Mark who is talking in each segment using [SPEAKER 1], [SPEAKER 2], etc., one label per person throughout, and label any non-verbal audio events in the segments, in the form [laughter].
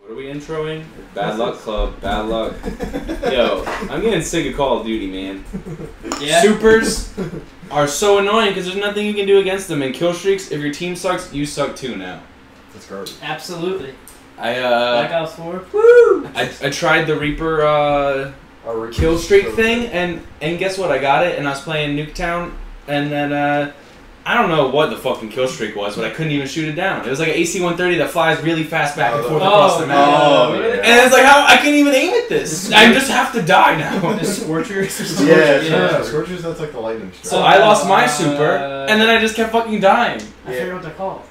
[SPEAKER 1] What are we introing?
[SPEAKER 2] Bad luck club. Bad luck. [laughs] Yo,
[SPEAKER 3] Yo.
[SPEAKER 2] I'm getting sick of Call of Duty, man.
[SPEAKER 1] Yeah.
[SPEAKER 2] Supers are so annoying because there's nothing you can do against them. And kill streaks, if your team sucks, you suck too now.
[SPEAKER 3] That's garbage.
[SPEAKER 4] Absolutely.
[SPEAKER 2] I uh,
[SPEAKER 4] Black Ops 4.
[SPEAKER 2] I, I tried the Reaper uh
[SPEAKER 3] Our Reaper
[SPEAKER 2] kill
[SPEAKER 3] is
[SPEAKER 2] streak
[SPEAKER 3] so
[SPEAKER 2] thing,
[SPEAKER 3] good.
[SPEAKER 2] and and guess what? I got it, and I was playing Nuketown, and then uh, I don't know what the fucking kill streak was, but I couldn't even shoot it down. It was like an AC-130 that flies really fast back and
[SPEAKER 3] Oh,
[SPEAKER 2] forth
[SPEAKER 3] the-
[SPEAKER 2] across the map.
[SPEAKER 3] Oh,
[SPEAKER 4] yeah.
[SPEAKER 3] yeah.
[SPEAKER 2] And it's like how I can't even aim at this. I just have to die
[SPEAKER 4] [laughs]
[SPEAKER 2] now.
[SPEAKER 4] The Scorchers or something.
[SPEAKER 3] Yeah,
[SPEAKER 4] [laughs]
[SPEAKER 1] Yeah.
[SPEAKER 3] yeah. Scorchers, that's like the lightning
[SPEAKER 2] So
[SPEAKER 3] strike.
[SPEAKER 2] I lost my super, and then I just kept fucking dying.
[SPEAKER 4] I forget what they're called.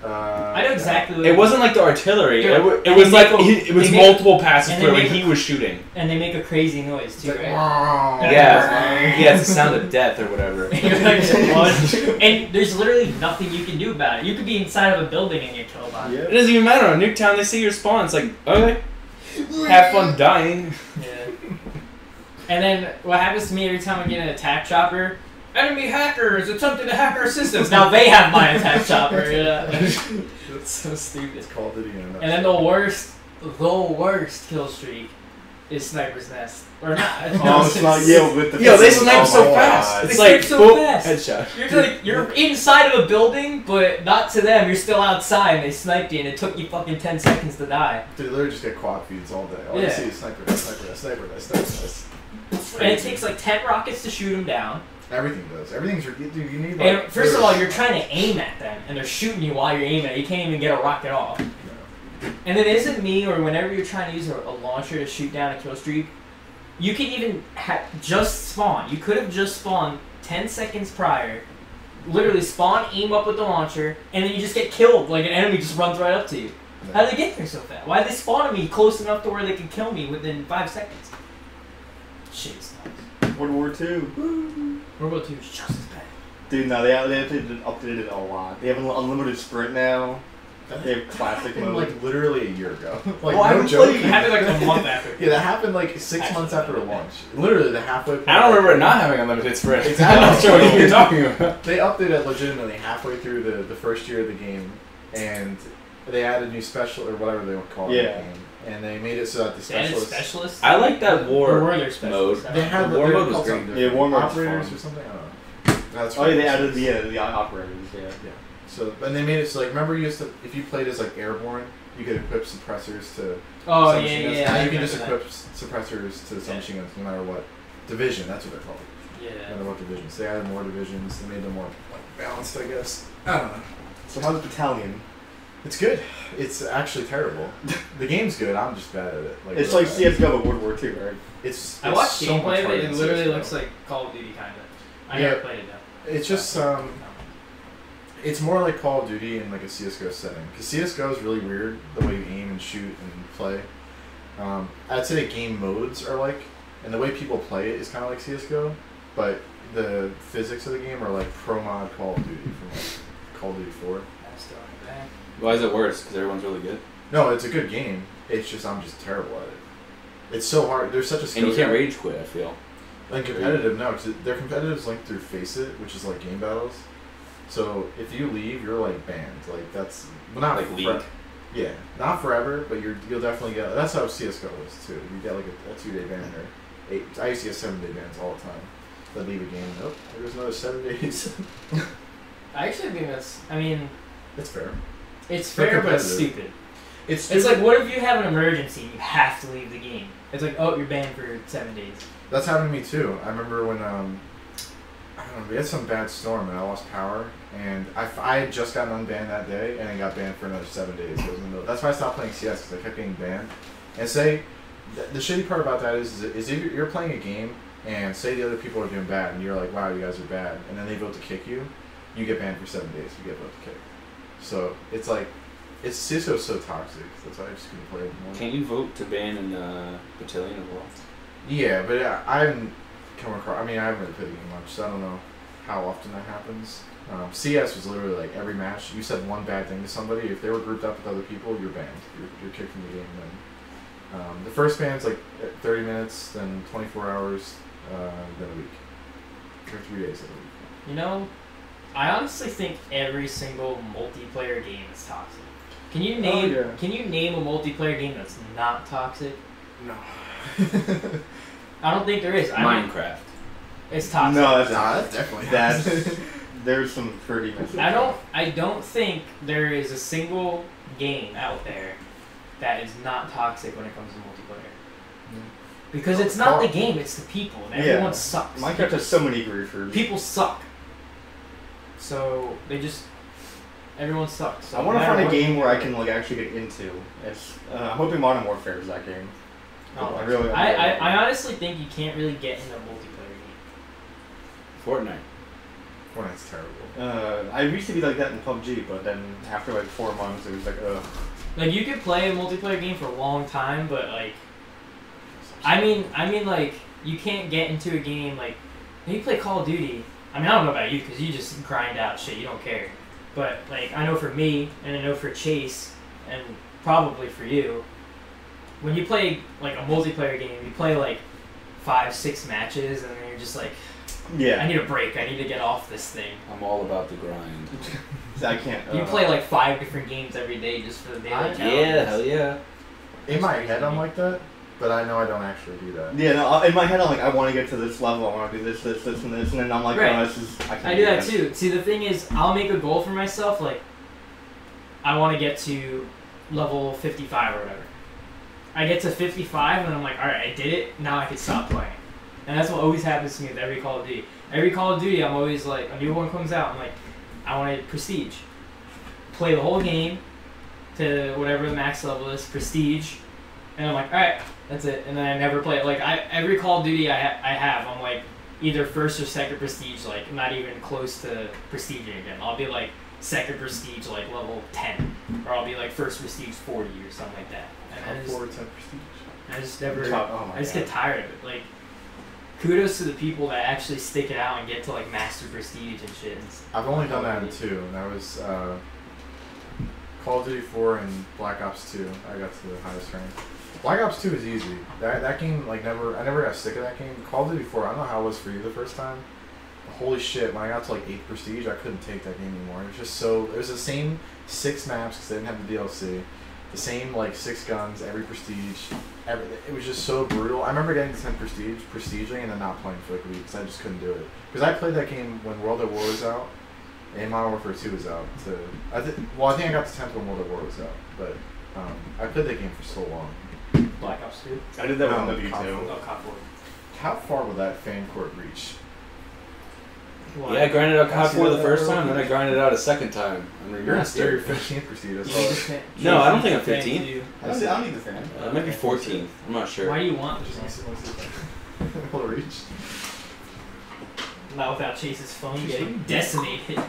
[SPEAKER 3] uh,
[SPEAKER 4] I know exactly what
[SPEAKER 2] It wasn't like the artillery. It, wa- it
[SPEAKER 4] And
[SPEAKER 2] was
[SPEAKER 4] they
[SPEAKER 2] like
[SPEAKER 4] make a-
[SPEAKER 2] he- it was
[SPEAKER 4] they make-
[SPEAKER 2] multiple passes
[SPEAKER 4] and they
[SPEAKER 2] through, and
[SPEAKER 4] make a-
[SPEAKER 2] he was shooting.
[SPEAKER 4] And they make a crazy noise
[SPEAKER 3] It's
[SPEAKER 4] too,
[SPEAKER 3] like,
[SPEAKER 4] right?
[SPEAKER 3] "Wow."
[SPEAKER 2] Yeah. Yeah, it's the sound
[SPEAKER 3] [laughs]
[SPEAKER 2] of death or whatever.
[SPEAKER 4] You're like, "What?" and there's literally nothing you can do about it. You could be inside of a building and get killed by it.
[SPEAKER 2] It
[SPEAKER 3] Yeah.
[SPEAKER 2] doesn't even matter. On Nuketown, they see your spawn. It's like, okay, [laughs] have fun dying.
[SPEAKER 4] Yeah. And then what happens to me every time I get an attack chopper? Enemy hackers attempting to hack our systems. Now they have my attack chopper. Yeah. It's so stupid.
[SPEAKER 3] It's Call of Duty in a
[SPEAKER 4] And then the worst, the worst kill streak is Sniper's Nest. Or not.
[SPEAKER 3] [laughs] Oh, it's not Yale with the
[SPEAKER 2] Yo, they
[SPEAKER 3] pistol.
[SPEAKER 2] snipe
[SPEAKER 3] Oh
[SPEAKER 2] so
[SPEAKER 3] my
[SPEAKER 2] fast.
[SPEAKER 3] God.
[SPEAKER 2] It's
[SPEAKER 4] They
[SPEAKER 2] like,
[SPEAKER 4] snipe so
[SPEAKER 2] boop,
[SPEAKER 4] fast.
[SPEAKER 2] headshot.
[SPEAKER 4] You're like you're inside of a building, but not to them. You're still outside, and they sniped you, and it took you fucking ten seconds to die.
[SPEAKER 3] Dude, literally just get quad feeds all day. All you
[SPEAKER 4] Yeah.
[SPEAKER 3] see is sniper, that sniper, that sniper, that sniper. That's
[SPEAKER 4] And it takes like ten rockets to shoot them down.
[SPEAKER 3] everything does. Everything's re- dude. You need like.
[SPEAKER 4] And first of all, you're trying to aim at them, and they're shooting you while you're aiming. You can't even get a rocket off. And it isn't me, or whenever you're trying to use a, a launcher to shoot down a kill streak, you could even ha- just spawn. You could have just spawned 10 seconds prior, literally spawn, aim up with the launcher, and then you just get killed. Like an enemy just runs right up to you. How did they get there so fast? Why did they spawn me close enough to where they could kill me within five seconds? Shit, it's nuts.
[SPEAKER 5] World War Two.
[SPEAKER 4] World War II is just as bad.
[SPEAKER 5] Dude, no, they they have updated it a lot. They have an unlimited sprint now. They have classic
[SPEAKER 3] happened,
[SPEAKER 5] mode.
[SPEAKER 3] like literally a year
[SPEAKER 4] [laughs]
[SPEAKER 3] ago. Like
[SPEAKER 5] Well, I
[SPEAKER 3] no
[SPEAKER 5] was
[SPEAKER 3] joke.
[SPEAKER 5] like-
[SPEAKER 4] It happened like a month after.
[SPEAKER 3] [laughs] yeah, that happened like six months after launch. Literally the halfway. Point.
[SPEAKER 2] I don't remember it not having unlimited spread. [laughs]
[SPEAKER 3] Exactly.
[SPEAKER 2] I'm not sure what you're talking about.
[SPEAKER 3] They updated it legitimately halfway through the, the first year of the game, and they added new special or whatever they would call
[SPEAKER 5] Yeah.
[SPEAKER 3] it. the game, And they made it so that the
[SPEAKER 4] That is
[SPEAKER 3] specialists.
[SPEAKER 2] [laughs]
[SPEAKER 4] specialist.
[SPEAKER 2] I like that
[SPEAKER 4] Or
[SPEAKER 2] war.
[SPEAKER 4] were there specialists?
[SPEAKER 3] They had
[SPEAKER 2] The war
[SPEAKER 3] they
[SPEAKER 2] mode was
[SPEAKER 3] called
[SPEAKER 2] great.
[SPEAKER 3] something
[SPEAKER 5] Yeah,
[SPEAKER 3] different.
[SPEAKER 5] war mode was
[SPEAKER 3] operators
[SPEAKER 5] fun.
[SPEAKER 3] or something. I don't know. That's
[SPEAKER 5] Oh, yeah, they
[SPEAKER 3] right.
[SPEAKER 5] added the yeah, the operators. Yeah.
[SPEAKER 3] So and they made it so like remember you used to if you played as like airborne you could equip suppressors to
[SPEAKER 4] Oh
[SPEAKER 3] some
[SPEAKER 4] yeah,
[SPEAKER 3] machine
[SPEAKER 4] yeah.
[SPEAKER 3] guns.
[SPEAKER 4] yeah.
[SPEAKER 3] Now
[SPEAKER 4] I
[SPEAKER 3] you can just
[SPEAKER 4] remember
[SPEAKER 3] equip s- suppressors to some
[SPEAKER 4] Yeah.
[SPEAKER 3] machine guns no matter what division. That's what they're called.
[SPEAKER 4] that. Yeah.
[SPEAKER 3] No matter what division. So they added more divisions. They made them more like, balanced, I guess. I don't know.
[SPEAKER 5] So how's Battalion?
[SPEAKER 3] It's good. It's actually [laughs] terrible. the game's good. I'm just bad at it. Like uh,
[SPEAKER 5] It's
[SPEAKER 3] really
[SPEAKER 5] like
[SPEAKER 3] bad.
[SPEAKER 5] CS:GO but World War Two, right?
[SPEAKER 3] It's,
[SPEAKER 4] I
[SPEAKER 3] it's
[SPEAKER 4] watched
[SPEAKER 3] so
[SPEAKER 4] gameplay
[SPEAKER 3] much
[SPEAKER 4] of
[SPEAKER 3] harder
[SPEAKER 4] it. It
[SPEAKER 3] than
[SPEAKER 4] literally
[SPEAKER 3] CS:GO.
[SPEAKER 4] looks like Call of Duty kind of. I
[SPEAKER 3] Yeah.
[SPEAKER 4] never played it though.
[SPEAKER 3] it's just um, It's more like Call of Duty in like a CS:GO setting because CS:GO is really weird the way you aim and shoot and play. Um, I'd say the game modes are like, and the way people play it is kind of like CS:GO, but the physics of the game are like pro mod Call of Duty from like Call of Duty Four.
[SPEAKER 4] I'm still on that.
[SPEAKER 2] Why is it worse? Because everyone's really good.
[SPEAKER 3] No, it's a good game. It's just I'm just terrible at it. It's so hard. There's such a skill
[SPEAKER 2] And you can't
[SPEAKER 3] gap.
[SPEAKER 2] rage quit, I feel.
[SPEAKER 3] And competitive, no, because their competitive is linked through Face It, which is like game battles. So if you leave, you're like banned. Like that's well, not
[SPEAKER 2] Like
[SPEAKER 3] for-
[SPEAKER 2] league.
[SPEAKER 3] Yeah, not forever, but you're you'll definitely get. That's how CS:GO was too. You get like a, a two day ban or eight. I used to get seven day bans all the time. I'd leave a game. Nope, there goes another seven [laughs] days.
[SPEAKER 4] I actually think that's. I mean,
[SPEAKER 3] it's fair.
[SPEAKER 4] it's
[SPEAKER 3] They're
[SPEAKER 4] fair but it's
[SPEAKER 3] competitive.
[SPEAKER 4] stupid.
[SPEAKER 3] It's
[SPEAKER 4] It's like, what if you have an emergency? and You have to leave the game. It's like, oh, you're banned for seven days.
[SPEAKER 3] That's happened to me too. I remember when um, I don't know, we had some bad storm and I lost power, and I, f- I had just gotten unbanned that day, and I got banned for another seven days. It was in the middle. That's why I stopped playing CS because I kept getting banned. And say, th- the shitty part about that is, is if you're- you're playing a game and say the other people are doing bad, and you're like, wow, you guys are bad, and then they vote to kick you, you get banned for seven days. You get vote to kick. So it's like, it's CS:GO is so toxic. That's why I just couldn't play it anymore.
[SPEAKER 2] Can you vote to ban in uh, Battalion as well?
[SPEAKER 3] Yeah, but I, I haven't come across. I mean, I haven't really played the game much, so I don't know how often that happens. Um, CS was literally like every match. You said one bad thing to somebody. If they were grouped up with other people, you're banned. You're, you're kicked from the game. Then um, the first ban's like at 30 minutes, then 24 hours, uh, then a week, or three days. Then a week.
[SPEAKER 4] You know, I honestly think every single multiplayer game is toxic. Can you name
[SPEAKER 5] Oh, yeah.
[SPEAKER 4] Can you name a multiplayer game that's not toxic?
[SPEAKER 3] No.
[SPEAKER 4] [laughs] I don't think there is. I don't-
[SPEAKER 2] Minecraft.
[SPEAKER 4] it's toxic.
[SPEAKER 5] No,
[SPEAKER 4] [laughs]
[SPEAKER 5] that's
[SPEAKER 3] nah, that definitely [laughs]
[SPEAKER 5] That's-
[SPEAKER 3] has.
[SPEAKER 5] There's some pretty. messy
[SPEAKER 4] I don't.
[SPEAKER 5] stuff.
[SPEAKER 4] I don't think there is a single game out there that is not toxic when it comes to multiplayer.
[SPEAKER 3] Mm.
[SPEAKER 4] Because it's not the
[SPEAKER 5] Well-
[SPEAKER 4] game; it's the people. And
[SPEAKER 5] Yeah.
[SPEAKER 4] everyone sucks.
[SPEAKER 5] Minecraft has so many griefers.
[SPEAKER 4] People suck. So they just everyone sucks. So
[SPEAKER 5] I
[SPEAKER 4] no
[SPEAKER 5] want to
[SPEAKER 4] matter
[SPEAKER 5] find a
[SPEAKER 4] what-
[SPEAKER 5] game where I can like actually get into. It's, uh, I'm hoping Modern Warfare is that game.
[SPEAKER 4] I, don't
[SPEAKER 5] I
[SPEAKER 4] know.
[SPEAKER 5] really.
[SPEAKER 4] I, I, I honestly think you can't really get into a multiplayer
[SPEAKER 2] Fortnite.
[SPEAKER 3] Well, that's terrible.
[SPEAKER 5] Uh, I used to be like that in PUBG, but then after like four months, it was like,
[SPEAKER 4] game.
[SPEAKER 5] ugh.
[SPEAKER 4] Like you could play a multiplayer game for a long time, but like I mean, I mean, like you can't get into a game like when you play Call of Duty. I mean, I don't know about you because you just grind out shit. You don't care. But like, I know for me, and I know for Chase, and probably for you, when you play like a multiplayer game, you play like five, six matches, and then you're just like, I
[SPEAKER 5] Yeah.
[SPEAKER 4] need a break. I need to get off this thing.
[SPEAKER 2] I'm all about the grind.
[SPEAKER 5] I can't.
[SPEAKER 4] You
[SPEAKER 5] uh,
[SPEAKER 4] play like five different games every day just for the daily
[SPEAKER 3] I-
[SPEAKER 2] Yeah,
[SPEAKER 4] challenges.
[SPEAKER 2] hell yeah.
[SPEAKER 3] In my head, I'm like that, but I know I don't actually do that.
[SPEAKER 5] Yeah, no, in my head, I'm like, I want to get to this level. I want to do this, this, this, and this, and then I'm like,
[SPEAKER 4] Right.
[SPEAKER 5] no, this is. I, can't
[SPEAKER 4] I do that
[SPEAKER 5] this.
[SPEAKER 4] too. See, the thing is, I'll make a goal for myself. Like, I want to get to level 55 or whatever. I get to 55, and I'm like, all right, I did it. Now I can stop playing. And that's what always happens to me with every Call of Duty. Every Call of Duty, I'm always like, a new one comes out, I'm like, I want to prestige. Play the whole game to whatever the max level is, prestige. And I'm like, all right, that's it. And then I never play it. Like, I, every Call of Duty I, ha- I have, I'm like, either first or second prestige, like not even close to prestige again. I'll be like second prestige, like level ten, or I'll be like first prestige forty or something like that. And I just,
[SPEAKER 5] Top four, top prestige.
[SPEAKER 4] I just never,
[SPEAKER 5] Top- oh my
[SPEAKER 4] I just
[SPEAKER 5] God.
[SPEAKER 4] get tired of it. Like, kudos to the people that actually stick it out and get to like master prestige and shit. It's-
[SPEAKER 3] I've only done that in two, and that was uh, Call of Duty 4 and Black Ops 2. I got to the highest rank. Black Ops 2 is easy. That that game like never. I never got sick of that game. Call of Duty 4. I don't know how it was for you the first time. Holy shit! When I got to like eighth prestige, I couldn't take that game anymore. It was just so. It was the same six maps because they didn't have the DLC. The same like six guns, every prestige. Every, it was just so brutal. I remember getting to ten prestige, prestiging, and then not playing for like a week because I just couldn't do it. Because I played that game when World at War was out, and Modern Warfare Two was out. To I th- well, I think I got to tenth when World at War was out, but um, I played that game for so long.
[SPEAKER 4] Black Ops Two,
[SPEAKER 5] I did that
[SPEAKER 3] No,
[SPEAKER 5] with
[SPEAKER 3] top
[SPEAKER 5] W2.
[SPEAKER 3] four.
[SPEAKER 4] oh, Cop Four.
[SPEAKER 3] How far will that fan court reach?
[SPEAKER 4] Why?
[SPEAKER 2] Yeah, I grinded out COD
[SPEAKER 3] See
[SPEAKER 2] 4
[SPEAKER 3] that
[SPEAKER 2] the first
[SPEAKER 3] real
[SPEAKER 2] time, then I
[SPEAKER 3] quick?
[SPEAKER 2] grinded out a second time. I'm
[SPEAKER 3] You're in theory
[SPEAKER 2] remastered.
[SPEAKER 3] fifteenth prestige.
[SPEAKER 4] You
[SPEAKER 3] That's
[SPEAKER 4] need
[SPEAKER 3] all. [laughs]
[SPEAKER 4] the [laughs] fan-
[SPEAKER 2] No, I don't think I'm
[SPEAKER 4] Chase, you
[SPEAKER 2] 15.
[SPEAKER 4] need the fan
[SPEAKER 5] I don't, need- I don't need the fan.
[SPEAKER 2] Uh, maybe 14th. I'm not
[SPEAKER 4] to do-
[SPEAKER 2] sure.
[SPEAKER 4] Why do you want
[SPEAKER 3] Just
[SPEAKER 4] this?
[SPEAKER 3] wanna see- wanna see if I- Will it reach?
[SPEAKER 4] Not without Chase's phone
[SPEAKER 3] Chase,
[SPEAKER 4] getting
[SPEAKER 3] [laughs]
[SPEAKER 4] decimated.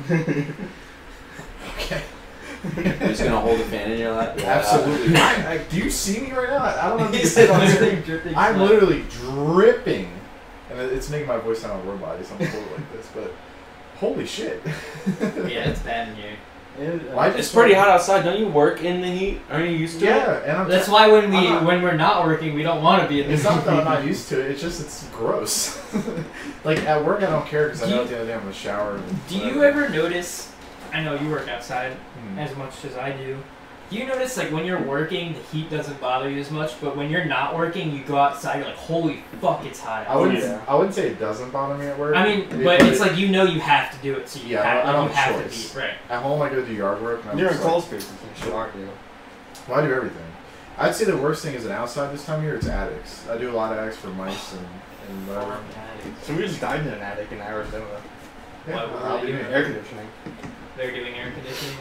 [SPEAKER 3] Okay.
[SPEAKER 2] You're just gonna hold a fan in your lap? Yeah.
[SPEAKER 3] Absolutely. I, I- do you see me right now? I I don't know if you
[SPEAKER 4] [laughs] He
[SPEAKER 3] can see
[SPEAKER 4] said
[SPEAKER 3] it on
[SPEAKER 4] this
[SPEAKER 3] here.
[SPEAKER 4] thing dripping
[SPEAKER 3] I'm
[SPEAKER 4] sweat.
[SPEAKER 3] literally dripping, and it- it's making my voice sound like robot. It's something cool like this, but holy shit!
[SPEAKER 4] Yeah, it's bad in here.
[SPEAKER 5] It- uh,
[SPEAKER 3] Why
[SPEAKER 2] It's pretty hot outside. Don't you work in the heat? Aren't you used to it?
[SPEAKER 3] [laughs] Yeah, and I'm.
[SPEAKER 4] That's why when we
[SPEAKER 3] I'm not-
[SPEAKER 4] when we're not working, we don't want to be in
[SPEAKER 3] It's
[SPEAKER 4] this.
[SPEAKER 3] not that I'm not used to it. It's just it's gross. [laughs] like at work, I don't care because I
[SPEAKER 4] Do
[SPEAKER 3] know
[SPEAKER 4] you-
[SPEAKER 3] the other day I'm gonna shower. and
[SPEAKER 4] Do you
[SPEAKER 3] whatever.
[SPEAKER 4] ever notice? I know you work outside
[SPEAKER 3] Hmm.
[SPEAKER 4] as much as I do. Do you notice like when you're working, the heat doesn't bother you as much, but when you're not working, you go outside, you're like, holy fuck, it's hot.
[SPEAKER 3] I
[SPEAKER 4] out."
[SPEAKER 3] wouldn't.
[SPEAKER 5] Yeah.
[SPEAKER 3] I wouldn't say it doesn't bother me at work.
[SPEAKER 4] I mean,
[SPEAKER 3] It-
[SPEAKER 4] but it's like you know you have to do it, so you
[SPEAKER 3] Yeah, I
[SPEAKER 4] have,
[SPEAKER 3] don't- I don't
[SPEAKER 4] you
[SPEAKER 3] have
[SPEAKER 4] have
[SPEAKER 3] a
[SPEAKER 4] to
[SPEAKER 3] choice.
[SPEAKER 4] be right.
[SPEAKER 3] at home, I go do yard work. And I'm
[SPEAKER 5] You're in
[SPEAKER 3] just
[SPEAKER 5] call
[SPEAKER 3] like,
[SPEAKER 5] space and shit, aren't you?
[SPEAKER 3] Well, I do everything. I'd say the worst thing is an outside this time of year. It's addicts. I do a lot of addicts for mice and, and whatever.
[SPEAKER 5] So we just dived in an attic in Arizona.
[SPEAKER 3] Yeah,
[SPEAKER 4] Why would
[SPEAKER 3] I'll
[SPEAKER 4] I
[SPEAKER 3] be
[SPEAKER 4] do
[SPEAKER 3] doing
[SPEAKER 4] it?
[SPEAKER 3] it.
[SPEAKER 5] Air conditioning.
[SPEAKER 4] They're doing air conditioning.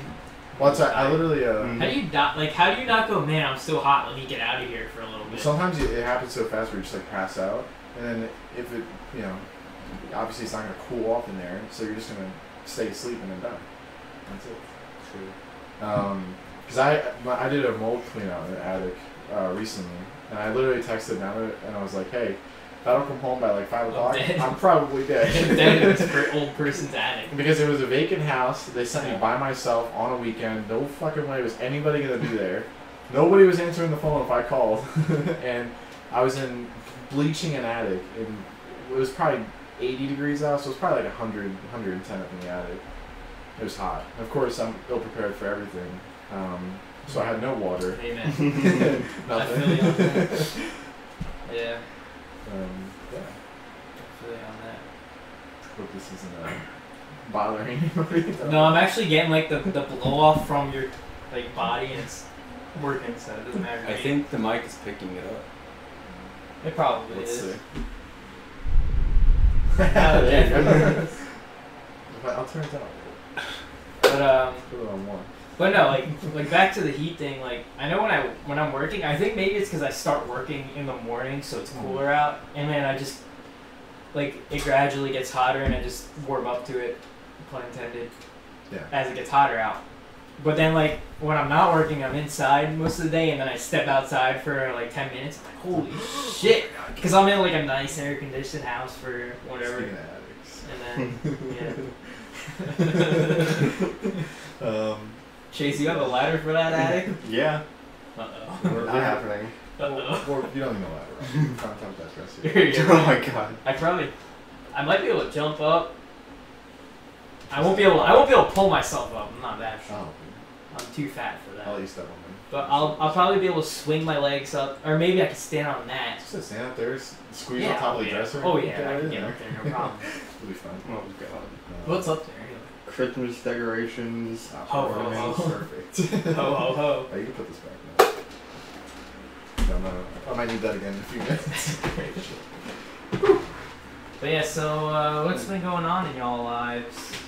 [SPEAKER 3] Well, it's, I, I literally uh,
[SPEAKER 5] Mm.
[SPEAKER 4] How do you not like? How do you not go? Man, I'm so hot. Let me get out of here for a little bit. [laughs]
[SPEAKER 3] Sometimes it, it happens so fast we just like pass out, and then if it, you know, obviously it's not gonna cool off in there, so you're just gonna stay asleep and then die. That's it. Um, because I my, I did a mold cleanout in the attic uh, recently, and I literally texted Nana and I was like, hey, if I don't come home by like five
[SPEAKER 4] I'm
[SPEAKER 3] o'clock,
[SPEAKER 4] dead."
[SPEAKER 3] I'm probably
[SPEAKER 4] [laughs]
[SPEAKER 3] dead. [laughs]
[SPEAKER 4] Then it's for old person's attic.
[SPEAKER 3] Because it was a vacant house, they sent me by myself on a weekend. No fucking way was anybody gonna be there. Nobody was answering the phone if I called, [laughs] and I was in bleaching an attic, and it was probably 80 degrees out, so it was probably like 100, 110 up in the attic. It was hot. Of course, I'm ill prepared for everything. Um, so I had no water. [laughs]
[SPEAKER 4] Amen.
[SPEAKER 3] Nothing.
[SPEAKER 4] [laughs] feel you
[SPEAKER 3] [laughs]
[SPEAKER 4] on that. Yeah.
[SPEAKER 3] um, yeah.
[SPEAKER 4] Feel you on that.
[SPEAKER 3] Hope this isn't uh, bothering anybody.
[SPEAKER 4] No, I'm actually getting like the, the blow off from your like body and it's working, so it doesn't matter. to
[SPEAKER 2] I
[SPEAKER 4] me.
[SPEAKER 2] think the mic is picking it up.
[SPEAKER 4] it probably
[SPEAKER 3] Let's
[SPEAKER 4] is. [laughs]
[SPEAKER 3] see.
[SPEAKER 4] there
[SPEAKER 3] you go. But I'll turn it down.
[SPEAKER 4] But um,
[SPEAKER 3] Put it on one.
[SPEAKER 4] but no, like like back to the heat thing. Like I know when I when I'm working, I think maybe it's because I start working in the morning, so it's cooler out, and then I just like it gradually gets hotter, and I just warm up to it, pun intended.
[SPEAKER 3] Yeah.
[SPEAKER 4] As it gets hotter out. But then, like when I'm not working, I'm inside most of the day, and then I step outside for like ten minutes. I'm like, holy shit! Because I'm in like a nice air conditioned house for whatever,
[SPEAKER 3] Speaking
[SPEAKER 4] and
[SPEAKER 3] of addicts.
[SPEAKER 4] then yeah.
[SPEAKER 3] [laughs]
[SPEAKER 5] um,
[SPEAKER 4] Chase, you have a ladder for that attic?
[SPEAKER 5] [laughs] yeah,
[SPEAKER 4] [laughs] Uh
[SPEAKER 3] We're,
[SPEAKER 5] not
[SPEAKER 3] we're having.
[SPEAKER 5] happening.
[SPEAKER 3] [laughs]
[SPEAKER 4] oh.
[SPEAKER 3] We're, you don't even know that, right? Can't talk about that recipe.
[SPEAKER 4] [laughs]
[SPEAKER 5] [laughs] oh my god.
[SPEAKER 4] I probably, I might be able to jump up. I won't be able. I won't be able to pull myself up. I'm not that.
[SPEAKER 3] Oh,
[SPEAKER 4] I'm too fat for
[SPEAKER 3] I'll
[SPEAKER 4] that.
[SPEAKER 3] use that one. then.
[SPEAKER 4] But I'll, I'll probably be able to swing my legs up, or maybe I can stand on that.
[SPEAKER 3] Just stand up there, s- squeeze
[SPEAKER 4] yeah,
[SPEAKER 3] on top
[SPEAKER 4] oh
[SPEAKER 3] of the
[SPEAKER 4] yeah.
[SPEAKER 3] dresser.
[SPEAKER 4] Oh
[SPEAKER 3] and
[SPEAKER 4] yeah, I
[SPEAKER 3] right
[SPEAKER 4] can
[SPEAKER 3] in
[SPEAKER 4] get up there, no
[SPEAKER 3] [laughs]
[SPEAKER 4] problem.
[SPEAKER 3] It'll be Uh, fun.
[SPEAKER 5] Oh god.
[SPEAKER 4] What's up there?
[SPEAKER 5] Christmas decorations.
[SPEAKER 4] Ho, ho,
[SPEAKER 5] ornaments.
[SPEAKER 3] [laughs]
[SPEAKER 4] ho.
[SPEAKER 3] perfect.
[SPEAKER 4] Ho ho ho.
[SPEAKER 3] Oh, you can put this back now. No, no, no. I might need that again in a few minutes. [laughs]
[SPEAKER 4] But yeah, so uh, what's been going on in y'all lives?
[SPEAKER 5] [laughs]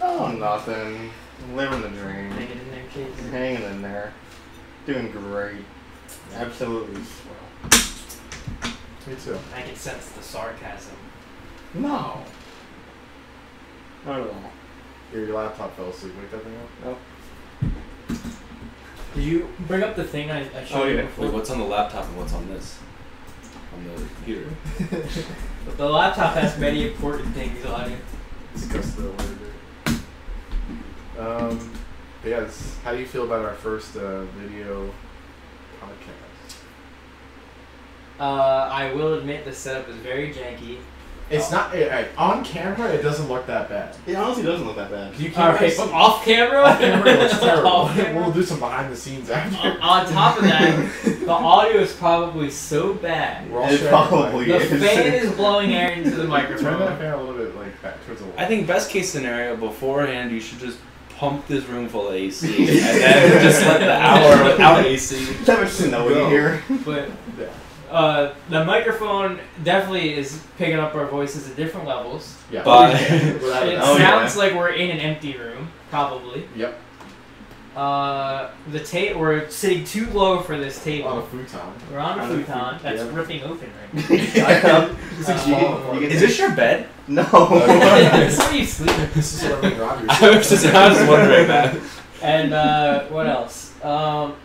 [SPEAKER 5] Oh, nothing. Living the
[SPEAKER 4] Hang
[SPEAKER 5] dream.
[SPEAKER 4] it in there, kids.
[SPEAKER 5] Hanging in there. Doing great. Absolutely swell.
[SPEAKER 3] Me too.
[SPEAKER 4] I can sense the sarcasm.
[SPEAKER 5] No. Not at all.
[SPEAKER 3] Your, your laptop fell asleep. Wake that thing up.
[SPEAKER 4] Did you bring up the thing I, I showed
[SPEAKER 5] Oh,
[SPEAKER 4] you
[SPEAKER 5] yeah.
[SPEAKER 4] before?
[SPEAKER 2] Wait, what's on the laptop and what's on this? On the computer.
[SPEAKER 4] The laptop has many important things on it.
[SPEAKER 3] Discuss the later. Um, but yeah, this, how do you feel about our first uh, video podcast?
[SPEAKER 4] Uh, I will admit the setup is very janky.
[SPEAKER 3] It's not eh, eh, on camera. It doesn't look that bad.
[SPEAKER 5] It honestly doesn't look that bad.
[SPEAKER 3] You
[SPEAKER 4] All
[SPEAKER 3] can't.
[SPEAKER 4] right, but off camera.
[SPEAKER 3] Off
[SPEAKER 2] [laughs]
[SPEAKER 3] camera, it
[SPEAKER 4] [laughs]
[SPEAKER 3] looks
[SPEAKER 4] Off
[SPEAKER 3] terrible.
[SPEAKER 4] camera?
[SPEAKER 3] we'll do some behind the scenes
[SPEAKER 4] on,
[SPEAKER 3] after.
[SPEAKER 4] on top of that, the audio is probably so bad.
[SPEAKER 3] [laughs] We're all
[SPEAKER 5] It
[SPEAKER 3] sharing the mic.
[SPEAKER 5] probably
[SPEAKER 4] The
[SPEAKER 5] is.
[SPEAKER 4] fan is blowing air into the
[SPEAKER 3] Turn that
[SPEAKER 4] microphone.
[SPEAKER 3] fan a little bit like back towards the wall.
[SPEAKER 2] I think best case scenario beforehand, you should just pump this room full of AC [laughs] and then just let the hour without AC.
[SPEAKER 5] That much snow
[SPEAKER 3] No.
[SPEAKER 5] in here.
[SPEAKER 4] But
[SPEAKER 3] Yeah.
[SPEAKER 4] uh, the microphone definitely is picking up our voices at different levels.
[SPEAKER 3] Yeah.
[SPEAKER 2] But-
[SPEAKER 5] [laughs]
[SPEAKER 3] Without a
[SPEAKER 4] It
[SPEAKER 3] doubt.
[SPEAKER 5] Oh, yeah.
[SPEAKER 4] sounds like we're in an empty room, probably.
[SPEAKER 3] Yep.
[SPEAKER 4] Uh, the tape. We're sitting too low for this
[SPEAKER 3] On a
[SPEAKER 4] table.
[SPEAKER 2] [laughs]
[SPEAKER 3] futon.
[SPEAKER 4] We're on a
[SPEAKER 5] On a
[SPEAKER 4] futon that's
[SPEAKER 3] yeah.
[SPEAKER 4] ripping open right now.
[SPEAKER 5] Yeah.
[SPEAKER 3] [laughs] It's
[SPEAKER 4] like
[SPEAKER 5] You
[SPEAKER 4] small
[SPEAKER 5] get- you get-
[SPEAKER 2] Is this your bed?
[SPEAKER 5] [laughs] No.
[SPEAKER 4] [laughs]
[SPEAKER 3] Okay.
[SPEAKER 4] That's where you sleep.
[SPEAKER 3] This is where we rob
[SPEAKER 2] [laughs] [laughs] I was just, I was wondering [laughs] that.
[SPEAKER 4] And uh, what else? Um,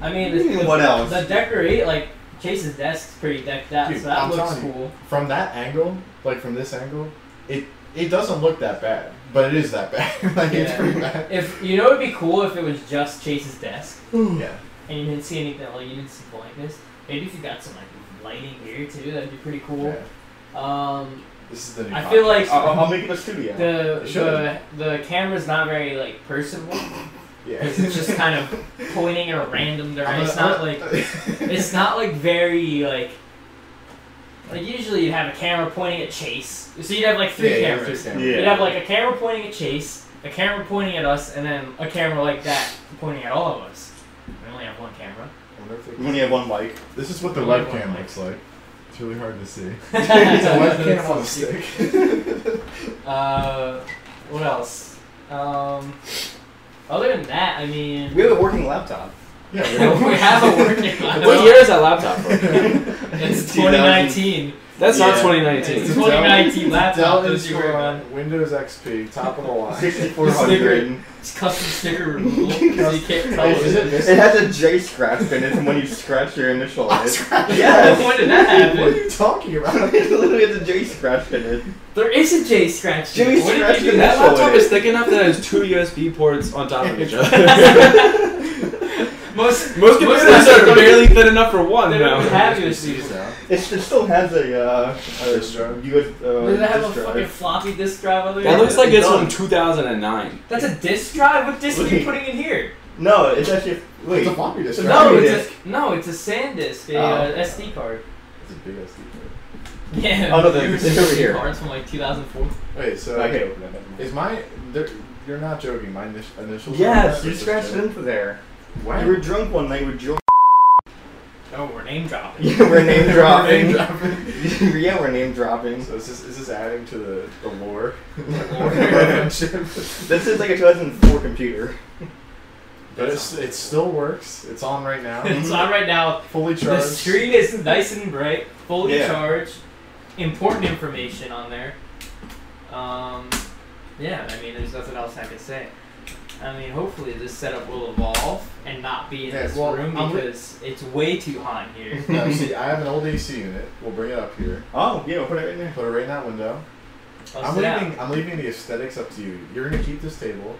[SPEAKER 4] I mean,
[SPEAKER 5] What do you
[SPEAKER 4] the,
[SPEAKER 5] mean, [laughs] what else?
[SPEAKER 4] The decorate, like Chase's desk's pretty decked out,
[SPEAKER 3] Dude,
[SPEAKER 4] so that
[SPEAKER 3] I'm
[SPEAKER 4] looks
[SPEAKER 3] telling you.
[SPEAKER 4] cool.
[SPEAKER 3] From that angle, like from this angle, it it doesn't look that bad, but it is that bad. [laughs] like it's
[SPEAKER 4] Yeah.
[SPEAKER 3] pretty bad.
[SPEAKER 4] If you know, it'd be cool if it was just Chase's desk
[SPEAKER 3] Yeah.
[SPEAKER 4] and you didn't see anything, like you didn't see blankness. Maybe if you got some like lighting here too, that'd be pretty cool.
[SPEAKER 3] yeah.
[SPEAKER 4] Um,
[SPEAKER 3] This is the new.
[SPEAKER 4] I feel like
[SPEAKER 3] podcast.
[SPEAKER 5] I'll, I'll- I'll make it a studio.
[SPEAKER 4] the
[SPEAKER 3] It
[SPEAKER 4] the
[SPEAKER 3] should.
[SPEAKER 4] the camera's not very like personable.
[SPEAKER 3] yeah.
[SPEAKER 4] It's just kind of pointing in a
[SPEAKER 3] [laughs]
[SPEAKER 4] random
[SPEAKER 3] I'm
[SPEAKER 4] direction. It's
[SPEAKER 3] gonna-
[SPEAKER 4] not
[SPEAKER 3] I'm
[SPEAKER 4] like
[SPEAKER 3] gonna-
[SPEAKER 4] It's not like very like like usually you'd have a camera pointing at Chase. So you'd
[SPEAKER 3] [laughs]
[SPEAKER 4] have like three
[SPEAKER 3] yeah, yeah,
[SPEAKER 4] cameras.
[SPEAKER 3] three
[SPEAKER 5] Yeah.
[SPEAKER 4] You'd have like a camera pointing at Chase, a camera pointing at us, and then a camera like that pointing at all of us. We only have one camera.
[SPEAKER 3] I wonder if they-
[SPEAKER 5] We only have one mic.
[SPEAKER 3] This is what the
[SPEAKER 4] Only
[SPEAKER 3] webcam
[SPEAKER 4] one mic.
[SPEAKER 3] looks like. It's really hard to
[SPEAKER 4] [laughs]
[SPEAKER 3] see. [laughs] It's a webcam on a
[SPEAKER 4] That's so
[SPEAKER 3] stick.
[SPEAKER 4] [laughs] stupid. uh, what else? Um, other than that, I mean,
[SPEAKER 5] We have a working [laughs] laptop.
[SPEAKER 3] yeah.
[SPEAKER 4] [laughs] we
[SPEAKER 3] we don't-
[SPEAKER 4] have a
[SPEAKER 2] [laughs]
[SPEAKER 4] working
[SPEAKER 2] What
[SPEAKER 4] laptop.
[SPEAKER 2] year is that laptop from?
[SPEAKER 5] [laughs]
[SPEAKER 4] It's
[SPEAKER 5] 2000.
[SPEAKER 4] 2019.
[SPEAKER 2] That's
[SPEAKER 5] Yeah.
[SPEAKER 2] not
[SPEAKER 4] It's
[SPEAKER 2] 2019.
[SPEAKER 4] 2019 laptop.
[SPEAKER 3] Dell
[SPEAKER 4] Don't you worry about it.
[SPEAKER 3] Inspiron, Windows XP, top of the
[SPEAKER 4] [laughs]
[SPEAKER 3] line. [laughs]
[SPEAKER 5] 6400.
[SPEAKER 4] It's custom sticker removal. so you can't tell
[SPEAKER 3] Is it
[SPEAKER 4] it.
[SPEAKER 5] It
[SPEAKER 3] missing?
[SPEAKER 5] has a J scratch in it from when you scratch your initial on [laughs] it.
[SPEAKER 4] when
[SPEAKER 5] Yes!
[SPEAKER 4] did that
[SPEAKER 3] What are
[SPEAKER 4] happen?
[SPEAKER 3] you talking
[SPEAKER 4] [laughs]
[SPEAKER 3] about?
[SPEAKER 5] [laughs] it literally has a J scratch in it.
[SPEAKER 4] There is a J scratch.
[SPEAKER 5] Jimmy
[SPEAKER 4] What did
[SPEAKER 5] scratched
[SPEAKER 4] you
[SPEAKER 5] it.
[SPEAKER 2] [laughs]
[SPEAKER 4] do?
[SPEAKER 2] That
[SPEAKER 5] That's what
[SPEAKER 2] laptop
[SPEAKER 5] it
[SPEAKER 2] is
[SPEAKER 5] is.
[SPEAKER 2] thick enough that it has two USB ports on top of each other. [laughs]
[SPEAKER 4] Most
[SPEAKER 2] Most computers
[SPEAKER 4] laptops
[SPEAKER 2] are
[SPEAKER 4] don't
[SPEAKER 2] barely thin enough for one
[SPEAKER 4] They don't even
[SPEAKER 2] now.
[SPEAKER 4] have USBs.
[SPEAKER 3] now.
[SPEAKER 5] It's, it still has a, uh, a
[SPEAKER 3] Disk drive.
[SPEAKER 5] US, uh,
[SPEAKER 4] Does it have a
[SPEAKER 5] disk
[SPEAKER 4] fucking
[SPEAKER 5] drive.
[SPEAKER 4] floppy disk drive over there?
[SPEAKER 2] That looks like it's
[SPEAKER 5] Done.
[SPEAKER 2] from 2009.
[SPEAKER 4] That's a disk drive? What disk are you
[SPEAKER 5] Wait.
[SPEAKER 4] putting in here?
[SPEAKER 5] No, it's actually wait.
[SPEAKER 3] It's a floppy disk.
[SPEAKER 5] No,
[SPEAKER 3] right?
[SPEAKER 4] No,
[SPEAKER 5] Floppy
[SPEAKER 4] it's
[SPEAKER 5] disk.
[SPEAKER 4] a, no, it's a SanDisk, a
[SPEAKER 5] Oh.
[SPEAKER 4] uh, SD card.
[SPEAKER 3] It's a big SD card.
[SPEAKER 4] Yeah.
[SPEAKER 5] Oh, no, the-
[SPEAKER 4] [laughs] you were
[SPEAKER 5] it's over
[SPEAKER 4] seeing
[SPEAKER 5] here.
[SPEAKER 4] Cards from like 2004.
[SPEAKER 3] Wait, so
[SPEAKER 5] I can open it. never mind.
[SPEAKER 3] is my there, you're not joking? My initial, initials.
[SPEAKER 5] Yes, you scratched it into there.
[SPEAKER 3] Why?
[SPEAKER 5] You were drunk one night with George.
[SPEAKER 4] Oh, we're name dropping.
[SPEAKER 5] [laughs] Yeah, we're [laughs] name dropping.
[SPEAKER 3] dropping.
[SPEAKER 5] [laughs] yeah, we're name dropping.
[SPEAKER 3] So is this, is this adding to the, the lore?
[SPEAKER 4] lore.
[SPEAKER 5] This is like a 2004 computer.
[SPEAKER 3] [laughs] but it's, it still works. It's on right
[SPEAKER 4] [laughs]
[SPEAKER 3] now.
[SPEAKER 4] it's on right now.
[SPEAKER 3] Fully
[SPEAKER 4] The
[SPEAKER 3] charged.
[SPEAKER 4] screen is nice and bright, fully
[SPEAKER 5] Yeah.
[SPEAKER 4] charged. Important information on there. Um, yeah, I mean, there's nothing else I can say. I mean, hopefully this setup will evolve and not be in
[SPEAKER 3] Yeah,
[SPEAKER 4] this
[SPEAKER 3] well,
[SPEAKER 4] room
[SPEAKER 3] I'm re-
[SPEAKER 4] because it's way too hot
[SPEAKER 3] [laughs]
[SPEAKER 4] in here.
[SPEAKER 3] No, see, I have an old AC unit. We'll bring it up here.
[SPEAKER 5] Oh, yeah, we'll put it right there.
[SPEAKER 3] Put it right in that window.
[SPEAKER 4] I'll
[SPEAKER 3] I'm
[SPEAKER 4] sit down.
[SPEAKER 3] leaving. I'm leaving the aesthetics up to you. You're gonna keep this table.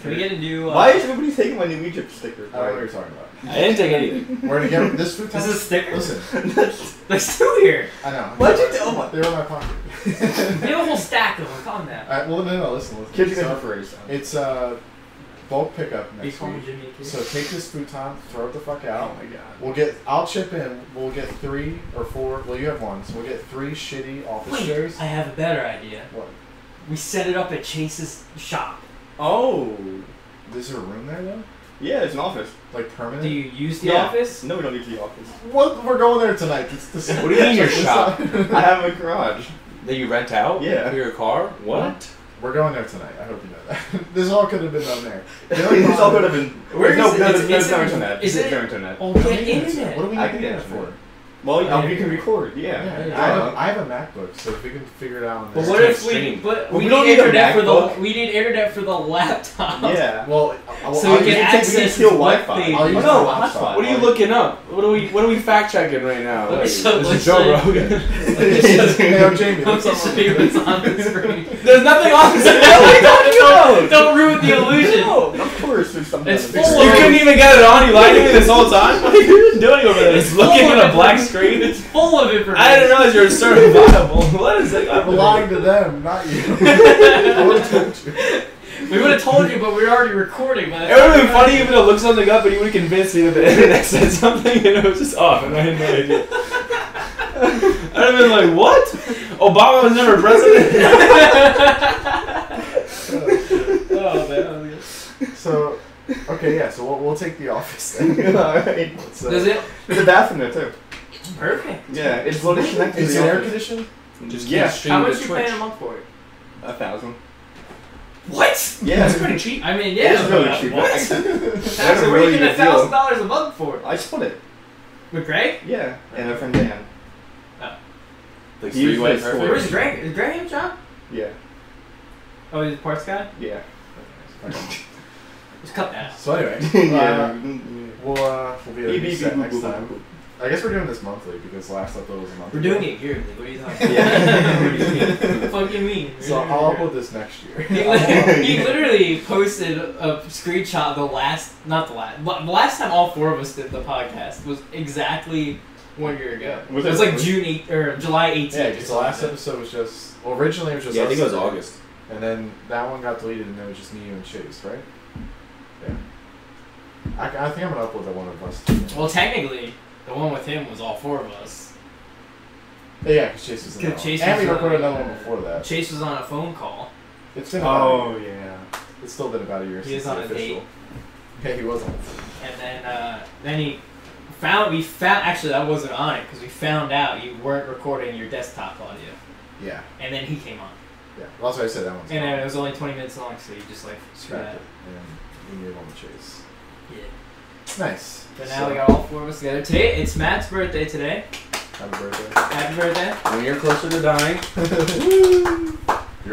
[SPEAKER 4] Can we get a new? Uh,
[SPEAKER 5] Why is everybody taking my new Egypt sticker?
[SPEAKER 3] I don't know what you're talking about.
[SPEAKER 2] [laughs] I didn't take anything.
[SPEAKER 3] We're gonna get this food.
[SPEAKER 4] This is a sticker.
[SPEAKER 3] Listen,
[SPEAKER 5] That's-
[SPEAKER 4] There's two here.
[SPEAKER 3] I know.
[SPEAKER 5] Why'd you do- oh my-
[SPEAKER 3] They were in my pocket.
[SPEAKER 4] We have a whole stack of them. Calm down.
[SPEAKER 3] Alright, well, no, no, listen, listen.
[SPEAKER 5] Kids are
[SPEAKER 3] So,
[SPEAKER 5] gonna freeze.
[SPEAKER 3] It's uh, bulk pickup
[SPEAKER 4] You
[SPEAKER 3] next
[SPEAKER 4] call me
[SPEAKER 3] week.
[SPEAKER 4] Jimmy Kimmel.
[SPEAKER 3] So take this futon, throw it the fuck out.
[SPEAKER 5] Oh my god.
[SPEAKER 3] We'll get. I'll chip in. We'll get three or four. Well, you have one, so we'll get three shitty office
[SPEAKER 4] Wait,
[SPEAKER 3] chairs.
[SPEAKER 4] I have a better idea.
[SPEAKER 3] What?
[SPEAKER 4] We set it up at Chase's shop.
[SPEAKER 5] Oh.
[SPEAKER 3] Is there a room there though?
[SPEAKER 5] Yeah, it's an office.
[SPEAKER 3] Like permanent?
[SPEAKER 4] Do you use the
[SPEAKER 5] Yeah.
[SPEAKER 4] office?
[SPEAKER 5] No, we don't need the office. [laughs]
[SPEAKER 3] what? We're going there tonight. This, this,
[SPEAKER 2] What do you
[SPEAKER 3] [laughs]
[SPEAKER 2] mean your
[SPEAKER 3] this-
[SPEAKER 2] shop?
[SPEAKER 5] I have a garage.
[SPEAKER 2] That you rent out?
[SPEAKER 5] Yeah.
[SPEAKER 2] For your car? What?
[SPEAKER 3] We're going there tonight. I hope you know that. [laughs] this all could have been done there.
[SPEAKER 5] [laughs]
[SPEAKER 3] The only
[SPEAKER 5] it's all
[SPEAKER 3] problem-
[SPEAKER 5] could have been.
[SPEAKER 4] Where
[SPEAKER 5] no,
[SPEAKER 4] is it?
[SPEAKER 5] no,
[SPEAKER 4] It's-
[SPEAKER 5] there's, there's
[SPEAKER 4] it's
[SPEAKER 5] no
[SPEAKER 4] in-
[SPEAKER 5] internet.
[SPEAKER 4] is
[SPEAKER 5] There's
[SPEAKER 4] it-
[SPEAKER 5] no internet.
[SPEAKER 4] Oh,
[SPEAKER 3] What do we
[SPEAKER 4] get
[SPEAKER 3] need it for?
[SPEAKER 4] internet.
[SPEAKER 3] What do we
[SPEAKER 5] I
[SPEAKER 3] need
[SPEAKER 5] can
[SPEAKER 3] it
[SPEAKER 5] get
[SPEAKER 3] for?
[SPEAKER 5] it. Well,
[SPEAKER 4] Yeah.
[SPEAKER 5] yeah, we can record.
[SPEAKER 3] Yeah,
[SPEAKER 5] Yeah.
[SPEAKER 4] Yeah.
[SPEAKER 3] I, have,
[SPEAKER 5] Uh,
[SPEAKER 3] I have a MacBook, so if we can figure it out. On
[SPEAKER 4] But
[SPEAKER 3] this-
[SPEAKER 4] what if we?
[SPEAKER 2] Stream.
[SPEAKER 4] But we,
[SPEAKER 5] Well, we
[SPEAKER 4] need
[SPEAKER 5] don't need a
[SPEAKER 4] internet for the.
[SPEAKER 5] MacBook.
[SPEAKER 4] We need internet for the laptop. [laughs]
[SPEAKER 5] yeah.
[SPEAKER 3] Well, I- I-
[SPEAKER 4] So
[SPEAKER 3] I'll
[SPEAKER 4] we
[SPEAKER 3] use-
[SPEAKER 4] can
[SPEAKER 5] can take- we can
[SPEAKER 4] access
[SPEAKER 5] steal
[SPEAKER 4] his web
[SPEAKER 5] Wi-Fi. Oh,
[SPEAKER 4] page.
[SPEAKER 3] I'll use
[SPEAKER 5] No,
[SPEAKER 3] my
[SPEAKER 5] hotspot.
[SPEAKER 3] hotspot.
[SPEAKER 2] What are you looking up? What are we What are we fact checking right now?
[SPEAKER 4] Let me
[SPEAKER 2] Like,
[SPEAKER 4] show-
[SPEAKER 2] this is
[SPEAKER 4] let's
[SPEAKER 2] Joe
[SPEAKER 4] show-
[SPEAKER 2] Rogan.
[SPEAKER 5] [laughs]
[SPEAKER 3] [laughs] Hey, yo, Jamie,
[SPEAKER 4] I'm
[SPEAKER 3] what's
[SPEAKER 4] just
[SPEAKER 3] up?
[SPEAKER 4] [laughs] showing you what's on the screen.
[SPEAKER 5] [laughs]
[SPEAKER 2] There's nothing on this.
[SPEAKER 4] don't, don't ruin the illusion.
[SPEAKER 5] No, of course there's something.
[SPEAKER 4] It's
[SPEAKER 5] on
[SPEAKER 4] full
[SPEAKER 5] the-
[SPEAKER 2] You couldn't even get it on. You lied to me this whole time. What are you doing over there? It's looking at a black screen.
[SPEAKER 4] It's full of information.
[SPEAKER 2] I didn't realize you were certifiable. [laughs] What is it?
[SPEAKER 3] I'm lying to them, not
[SPEAKER 5] [laughs]
[SPEAKER 3] you. I would've told you.
[SPEAKER 4] We would have told you, but we were already recording. By the
[SPEAKER 2] It would have
[SPEAKER 4] time
[SPEAKER 2] been
[SPEAKER 4] we-
[SPEAKER 2] funny if it looked something up, but you would have convinced me that the internet [laughs] said something and it was just off, and I had no idea. [laughs] I'd have been like, "What? Obama was never president."
[SPEAKER 4] Oh man.
[SPEAKER 3] [laughs]
[SPEAKER 5] [laughs]
[SPEAKER 3] So, okay, yeah. So we'll, we'll take the office.
[SPEAKER 5] [laughs]
[SPEAKER 3] Then.
[SPEAKER 5] Alright.
[SPEAKER 3] It's, uh,
[SPEAKER 4] Does it?
[SPEAKER 5] There's a bathroom there too.
[SPEAKER 4] Perfect.
[SPEAKER 5] Yeah, it's literally connected
[SPEAKER 3] Is
[SPEAKER 5] to
[SPEAKER 3] it
[SPEAKER 5] the
[SPEAKER 3] air
[SPEAKER 5] office.
[SPEAKER 3] conditioned?
[SPEAKER 2] Just
[SPEAKER 5] yeah,
[SPEAKER 4] How much you paying a month for it?
[SPEAKER 5] a thousand.
[SPEAKER 4] What?
[SPEAKER 5] Yeah,
[SPEAKER 2] That's pretty cheap.
[SPEAKER 4] I mean,
[SPEAKER 5] It
[SPEAKER 4] yeah.
[SPEAKER 5] is really
[SPEAKER 4] but
[SPEAKER 5] cheap. [laughs]
[SPEAKER 4] What?
[SPEAKER 5] That's
[SPEAKER 4] That's
[SPEAKER 5] a
[SPEAKER 4] we're
[SPEAKER 5] really
[SPEAKER 4] getting a
[SPEAKER 5] good
[SPEAKER 4] thousand
[SPEAKER 5] deal.
[SPEAKER 4] dollars a month for it.
[SPEAKER 5] I split it.
[SPEAKER 4] With Greg?
[SPEAKER 5] Yeah, and a friend Dan.
[SPEAKER 2] Like
[SPEAKER 5] Use
[SPEAKER 2] three-way
[SPEAKER 5] this for-
[SPEAKER 2] perfect.
[SPEAKER 4] Where's Greg? Is Greg in the shop?
[SPEAKER 5] Yeah,
[SPEAKER 4] Oh, he's a parts guy.
[SPEAKER 5] yeah,
[SPEAKER 4] Just cut that.
[SPEAKER 3] So anyway,
[SPEAKER 5] [laughs] yeah.
[SPEAKER 3] uh, we'll uh, we'll be
[SPEAKER 5] Beep,
[SPEAKER 3] at
[SPEAKER 5] beep,
[SPEAKER 3] reset
[SPEAKER 5] beep,
[SPEAKER 3] next
[SPEAKER 5] boop,
[SPEAKER 3] time.
[SPEAKER 5] boop,
[SPEAKER 3] I guess we're doing this monthly because last upload was a month.
[SPEAKER 4] We're
[SPEAKER 3] ago.
[SPEAKER 4] doing it yearly. What are you talking about?
[SPEAKER 5] Yeah.
[SPEAKER 4] what do you mean? What the fuck you mean?
[SPEAKER 3] So I'll upload this next year. [laughs]
[SPEAKER 4] He literally, he literally posted a screenshot of the last, not the last, la- the last time all four of us did the podcast was exactly one year ago.
[SPEAKER 5] Was
[SPEAKER 4] it was
[SPEAKER 5] it-
[SPEAKER 4] like June 8th or July 18th.
[SPEAKER 3] Yeah,
[SPEAKER 4] or
[SPEAKER 3] because the last
[SPEAKER 4] something.
[SPEAKER 3] episode was just. Well, originally it was just.
[SPEAKER 2] Yeah, I
[SPEAKER 3] us
[SPEAKER 2] think it was
[SPEAKER 3] two.
[SPEAKER 2] August.
[SPEAKER 3] And then that one got deleted, and it was just me, you, and Chase, right? Yeah. I, I think I'm gonna upload that one of us. Too.
[SPEAKER 4] Well, technically, the one with him was all four of us.
[SPEAKER 3] yeah, because Chase was in
[SPEAKER 4] 'Cause
[SPEAKER 3] that one.
[SPEAKER 4] Chase
[SPEAKER 3] And
[SPEAKER 4] was
[SPEAKER 3] we
[SPEAKER 4] on-
[SPEAKER 3] recorded another one before that.
[SPEAKER 4] Chase was on a phone call.
[SPEAKER 3] It's been about a year.
[SPEAKER 5] Oh yeah.
[SPEAKER 3] It's still been about a year
[SPEAKER 4] He
[SPEAKER 3] since
[SPEAKER 4] was on
[SPEAKER 3] the
[SPEAKER 4] a
[SPEAKER 3] official.
[SPEAKER 4] date.
[SPEAKER 3] Yeah, he was on.
[SPEAKER 4] And then, uh, then he found we found actually I wasn't on it because we found out you weren't recording your desktop audio,
[SPEAKER 3] Yeah,
[SPEAKER 4] and then he came on,
[SPEAKER 3] yeah. Well, that's why I said that one's.
[SPEAKER 4] and uh,
[SPEAKER 3] gone.
[SPEAKER 4] then it was only twenty minutes long, so you just like screw
[SPEAKER 3] Scrapped
[SPEAKER 4] that.
[SPEAKER 3] it. And we moved on to Chase.
[SPEAKER 4] Yeah.
[SPEAKER 3] Nice.
[SPEAKER 4] But now we got all four of us together. Today it's Matt's birthday today.
[SPEAKER 3] Have a birthday.
[SPEAKER 4] Happy birthday!
[SPEAKER 2] When you're closer to dying,
[SPEAKER 3] You're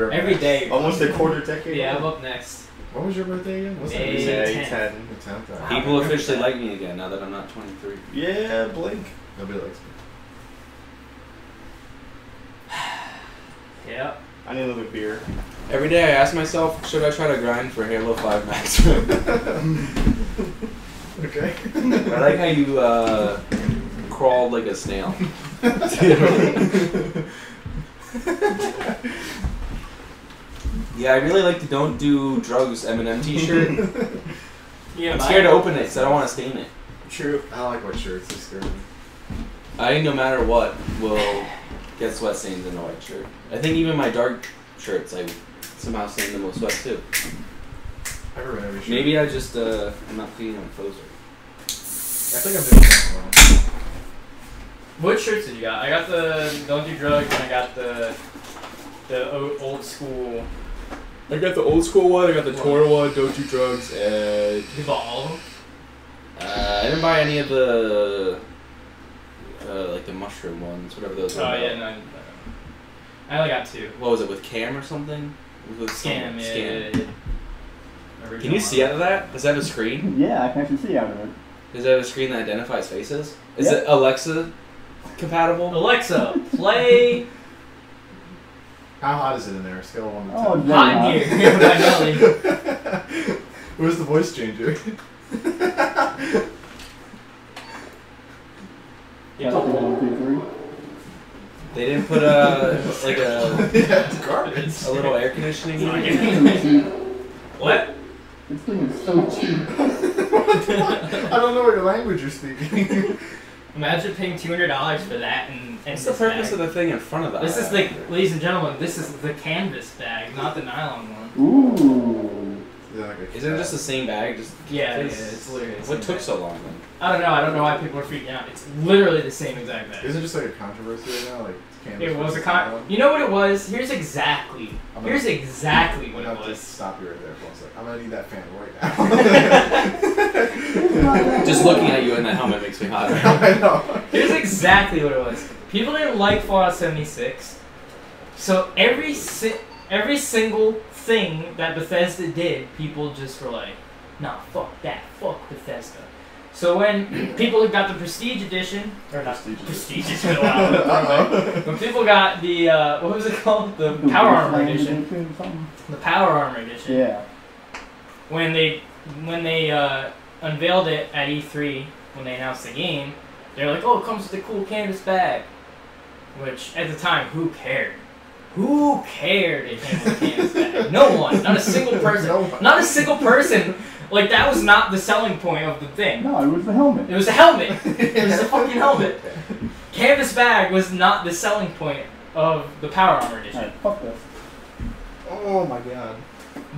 [SPEAKER 3] up
[SPEAKER 4] Every
[SPEAKER 3] next.
[SPEAKER 4] day.
[SPEAKER 5] Almost a quarter decade.
[SPEAKER 4] Yeah, I'm up next.
[SPEAKER 3] What was your birthday again? What's
[SPEAKER 4] May
[SPEAKER 3] that?
[SPEAKER 5] Yeah,
[SPEAKER 4] Ten.
[SPEAKER 5] ten.
[SPEAKER 3] The tenth.
[SPEAKER 4] Wow.
[SPEAKER 3] uh,
[SPEAKER 2] people officially like me again now that I'm not 23.
[SPEAKER 5] Yeah, Blink.
[SPEAKER 3] Nobody likes me.
[SPEAKER 4] Yep.
[SPEAKER 5] I need another beer.
[SPEAKER 2] Every day I ask myself, should I try to grind for Halo 5 [laughs] Max? I
[SPEAKER 3] Okay.
[SPEAKER 2] like how you uh, crawled like a [laughs] snail. [laughs] yeah, I really like the "Don't Do Drugs" Eminem T-shirt.
[SPEAKER 4] Yeah,
[SPEAKER 2] I'm
[SPEAKER 4] mine-
[SPEAKER 2] scared to open it because I don't want to stain it.
[SPEAKER 4] True.
[SPEAKER 3] I like what shirts. They scare me.
[SPEAKER 2] I think no matter what will get sweat stains in a white shirt. I think even my dark shirts I somehow stain them with sweat too.
[SPEAKER 3] I ruin every shirt.
[SPEAKER 2] Maybe I just uh, I'm not clean on closer.
[SPEAKER 3] I think I'm doing something wrong.
[SPEAKER 4] What shirts did you got? I got the Don't Do Drugs and I got the the o- old school.
[SPEAKER 1] I got the old school one. I got the torn one. Don't do drugs. And
[SPEAKER 4] You bought all of them?
[SPEAKER 2] Uh, I didn't buy any of the uh, like the mushroom ones, whatever those. were
[SPEAKER 4] Oh
[SPEAKER 2] about.
[SPEAKER 4] yeah, no. I didn't buy them. I only got two.
[SPEAKER 2] What was it with Cam or something? It was with
[SPEAKER 4] Scam.
[SPEAKER 2] someone-
[SPEAKER 4] yeah,
[SPEAKER 2] Scam.
[SPEAKER 4] yeah, yeah.
[SPEAKER 2] Can you
[SPEAKER 4] Original
[SPEAKER 2] see
[SPEAKER 4] one.
[SPEAKER 2] out of that? Does that have a screen?
[SPEAKER 5] Yeah, I can actually see out of it.
[SPEAKER 2] Does that have a screen that identifies faces? Is
[SPEAKER 5] Yeah.
[SPEAKER 2] it Alexa compatible?
[SPEAKER 4] Alexa,
[SPEAKER 1] [laughs]
[SPEAKER 4] play
[SPEAKER 3] How hot is it in there? Scale of one to
[SPEAKER 5] Oh,
[SPEAKER 3] ten.
[SPEAKER 5] Very
[SPEAKER 4] Hot in
[SPEAKER 5] nice.
[SPEAKER 4] Here [laughs] by Nelly.
[SPEAKER 3] [laughs] Where's the voice changer? [laughs]
[SPEAKER 4] Yeah.
[SPEAKER 5] That's a one, two, three.
[SPEAKER 2] They didn't put a like a,
[SPEAKER 3] yeah, it's garbage.
[SPEAKER 2] a little air conditioning
[SPEAKER 4] Sorry.
[SPEAKER 2] unit.
[SPEAKER 5] It's so cheap.
[SPEAKER 4] What?
[SPEAKER 5] This thing is so cheap.
[SPEAKER 3] I don't know what language you're speaking.
[SPEAKER 4] Imagine paying two hundred dollars for that and. and
[SPEAKER 2] What's the
[SPEAKER 4] this
[SPEAKER 2] purpose
[SPEAKER 4] bag.
[SPEAKER 2] of the thing in front of that?
[SPEAKER 4] This is the, ladies and gentlemen, this is the canvas bag, not the nylon one.
[SPEAKER 5] Ooh.
[SPEAKER 2] Isn't it just the same bag? Just
[SPEAKER 4] Yeah, it is. It's literally the
[SPEAKER 2] What
[SPEAKER 4] same
[SPEAKER 2] took
[SPEAKER 4] bag.
[SPEAKER 2] so long? Then?
[SPEAKER 4] I don't know. I don't know why people are freaking out. It's literally the same exact bag.
[SPEAKER 3] Isn't it just like a controversy right now? Like
[SPEAKER 4] It was a con. You know what it was? Here's exactly.
[SPEAKER 3] I'm
[SPEAKER 4] Here's exactly
[SPEAKER 3] I'm
[SPEAKER 4] what it
[SPEAKER 3] gonna
[SPEAKER 4] was.
[SPEAKER 3] stop you right there for one second. I'm gonna need that fan right
[SPEAKER 2] [laughs]
[SPEAKER 3] now.
[SPEAKER 2] Just looking
[SPEAKER 3] [laughs]
[SPEAKER 2] at you in that helmet makes me hot.
[SPEAKER 4] [laughs]
[SPEAKER 3] I know. [laughs]
[SPEAKER 4] Here's exactly what it was. People didn't like Fallout 76, so every si- every single thing that Bethesda did, people just were like, "Nah, fuck that, fuck Bethesda." So when [clears throat] people got the Prestige Edition, or not
[SPEAKER 3] Prestige Edition.
[SPEAKER 4] Prestige Edition, oh, wow, when people got the uh, what was it called, the
[SPEAKER 5] The
[SPEAKER 4] Power
[SPEAKER 5] Wasteland
[SPEAKER 4] Armor Edition,
[SPEAKER 5] Edition or something?
[SPEAKER 4] the Power Armor Edition,
[SPEAKER 5] Yeah.
[SPEAKER 4] when they when they uh, unveiled it at E3 when they announced the game, they're like, "Oh, it comes with a cool canvas bag," which at the time, who cared? Who cared it came with a canvas bag? No one, not a single
[SPEAKER 3] [laughs]
[SPEAKER 4] person,
[SPEAKER 3] No one.
[SPEAKER 4] not a single person. Like that was not the selling point of the thing.
[SPEAKER 5] No, it was the helmet.
[SPEAKER 4] It was a helmet. It was a
[SPEAKER 3] [laughs]
[SPEAKER 4] fucking helmet. Canvas bag was not the selling point of the Power Armor edition.
[SPEAKER 5] Alright, fuck this.
[SPEAKER 3] Oh my
[SPEAKER 4] [laughs]
[SPEAKER 3] god.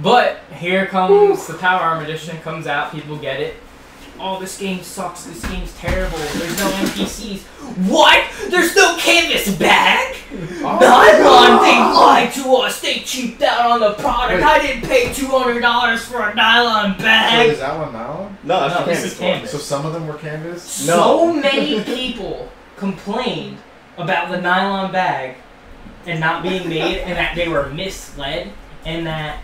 [SPEAKER 4] But here comes the Power Armor Edition comes out, people get it. Oh, this game sucks. This game's terrible. There's no NPCs. What? There's no canvas bag?
[SPEAKER 5] Oh
[SPEAKER 4] Nylon, they lied to us. They cheaped out on the product.
[SPEAKER 3] Wait.
[SPEAKER 4] I didn't pay $200 for a nylon
[SPEAKER 3] Wait,
[SPEAKER 4] bag.
[SPEAKER 3] is that one now?
[SPEAKER 5] [laughs] No, that's
[SPEAKER 4] No, this is canvas.
[SPEAKER 3] So some of them were canvas.
[SPEAKER 4] So many people complained about the nylon bag and not being made, and that they were misled, and that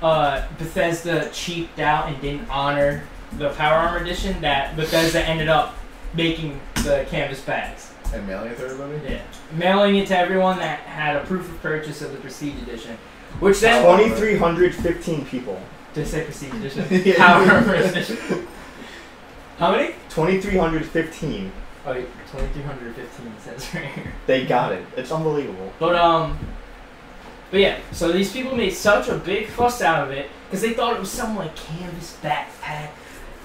[SPEAKER 4] uh, Bethesda cheaped out and didn't honor the Power Armor Edition. That Bethesda ended up making the canvas bags.
[SPEAKER 3] And mailing it to everybody.
[SPEAKER 4] Yeah, mailing it to everyone that had a proof of purchase of the Prestige Edition. Which then,
[SPEAKER 3] Oh.
[SPEAKER 5] 2,315 people.
[SPEAKER 4] did I say Prestige Edition?
[SPEAKER 5] Yeah.
[SPEAKER 4] Power Armor Edition. How many?
[SPEAKER 5] 2,315.
[SPEAKER 4] Oh, 2315 it says right here.
[SPEAKER 5] They got it. It's unbelievable.
[SPEAKER 4] But um, but yeah. So these people made such a big fuss out of it because they thought it was some like canvas backpack,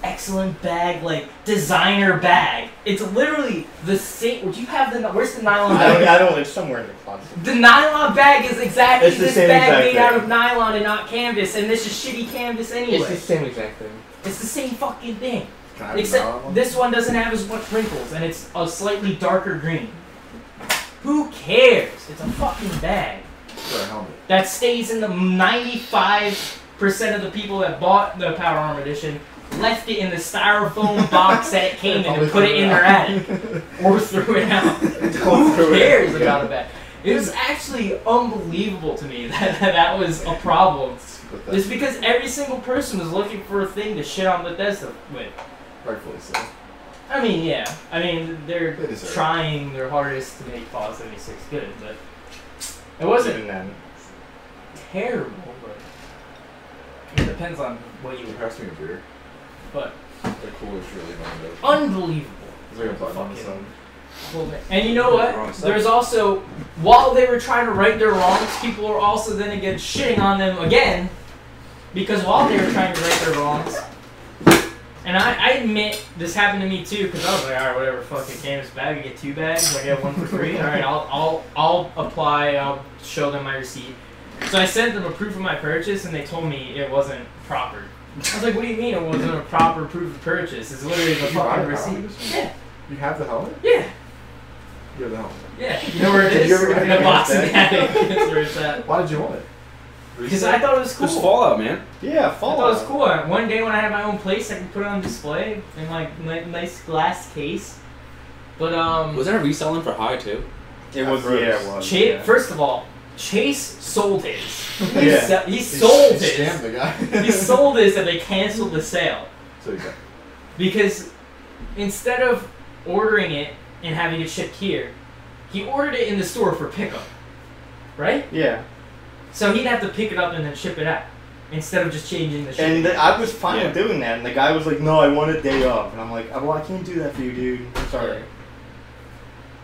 [SPEAKER 4] excellent bag, like designer bag. It's literally the same. Would you have the? Where's the nylon
[SPEAKER 5] I don't, [laughs]
[SPEAKER 4] bag?
[SPEAKER 5] I don't, it's somewhere in the closet.
[SPEAKER 4] The nylon bag is exactly
[SPEAKER 5] It's the
[SPEAKER 4] this
[SPEAKER 5] same
[SPEAKER 4] bag
[SPEAKER 5] exact
[SPEAKER 4] made
[SPEAKER 5] thing.
[SPEAKER 4] out of nylon and not canvas, and this is shitty canvas anyway. It's,
[SPEAKER 5] same exact thing.
[SPEAKER 4] the same fucking
[SPEAKER 3] Can I
[SPEAKER 4] thing,
[SPEAKER 3] have another
[SPEAKER 4] except
[SPEAKER 3] one?
[SPEAKER 4] this one doesn't have as much wrinkles, and it's a slightly darker green. Who cares? It's a fucking bag.
[SPEAKER 3] For a helmet.
[SPEAKER 4] that stays in the 95% of the people that bought the Power Armor Edition left it in the styrofoam box that it came in and put it in their attic or [laughs] threw it out. Who cares about a bag? It was actually unbelievable to me [laughs] that that, that was a problem.
[SPEAKER 3] But that's
[SPEAKER 4] It's because every single person was looking for a thing to shit on Bethesda with.
[SPEAKER 3] rightfully so.
[SPEAKER 4] I mean, yeah. I mean, they're
[SPEAKER 3] They deserve it.
[SPEAKER 4] trying their hardest to make Fallout 76 good, but it wasn't
[SPEAKER 5] then.
[SPEAKER 4] terrible, but it depends on what
[SPEAKER 3] Can
[SPEAKER 4] you would
[SPEAKER 3] you
[SPEAKER 4] hurt.
[SPEAKER 3] pass me a beer?
[SPEAKER 4] But
[SPEAKER 3] The coolest really one.
[SPEAKER 4] unbelievable.
[SPEAKER 3] Is there a button on this
[SPEAKER 4] Fucking-
[SPEAKER 3] one?
[SPEAKER 4] Well, man- And you know
[SPEAKER 2] Wrong
[SPEAKER 4] what?
[SPEAKER 2] side.
[SPEAKER 4] There's also while they were trying to right their wrongs, people were also then again shitting on them again because while they were trying to right their wrongs, And I, I admit this happened to me too because I was like, all right, whatever, fuck it, Canvas bag, I get two bags, I get one for free. All right, I'll, I'll, I'll apply, I'll show them my receipt. So I sent them a proof of my purchase, and they told me it wasn't proper. I was like, what do you mean it wasn't a proper proof of purchase? It's literally the
[SPEAKER 3] Did you buy
[SPEAKER 4] fucking
[SPEAKER 3] the
[SPEAKER 4] receipt.
[SPEAKER 3] properties?
[SPEAKER 4] Yeah,
[SPEAKER 3] You have the helmet?
[SPEAKER 4] yeah,
[SPEAKER 3] You have the helmet.
[SPEAKER 4] yeah. You know where it
[SPEAKER 3] Did
[SPEAKER 4] is?
[SPEAKER 3] you ever get
[SPEAKER 4] in the
[SPEAKER 3] a
[SPEAKER 4] box in
[SPEAKER 5] Canvas
[SPEAKER 4] the attic. That's where it's at.
[SPEAKER 3] Why did you want it?
[SPEAKER 4] Because I thought it was cool.
[SPEAKER 2] It's Fallout, man.
[SPEAKER 5] Yeah,
[SPEAKER 4] I
[SPEAKER 5] Fallout.
[SPEAKER 4] thought it was cool. One day when I had my own place, I could put it on display in like ni- nice glass case. But um,
[SPEAKER 2] Was that a reselling for high too?
[SPEAKER 5] It was,
[SPEAKER 3] I've heard
[SPEAKER 5] yeah,
[SPEAKER 3] of
[SPEAKER 5] it
[SPEAKER 3] it.
[SPEAKER 5] was.
[SPEAKER 4] Chase,
[SPEAKER 5] yeah.
[SPEAKER 4] first of all, Chase sold his. He,
[SPEAKER 5] Yeah.
[SPEAKER 4] se- he
[SPEAKER 3] He
[SPEAKER 4] sold
[SPEAKER 3] s- he scammed
[SPEAKER 4] his.
[SPEAKER 3] the guy. [laughs]
[SPEAKER 4] he sold his, and they canceled the sale
[SPEAKER 3] So you got-
[SPEAKER 4] because instead of ordering it and having it shipped here, he ordered it in the store for pickup. Right?
[SPEAKER 5] Yeah,
[SPEAKER 4] So he'd have to pick it up and then ship it out instead of just changing the shipping.
[SPEAKER 5] and the, I was fine
[SPEAKER 2] Yeah.
[SPEAKER 5] with doing that, and the guy was like, "No, I want a day off," and I'm like, "Uh, "Well, I can't do that for you, dude. I'm sorry."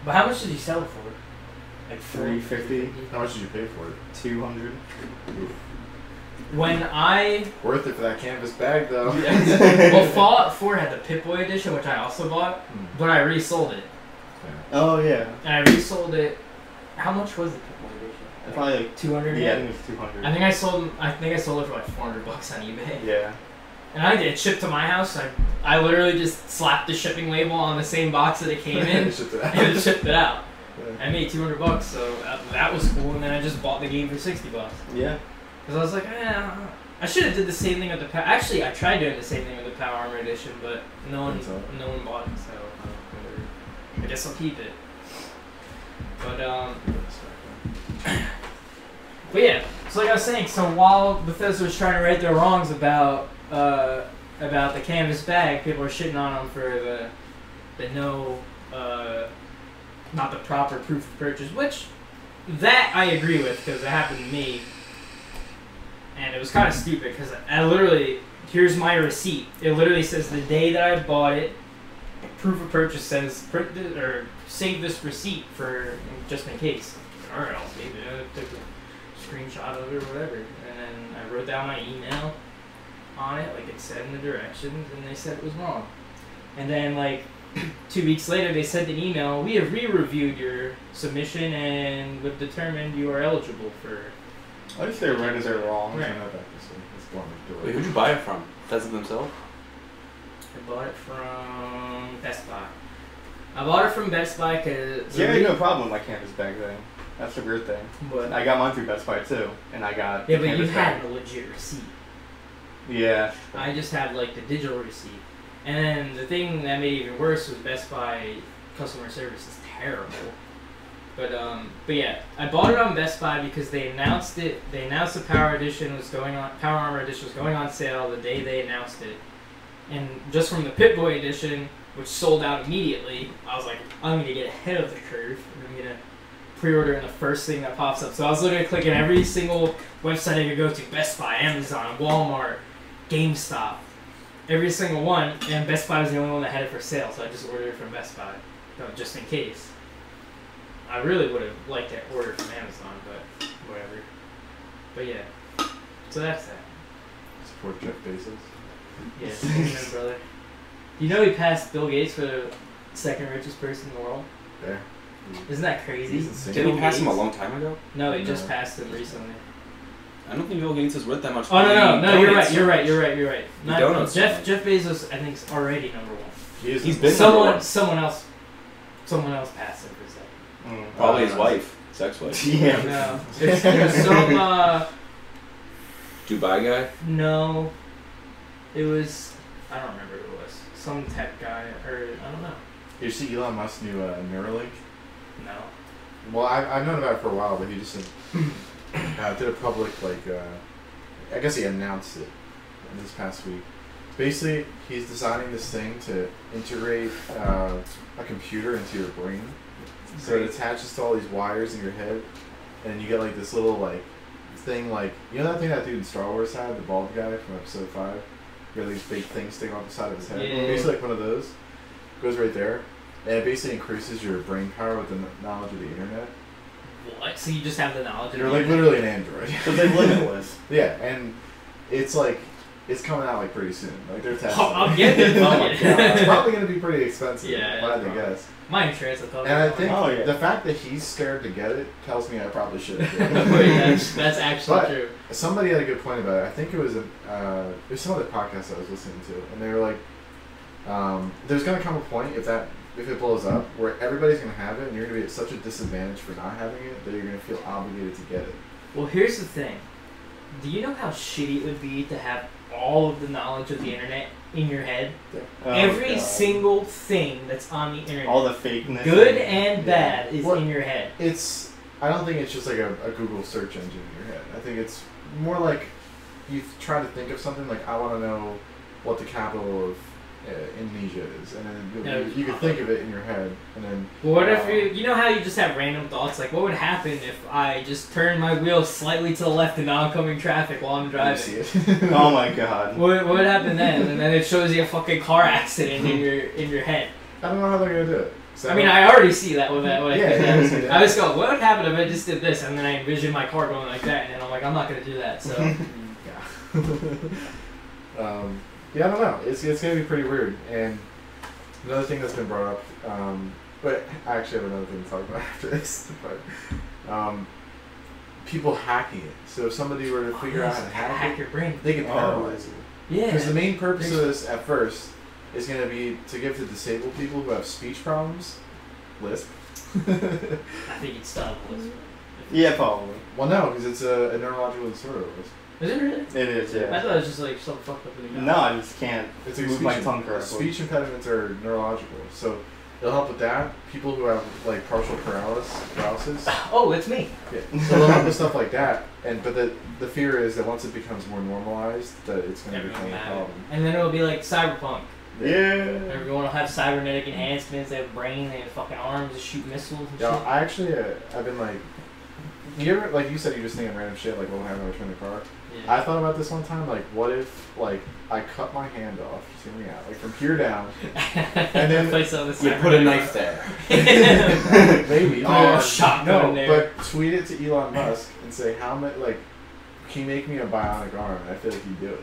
[SPEAKER 4] But how much did he sell it for? Like
[SPEAKER 5] Three fifty,
[SPEAKER 3] How much did you pay for it?
[SPEAKER 5] two hundred.
[SPEAKER 4] When
[SPEAKER 5] [laughs]
[SPEAKER 4] I
[SPEAKER 3] Worth it for that canvas bag though.
[SPEAKER 4] well Fallout 4 had the Pip Boy edition, which I also
[SPEAKER 3] [laughs]
[SPEAKER 4] bought,
[SPEAKER 3] Hmm.
[SPEAKER 4] but I resold it.
[SPEAKER 5] Oh yeah,
[SPEAKER 4] And I resold it. How much was the Pip Boy edition? Like
[SPEAKER 5] probably like
[SPEAKER 4] Two hundred.
[SPEAKER 5] yeah, I think it was two
[SPEAKER 4] I
[SPEAKER 5] hundred.
[SPEAKER 4] think I sold. I think I sold it for like four hundred bucks on eBay.
[SPEAKER 5] Yeah,
[SPEAKER 4] And I did ship to my house. And I I literally just slapped the shipping label on the same box that it came
[SPEAKER 5] [laughs]
[SPEAKER 4] in
[SPEAKER 3] Shit to [laughs]
[SPEAKER 4] and it
[SPEAKER 3] that.
[SPEAKER 4] shipped it out.
[SPEAKER 3] Yeah.
[SPEAKER 4] I made two hundred bucks, so that, that was cool. And then I just bought the game for sixty bucks
[SPEAKER 5] yeah.
[SPEAKER 4] because I was like, eh, I don't know. I should have did the same thing with the power. Actually, I tried doing the same thing with the Power Armor Edition, but no one,
[SPEAKER 3] That's all.
[SPEAKER 4] no one bought it, so whatever. I guess I'll keep it. But um. [clears throat] But yeah, so like I was saying, so while Bethesda was trying to right their wrongs about uh, about the canvas bag, people were shitting on them for the the no, uh, not the proper proof of purchase, which that I agree with because it happened to me, and it was kind of stupid because I literally here's my receipt. It literally says the day that I bought it. Proof of purchase says print th- or save this receipt for just in case. All right, I'll save it. I took the screenshot of it or whatever. And then I wrote down my email on it, like it said in the directions, and they said it was wrong. And then like [clears throat] two weeks later, they sent an email. We have re-reviewed your submission and we've determined you are eligible for.
[SPEAKER 5] I just say right as they're wrong.
[SPEAKER 4] Right.
[SPEAKER 3] Turn that back this way. It's going to the
[SPEAKER 2] Wait,
[SPEAKER 3] door.
[SPEAKER 2] who'd you buy it from? Bethesda themselves?
[SPEAKER 4] I bought it from Best Buy. I bought it from Best Buy because
[SPEAKER 5] Yeah, I had no problem with my canvas bag thing. That's the weird thing.
[SPEAKER 4] But
[SPEAKER 5] I got mine through Best Buy too, and I got
[SPEAKER 4] yeah,
[SPEAKER 5] the
[SPEAKER 4] but you
[SPEAKER 5] canvas
[SPEAKER 4] had a legit receipt.
[SPEAKER 5] bag. Yeah,
[SPEAKER 4] I just had like the digital receipt. And then the thing that made it even worse was Best Buy customer service is terrible. But um, but yeah, I bought it on Best Buy because they announced it. They announced the Power Edition was going on. Power Armor Edition was going on sale the day they announced it. And just from the Pit Boy Edition, which sold out immediately, I was like, I'm gonna get ahead of the curve. and I'm gonna pre-order in the first thing that pops up. So I was literally clicking every single website I could go to: Best Buy, Amazon, Walmart, GameStop, every single one, and Best Buy was the only one that had it for sale, so I just ordered it from Best Buy, you know, just in case. I really would have liked to order from Amazon, but whatever. But yeah, so that's that.
[SPEAKER 3] Support Jeff Bezos.
[SPEAKER 4] [laughs] Yeah, amen, brother. You know he passed Bill Gates for the second richest person in the world.
[SPEAKER 3] There.
[SPEAKER 4] Isn't that crazy?
[SPEAKER 3] He's insane.
[SPEAKER 2] Didn't
[SPEAKER 4] Bill
[SPEAKER 2] we pass him a
[SPEAKER 4] Gates?
[SPEAKER 2] long time ago?
[SPEAKER 4] No, he just
[SPEAKER 3] No.
[SPEAKER 4] passed him recently.
[SPEAKER 2] I don't think Bill Gates is worth that much.
[SPEAKER 4] Oh no, no,
[SPEAKER 2] He
[SPEAKER 4] no! You're
[SPEAKER 2] donates
[SPEAKER 4] right.
[SPEAKER 2] so
[SPEAKER 4] You're right.
[SPEAKER 2] much.
[SPEAKER 4] You're right. You're right.
[SPEAKER 2] He
[SPEAKER 4] Not,
[SPEAKER 2] donates so
[SPEAKER 4] Jeff
[SPEAKER 2] much.
[SPEAKER 4] Jeff Bezos, I think, is already number one.
[SPEAKER 3] He is
[SPEAKER 2] He's
[SPEAKER 3] a-
[SPEAKER 2] been-
[SPEAKER 4] someone,
[SPEAKER 2] number one.
[SPEAKER 4] someone else, someone else passed it for a second.
[SPEAKER 5] Mm.
[SPEAKER 2] Probably his
[SPEAKER 3] Uh,
[SPEAKER 2] wife, sex
[SPEAKER 4] [laughs]
[SPEAKER 2] wife.
[SPEAKER 5] [laughs] Yeah.
[SPEAKER 4] No, there's,
[SPEAKER 3] [laughs]
[SPEAKER 4] there's some. Uh,
[SPEAKER 2] Dubai
[SPEAKER 4] [laughs]
[SPEAKER 2] guy.
[SPEAKER 4] no, it was. I don't remember who it was. Some tech guy, or I don't know.
[SPEAKER 3] You see Elon Musk's new uh, Neuralink?
[SPEAKER 4] No.
[SPEAKER 3] Well, I, I've known about it for a while, but he [laughs] just uh, did a public like uh, I guess he announced it this past week. Basically, he's designing this thing to integrate uh, a computer into your brain, so it attaches to all these wires in your head, and you get like this little like thing like you know that thing that dude in Star Wars had the bald guy from Episode Five, where these big things stick off the side of his head.
[SPEAKER 4] Yeah.
[SPEAKER 3] Basically, like one of those goes right there, and it basically increases your brain power with the kn- knowledge of the internet.
[SPEAKER 4] What? So you just have the knowledge. of
[SPEAKER 3] You're
[SPEAKER 4] the
[SPEAKER 3] like [laughs]
[SPEAKER 4] internet?
[SPEAKER 3] literally an android.
[SPEAKER 5] Because they limitless.
[SPEAKER 3] Yeah, and it's like it's coming out like pretty soon. Like they're testing.
[SPEAKER 4] Oh, I'm
[SPEAKER 3] [laughs]
[SPEAKER 4] getting it.
[SPEAKER 3] Oh my
[SPEAKER 4] fuck
[SPEAKER 3] God. It's
[SPEAKER 4] it.
[SPEAKER 3] probably gonna be pretty expensive.
[SPEAKER 4] Yeah,
[SPEAKER 3] Yeah, I
[SPEAKER 4] probably.
[SPEAKER 3] guess.
[SPEAKER 4] My insurance will cover
[SPEAKER 3] And I
[SPEAKER 4] it.
[SPEAKER 3] think
[SPEAKER 5] Oh, yeah.
[SPEAKER 3] the fact that he's scared to get it tells me I probably should.
[SPEAKER 5] [laughs]
[SPEAKER 4] [laughs] Wait,
[SPEAKER 3] [laughs]
[SPEAKER 4] that's, that's actually
[SPEAKER 3] But-
[SPEAKER 4] true.
[SPEAKER 3] Somebody had a good point about it. I think it was a, uh, it was some other podcast I was listening to, and they were like, um, "There's gonna come a point if that if it blows up where everybody's gonna have it, and you're gonna be at such a disadvantage for not having it that you're gonna feel obligated to get it."
[SPEAKER 4] Well, here's the thing. Do you know how shitty it would be to have all of the knowledge of the internet in your head?
[SPEAKER 5] Oh,
[SPEAKER 4] Every
[SPEAKER 5] God.
[SPEAKER 4] single thing that's on the internet,
[SPEAKER 5] all the fakeness.
[SPEAKER 4] good and
[SPEAKER 3] Yeah.
[SPEAKER 4] bad, is
[SPEAKER 3] What-
[SPEAKER 4] in your head.
[SPEAKER 3] It's I don't think it's just like a, a Google search engine in your head. I think it's more like you try to think of something like I want to know what the capital of uh, Indonesia is, and then you,
[SPEAKER 4] Yeah. uh-huh.
[SPEAKER 3] you, you can think of it in your head, and then
[SPEAKER 4] Well, what if
[SPEAKER 3] Wow.
[SPEAKER 4] you, you know how you just have random thoughts? Like, what would happen if I just turn my wheel slightly to the left in oncoming traffic while I'm
[SPEAKER 3] you
[SPEAKER 4] driving?
[SPEAKER 3] see it. [laughs]
[SPEAKER 5] [laughs] oh my god.
[SPEAKER 4] What, what would happen then? And then it shows you a fucking car accident in your in your head.
[SPEAKER 3] I don't know how they're gonna do it. So
[SPEAKER 4] I mean, I already see that with that. With
[SPEAKER 3] Yeah,
[SPEAKER 4] that.
[SPEAKER 3] you see that.
[SPEAKER 4] [laughs] I just go, what would happen if I just did this? And then I envision my car going like that, and then I'm like, I'm not gonna do that. So
[SPEAKER 3] [laughs] um, yeah, I don't know. It's, it's gonna be pretty weird. And another thing that's been brought up, um, but I actually have another thing to talk about [laughs] after this. But um, people hacking it. So if somebody were to [laughs] figure out how to hack
[SPEAKER 4] hack
[SPEAKER 3] it,
[SPEAKER 4] your brain.
[SPEAKER 3] they could
[SPEAKER 5] Oh.
[SPEAKER 3] paralyze it.
[SPEAKER 4] Yeah.
[SPEAKER 3] Because the main purpose of this at first is gonna be to give to disabled people who have speech problems. Lisp.
[SPEAKER 4] I think it's stop was.
[SPEAKER 5] Yeah, probably.
[SPEAKER 3] well, no, because it's a, a neurological disorder. Lisp.
[SPEAKER 4] Is it really?
[SPEAKER 5] It is,
[SPEAKER 4] I
[SPEAKER 5] yeah.
[SPEAKER 4] thought it was just like something fucked up in the
[SPEAKER 5] No, I just can't
[SPEAKER 3] It's like
[SPEAKER 5] move
[SPEAKER 3] speech,
[SPEAKER 5] my tongue
[SPEAKER 3] imp-
[SPEAKER 5] correctly.
[SPEAKER 3] speech impediments are neurological, so they'll help with that. People who have like partial paralysis, paralysis,
[SPEAKER 4] Oh, it's me.
[SPEAKER 3] so they'll help with stuff like that. And but the the fear is that once it becomes more normalized, that it's going to
[SPEAKER 4] Everyone
[SPEAKER 3] become a
[SPEAKER 4] had it.
[SPEAKER 3] problem.
[SPEAKER 4] And then it'll be like cyberpunk.
[SPEAKER 5] Yeah.
[SPEAKER 4] Everyone will have cybernetic enhancements. They have brain. They have fucking arms to shoot missiles and
[SPEAKER 3] Yeah,
[SPEAKER 4] shit.
[SPEAKER 3] I actually uh, I've been like, you ever like you said you just think of random shit like what will happen when I turn the car. I thought about this one time like what if like I cut my hand off, just hear me out, like from here down, and
[SPEAKER 4] [laughs]
[SPEAKER 3] then-
[SPEAKER 4] Place on the
[SPEAKER 2] You put a knife there.
[SPEAKER 4] [laughs] cybernetic-
[SPEAKER 3] maybe
[SPEAKER 4] Oh,
[SPEAKER 3] or-
[SPEAKER 4] shotgun
[SPEAKER 3] No,
[SPEAKER 4] in there.
[SPEAKER 3] but tweet it to Elon Musk and say how much like can you make me a bionic arm? And I feel like he'd do it.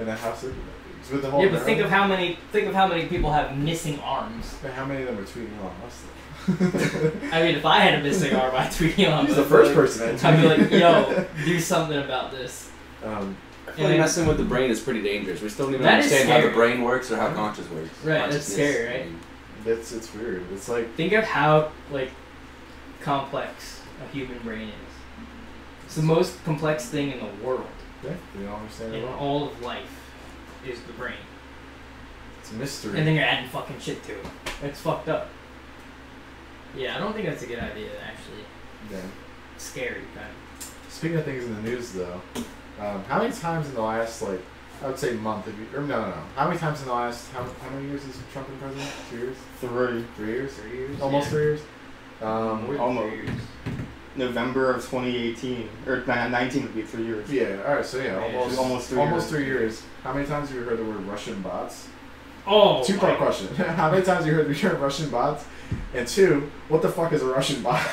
[SPEAKER 3] And then how sick would that be? 'Cause With the whole
[SPEAKER 4] yeah, but think
[SPEAKER 3] neural-
[SPEAKER 4] of how many think of how many people have missing arms.
[SPEAKER 3] but how many of them are tweeting Elon Musk? though?
[SPEAKER 4] I mean, if I had a missing arm, I'd tweet
[SPEAKER 3] [laughs]
[SPEAKER 4] Elon
[SPEAKER 3] He's the
[SPEAKER 4] Musk.
[SPEAKER 3] first
[SPEAKER 4] like,
[SPEAKER 3] person.
[SPEAKER 4] I'd be like, yo, do something about this.
[SPEAKER 3] um,
[SPEAKER 2] I feel
[SPEAKER 4] And
[SPEAKER 2] like
[SPEAKER 4] then-
[SPEAKER 2] messing with the brain is pretty dangerous. We still don't even
[SPEAKER 4] That is
[SPEAKER 2] understand how the
[SPEAKER 4] scary. Uh-huh.
[SPEAKER 2] brain works or how conscious works.
[SPEAKER 4] Right, that's
[SPEAKER 2] Consciousness,
[SPEAKER 4] scary, right?
[SPEAKER 2] I mean,
[SPEAKER 3] that's it's weird. It's like
[SPEAKER 4] think of how like complex a human brain is. It's the most complex thing in the world,
[SPEAKER 3] yeah, you don't understand it
[SPEAKER 4] in
[SPEAKER 3] at all.
[SPEAKER 4] all of life, is the brain.
[SPEAKER 3] It's a mystery.
[SPEAKER 4] And then you're adding fucking shit to it. It's fucked up. Yeah, I don't think that's a good idea. Actually,
[SPEAKER 3] yeah.
[SPEAKER 4] scary kind of.
[SPEAKER 3] Speaking of things in the news though, um, how many times in the last like I would say month have you or no no no. How many times in the last how, how many years has Trump been president? Two years?
[SPEAKER 5] Three.
[SPEAKER 3] Three years?
[SPEAKER 4] Three years.
[SPEAKER 3] Almost
[SPEAKER 4] yeah.
[SPEAKER 3] three years?
[SPEAKER 4] More
[SPEAKER 3] Um,
[SPEAKER 4] than
[SPEAKER 5] Almost.
[SPEAKER 4] three years.
[SPEAKER 5] November of 2018. Or ni- 19 would be three years.
[SPEAKER 3] Yeah, alright, so yeah,
[SPEAKER 4] Yeah,
[SPEAKER 3] almost,
[SPEAKER 5] it's almost three
[SPEAKER 3] almost
[SPEAKER 5] years.
[SPEAKER 3] three years. How many times have you heard the word Russian bots?
[SPEAKER 4] Oh,
[SPEAKER 3] Two
[SPEAKER 4] my
[SPEAKER 3] part question. [laughs] How many times have you heard the term Russian bots? And two, what the fuck is a Russian
[SPEAKER 4] [laughs]
[SPEAKER 3] bot? [laughs]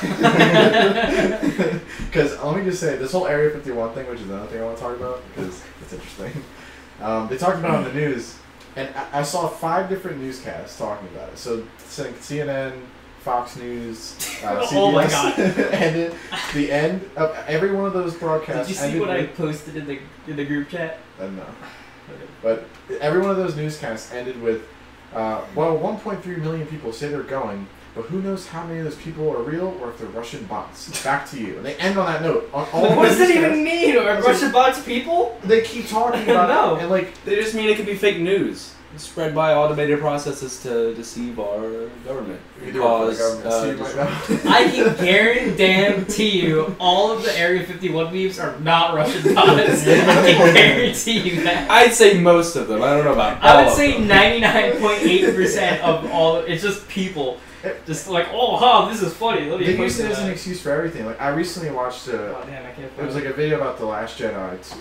[SPEAKER 3] Because let me just say, this whole Area 51 thing, which is another thing I want to talk about, because it's interesting. Um, they talked about it on the news, and I, I saw five different newscasts talking about it. So, so CNN, Fox News, uh, CBS,
[SPEAKER 4] [laughs] Oh my God.
[SPEAKER 3] [laughs] and it, the end of every one of those
[SPEAKER 4] Did
[SPEAKER 3] broadcasts.
[SPEAKER 4] you see
[SPEAKER 3] ended
[SPEAKER 4] what I
[SPEAKER 3] with-
[SPEAKER 4] posted in the in the group
[SPEAKER 3] [laughs]
[SPEAKER 4] chat?
[SPEAKER 3] I don't know. But every one of those newscasts ended with, uh, well, 1.3 million people say they're going, but who knows how many of those people are real or if they're Russian bots.
[SPEAKER 4] [laughs]
[SPEAKER 3] Back to you. And they end on that note. On all
[SPEAKER 4] what does
[SPEAKER 3] the
[SPEAKER 4] it
[SPEAKER 3] newscasts.
[SPEAKER 4] even mean? Are
[SPEAKER 3] It's like-
[SPEAKER 4] Russian bots people?
[SPEAKER 3] They keep talking
[SPEAKER 4] [laughs]
[SPEAKER 3] about
[SPEAKER 4] No.
[SPEAKER 3] it. And, like,
[SPEAKER 2] They just mean it could be fake news spread by automated processes to deceive our government.
[SPEAKER 3] either or
[SPEAKER 2] Cause,
[SPEAKER 3] the government.
[SPEAKER 2] uh,
[SPEAKER 3] so you might
[SPEAKER 2] just-
[SPEAKER 3] know.
[SPEAKER 4] I can guarantee you all of the Area 51 memes are not
[SPEAKER 3] [laughs]
[SPEAKER 4] Russian bots. I can guarantee you that.
[SPEAKER 2] I'd say most of them. I don't know about all
[SPEAKER 4] I would
[SPEAKER 2] of
[SPEAKER 4] say
[SPEAKER 2] them. [laughs]
[SPEAKER 4] 99.8% of all, it's just people. Just like, oh, huh, this is funny. Let
[SPEAKER 3] [laughs]
[SPEAKER 4] me
[SPEAKER 3] They
[SPEAKER 4] post
[SPEAKER 3] use it as an
[SPEAKER 4] that.
[SPEAKER 3] excuse for everything. Like, I recently watched uh, a,
[SPEAKER 4] Oh, damn, I can't
[SPEAKER 3] It
[SPEAKER 4] find
[SPEAKER 3] was like a video about the Last Jedi, it's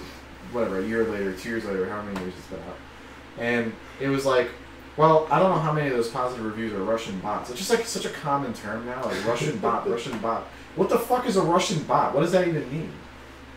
[SPEAKER 3] whatever, a year later, two years later, how many years it's been out, and it was like, well, I don't know how many of those positive reviews are Russian bots. It's just like such a common term now, like Russian bot, Russian bot. What the fuck is a Russian bot? What does that even mean?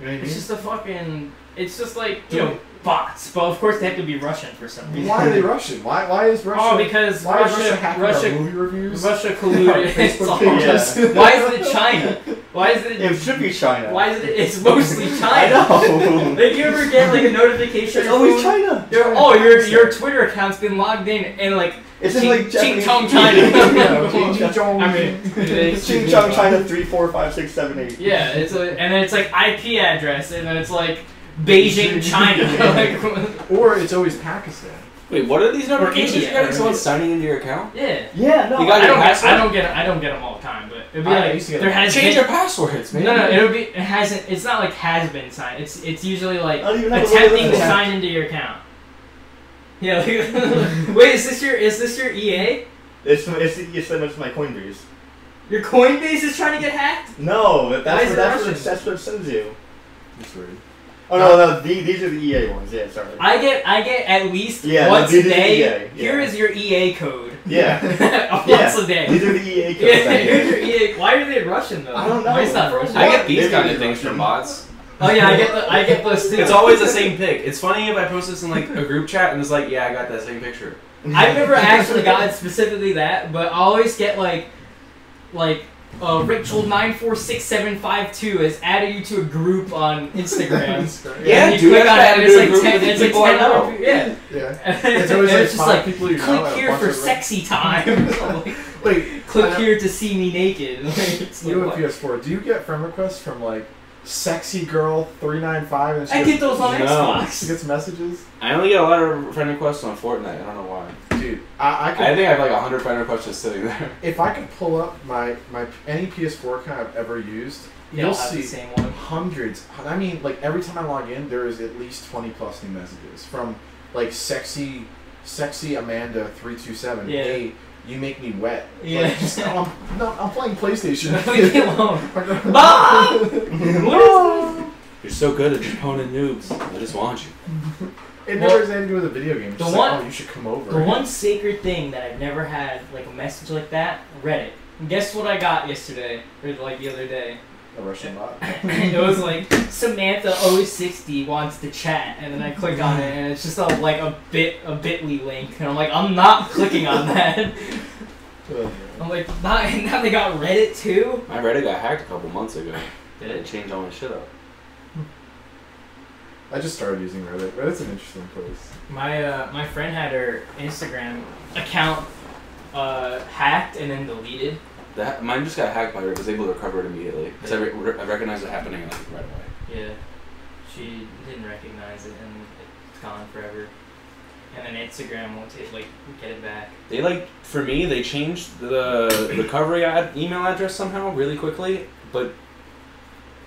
[SPEAKER 3] You know what I
[SPEAKER 4] It's
[SPEAKER 3] mean?
[SPEAKER 4] just a fucking. It's just like you
[SPEAKER 3] Dude.
[SPEAKER 4] know bots, but of course they have to be Russian for some reason.
[SPEAKER 3] Why are they Russian? Why why is Russia?
[SPEAKER 4] Oh, because
[SPEAKER 3] why is Russia
[SPEAKER 4] Russia,
[SPEAKER 3] hacking our
[SPEAKER 4] Russia,
[SPEAKER 3] movie reviews? [laughs]
[SPEAKER 4] Russia colluded. It's
[SPEAKER 3] Facebook
[SPEAKER 4] [laughs] all-
[SPEAKER 3] pages.
[SPEAKER 4] Why is it China? Why is it?
[SPEAKER 5] It should be China.
[SPEAKER 4] Why is it?
[SPEAKER 3] [laughs]
[SPEAKER 4] It's mostly
[SPEAKER 5] I
[SPEAKER 4] China. [laughs]
[SPEAKER 5] know. [laughs]
[SPEAKER 4] Like you ever get like a notification?
[SPEAKER 5] it's
[SPEAKER 4] on your
[SPEAKER 5] always
[SPEAKER 4] phone?
[SPEAKER 5] China.
[SPEAKER 4] Your- oh, your your Twitter account's been logged in and like
[SPEAKER 5] It's just
[SPEAKER 4] Ching-
[SPEAKER 5] like
[SPEAKER 4] Ching
[SPEAKER 5] Japanese.
[SPEAKER 4] Chong China.
[SPEAKER 3] [laughs] Yeah, Ching Chong. [laughs]
[SPEAKER 4] [laughs] I mean,
[SPEAKER 5] It's Ching Chong China three four five six seven eight.
[SPEAKER 4] Yeah, it's a, and then it's like IP address, and then it's like Beijing, China. [laughs] like,
[SPEAKER 3] or it's always Pakistan.
[SPEAKER 2] Wait, what are these notifications?
[SPEAKER 4] India,
[SPEAKER 2] You gotta
[SPEAKER 4] or
[SPEAKER 2] get someone
[SPEAKER 4] India.
[SPEAKER 2] signing into your account?
[SPEAKER 4] yeah.
[SPEAKER 5] Yeah, no.
[SPEAKER 2] You got your
[SPEAKER 4] I don't, get,
[SPEAKER 2] password?
[SPEAKER 4] I don't get I don't get them all the time, but it'd be
[SPEAKER 3] I
[SPEAKER 4] like
[SPEAKER 3] used to get
[SPEAKER 4] there
[SPEAKER 3] them.
[SPEAKER 4] has
[SPEAKER 2] Change your
[SPEAKER 4] been,
[SPEAKER 2] passwords, man.
[SPEAKER 4] [laughs] no no it'll be it hasn't it's not like has been signed it's it's usually like
[SPEAKER 5] I don't even have a little
[SPEAKER 4] attempting to
[SPEAKER 5] account.
[SPEAKER 4] sign into your account. Yeah. Like, [laughs] wait, is this your is this your E EA?
[SPEAKER 5] It's it's it's so much my Coinbase.
[SPEAKER 4] Your Coinbase is trying to get hacked?
[SPEAKER 5] No, that-
[SPEAKER 4] Why
[SPEAKER 5] that's
[SPEAKER 4] is it
[SPEAKER 5] what, that's what
[SPEAKER 4] Russian?
[SPEAKER 5] it- that's what it sends you.
[SPEAKER 3] That's weird.
[SPEAKER 5] Oh no, no, the, these are the EA ones. Yeah, sorry.
[SPEAKER 4] I get I get at least
[SPEAKER 5] Yeah,
[SPEAKER 4] once
[SPEAKER 5] they
[SPEAKER 4] a
[SPEAKER 5] did it
[SPEAKER 4] day.
[SPEAKER 5] EA, yeah.
[SPEAKER 4] Here is your EA code. [laughs]
[SPEAKER 5] yeah,
[SPEAKER 4] once
[SPEAKER 5] Yeah.
[SPEAKER 4] a day. [laughs]
[SPEAKER 5] these are the EA codes.
[SPEAKER 4] Yeah,
[SPEAKER 5] I get.
[SPEAKER 4] you're- yeah, why are they Russian though?
[SPEAKER 5] I don't know.
[SPEAKER 4] Why is that
[SPEAKER 5] For
[SPEAKER 4] Russian?
[SPEAKER 2] I get these
[SPEAKER 5] Maybe
[SPEAKER 2] kind
[SPEAKER 5] it's
[SPEAKER 2] of things from
[SPEAKER 5] Russian.
[SPEAKER 2] bots.
[SPEAKER 4] oh yeah, I get the, I get those too.
[SPEAKER 2] It's always the same pic. It's funny if I post this in like a group chat and it's like, yeah, I got that same picture.
[SPEAKER 4] [laughs] I've never actually
[SPEAKER 5] [laughs]
[SPEAKER 4] gotten specifically that, but I always get like, like. Uh, Rachel nine four six seven five two has added you to a group on Instagram.
[SPEAKER 3] [laughs]
[SPEAKER 2] Yeah,
[SPEAKER 4] And you
[SPEAKER 2] dude, I've
[SPEAKER 4] click on it,
[SPEAKER 2] added
[SPEAKER 4] and it's
[SPEAKER 2] to a
[SPEAKER 4] like
[SPEAKER 2] group
[SPEAKER 4] ten.
[SPEAKER 2] with
[SPEAKER 4] It's like
[SPEAKER 2] people I
[SPEAKER 4] ten
[SPEAKER 2] know.
[SPEAKER 4] other people. Yeah, [laughs]
[SPEAKER 3] Yeah.
[SPEAKER 4] and
[SPEAKER 3] It's always like
[SPEAKER 4] it's just
[SPEAKER 3] five
[SPEAKER 4] like
[SPEAKER 3] people you know.
[SPEAKER 4] click
[SPEAKER 3] that are
[SPEAKER 4] here
[SPEAKER 3] bunch
[SPEAKER 4] for
[SPEAKER 3] of-
[SPEAKER 4] sexy time. [laughs] Oh Like,
[SPEAKER 3] Wait,
[SPEAKER 4] click
[SPEAKER 3] I-
[SPEAKER 4] here to see me naked. [laughs] Like, it's like,
[SPEAKER 3] You have
[SPEAKER 4] what?
[SPEAKER 3] a PS4. Do you get friend requests from like sexy girl three nine five and she
[SPEAKER 4] I
[SPEAKER 3] gets-
[SPEAKER 4] get those on
[SPEAKER 2] No.
[SPEAKER 3] she
[SPEAKER 4] Xbox.
[SPEAKER 3] gets messages?
[SPEAKER 2] I only get a lot of friend requests on Fortnite. I don't know why.
[SPEAKER 3] Dude, I, I could
[SPEAKER 2] I think I have like hundred friend requests just sitting there.
[SPEAKER 3] if I could pull up my my any PS4 account I've ever used,
[SPEAKER 4] They
[SPEAKER 3] [laughs]
[SPEAKER 4] all
[SPEAKER 3] you'll
[SPEAKER 4] have the
[SPEAKER 3] see
[SPEAKER 4] same one. [laughs]
[SPEAKER 3] hundreds. I mean, like every time I log in, there is at least twenty plus new messages from like sexy, sexy Amanda three two seven.
[SPEAKER 4] Yeah.
[SPEAKER 3] Hey, you make me wet.
[SPEAKER 4] Yeah.
[SPEAKER 3] Like, just, no, I'm, no, I'm playing
[SPEAKER 4] [laughs]
[SPEAKER 3] PlayStation.
[SPEAKER 4] Leave me alone. [laughs] Mom!
[SPEAKER 3] Mom!
[SPEAKER 4] What is
[SPEAKER 2] [laughs] You're so good at just poning noobs. I just want you.
[SPEAKER 3] [laughs] It
[SPEAKER 4] Well,
[SPEAKER 3] never has anything to do with a video game. It's
[SPEAKER 4] the
[SPEAKER 3] just
[SPEAKER 4] one-
[SPEAKER 3] like, oh, you should come over.
[SPEAKER 4] The one sacred thing that I've never had, like a message like that, Reddit. Guess what I got yesterday, or like the other day? [laughs]
[SPEAKER 3] a Russian bot.
[SPEAKER 4] it was like Samantha060 wants to chat, and then I click on it, and it's just a, like a bit a bitly link, and I'm like, I'm not clicking on [laughs] that. [laughs] I'm like, not, now they got Reddit too.
[SPEAKER 2] My Reddit got hacked a couple months ago.
[SPEAKER 4] Did
[SPEAKER 2] It changed all my shit up.
[SPEAKER 3] I just started using Reddit. Reddit's an interesting place.
[SPEAKER 4] My uh, my friend had her Instagram account uh, hacked and then deleted.
[SPEAKER 2] That mine just got hacked, but I was able to recover it immediately because I, re- I recognized it happening like right away.
[SPEAKER 4] Yeah, she didn't recognize it, and it's gone forever. And then Instagram won't take like get it back.
[SPEAKER 2] They like for me, they changed the recovery ad- email address somehow really quickly, but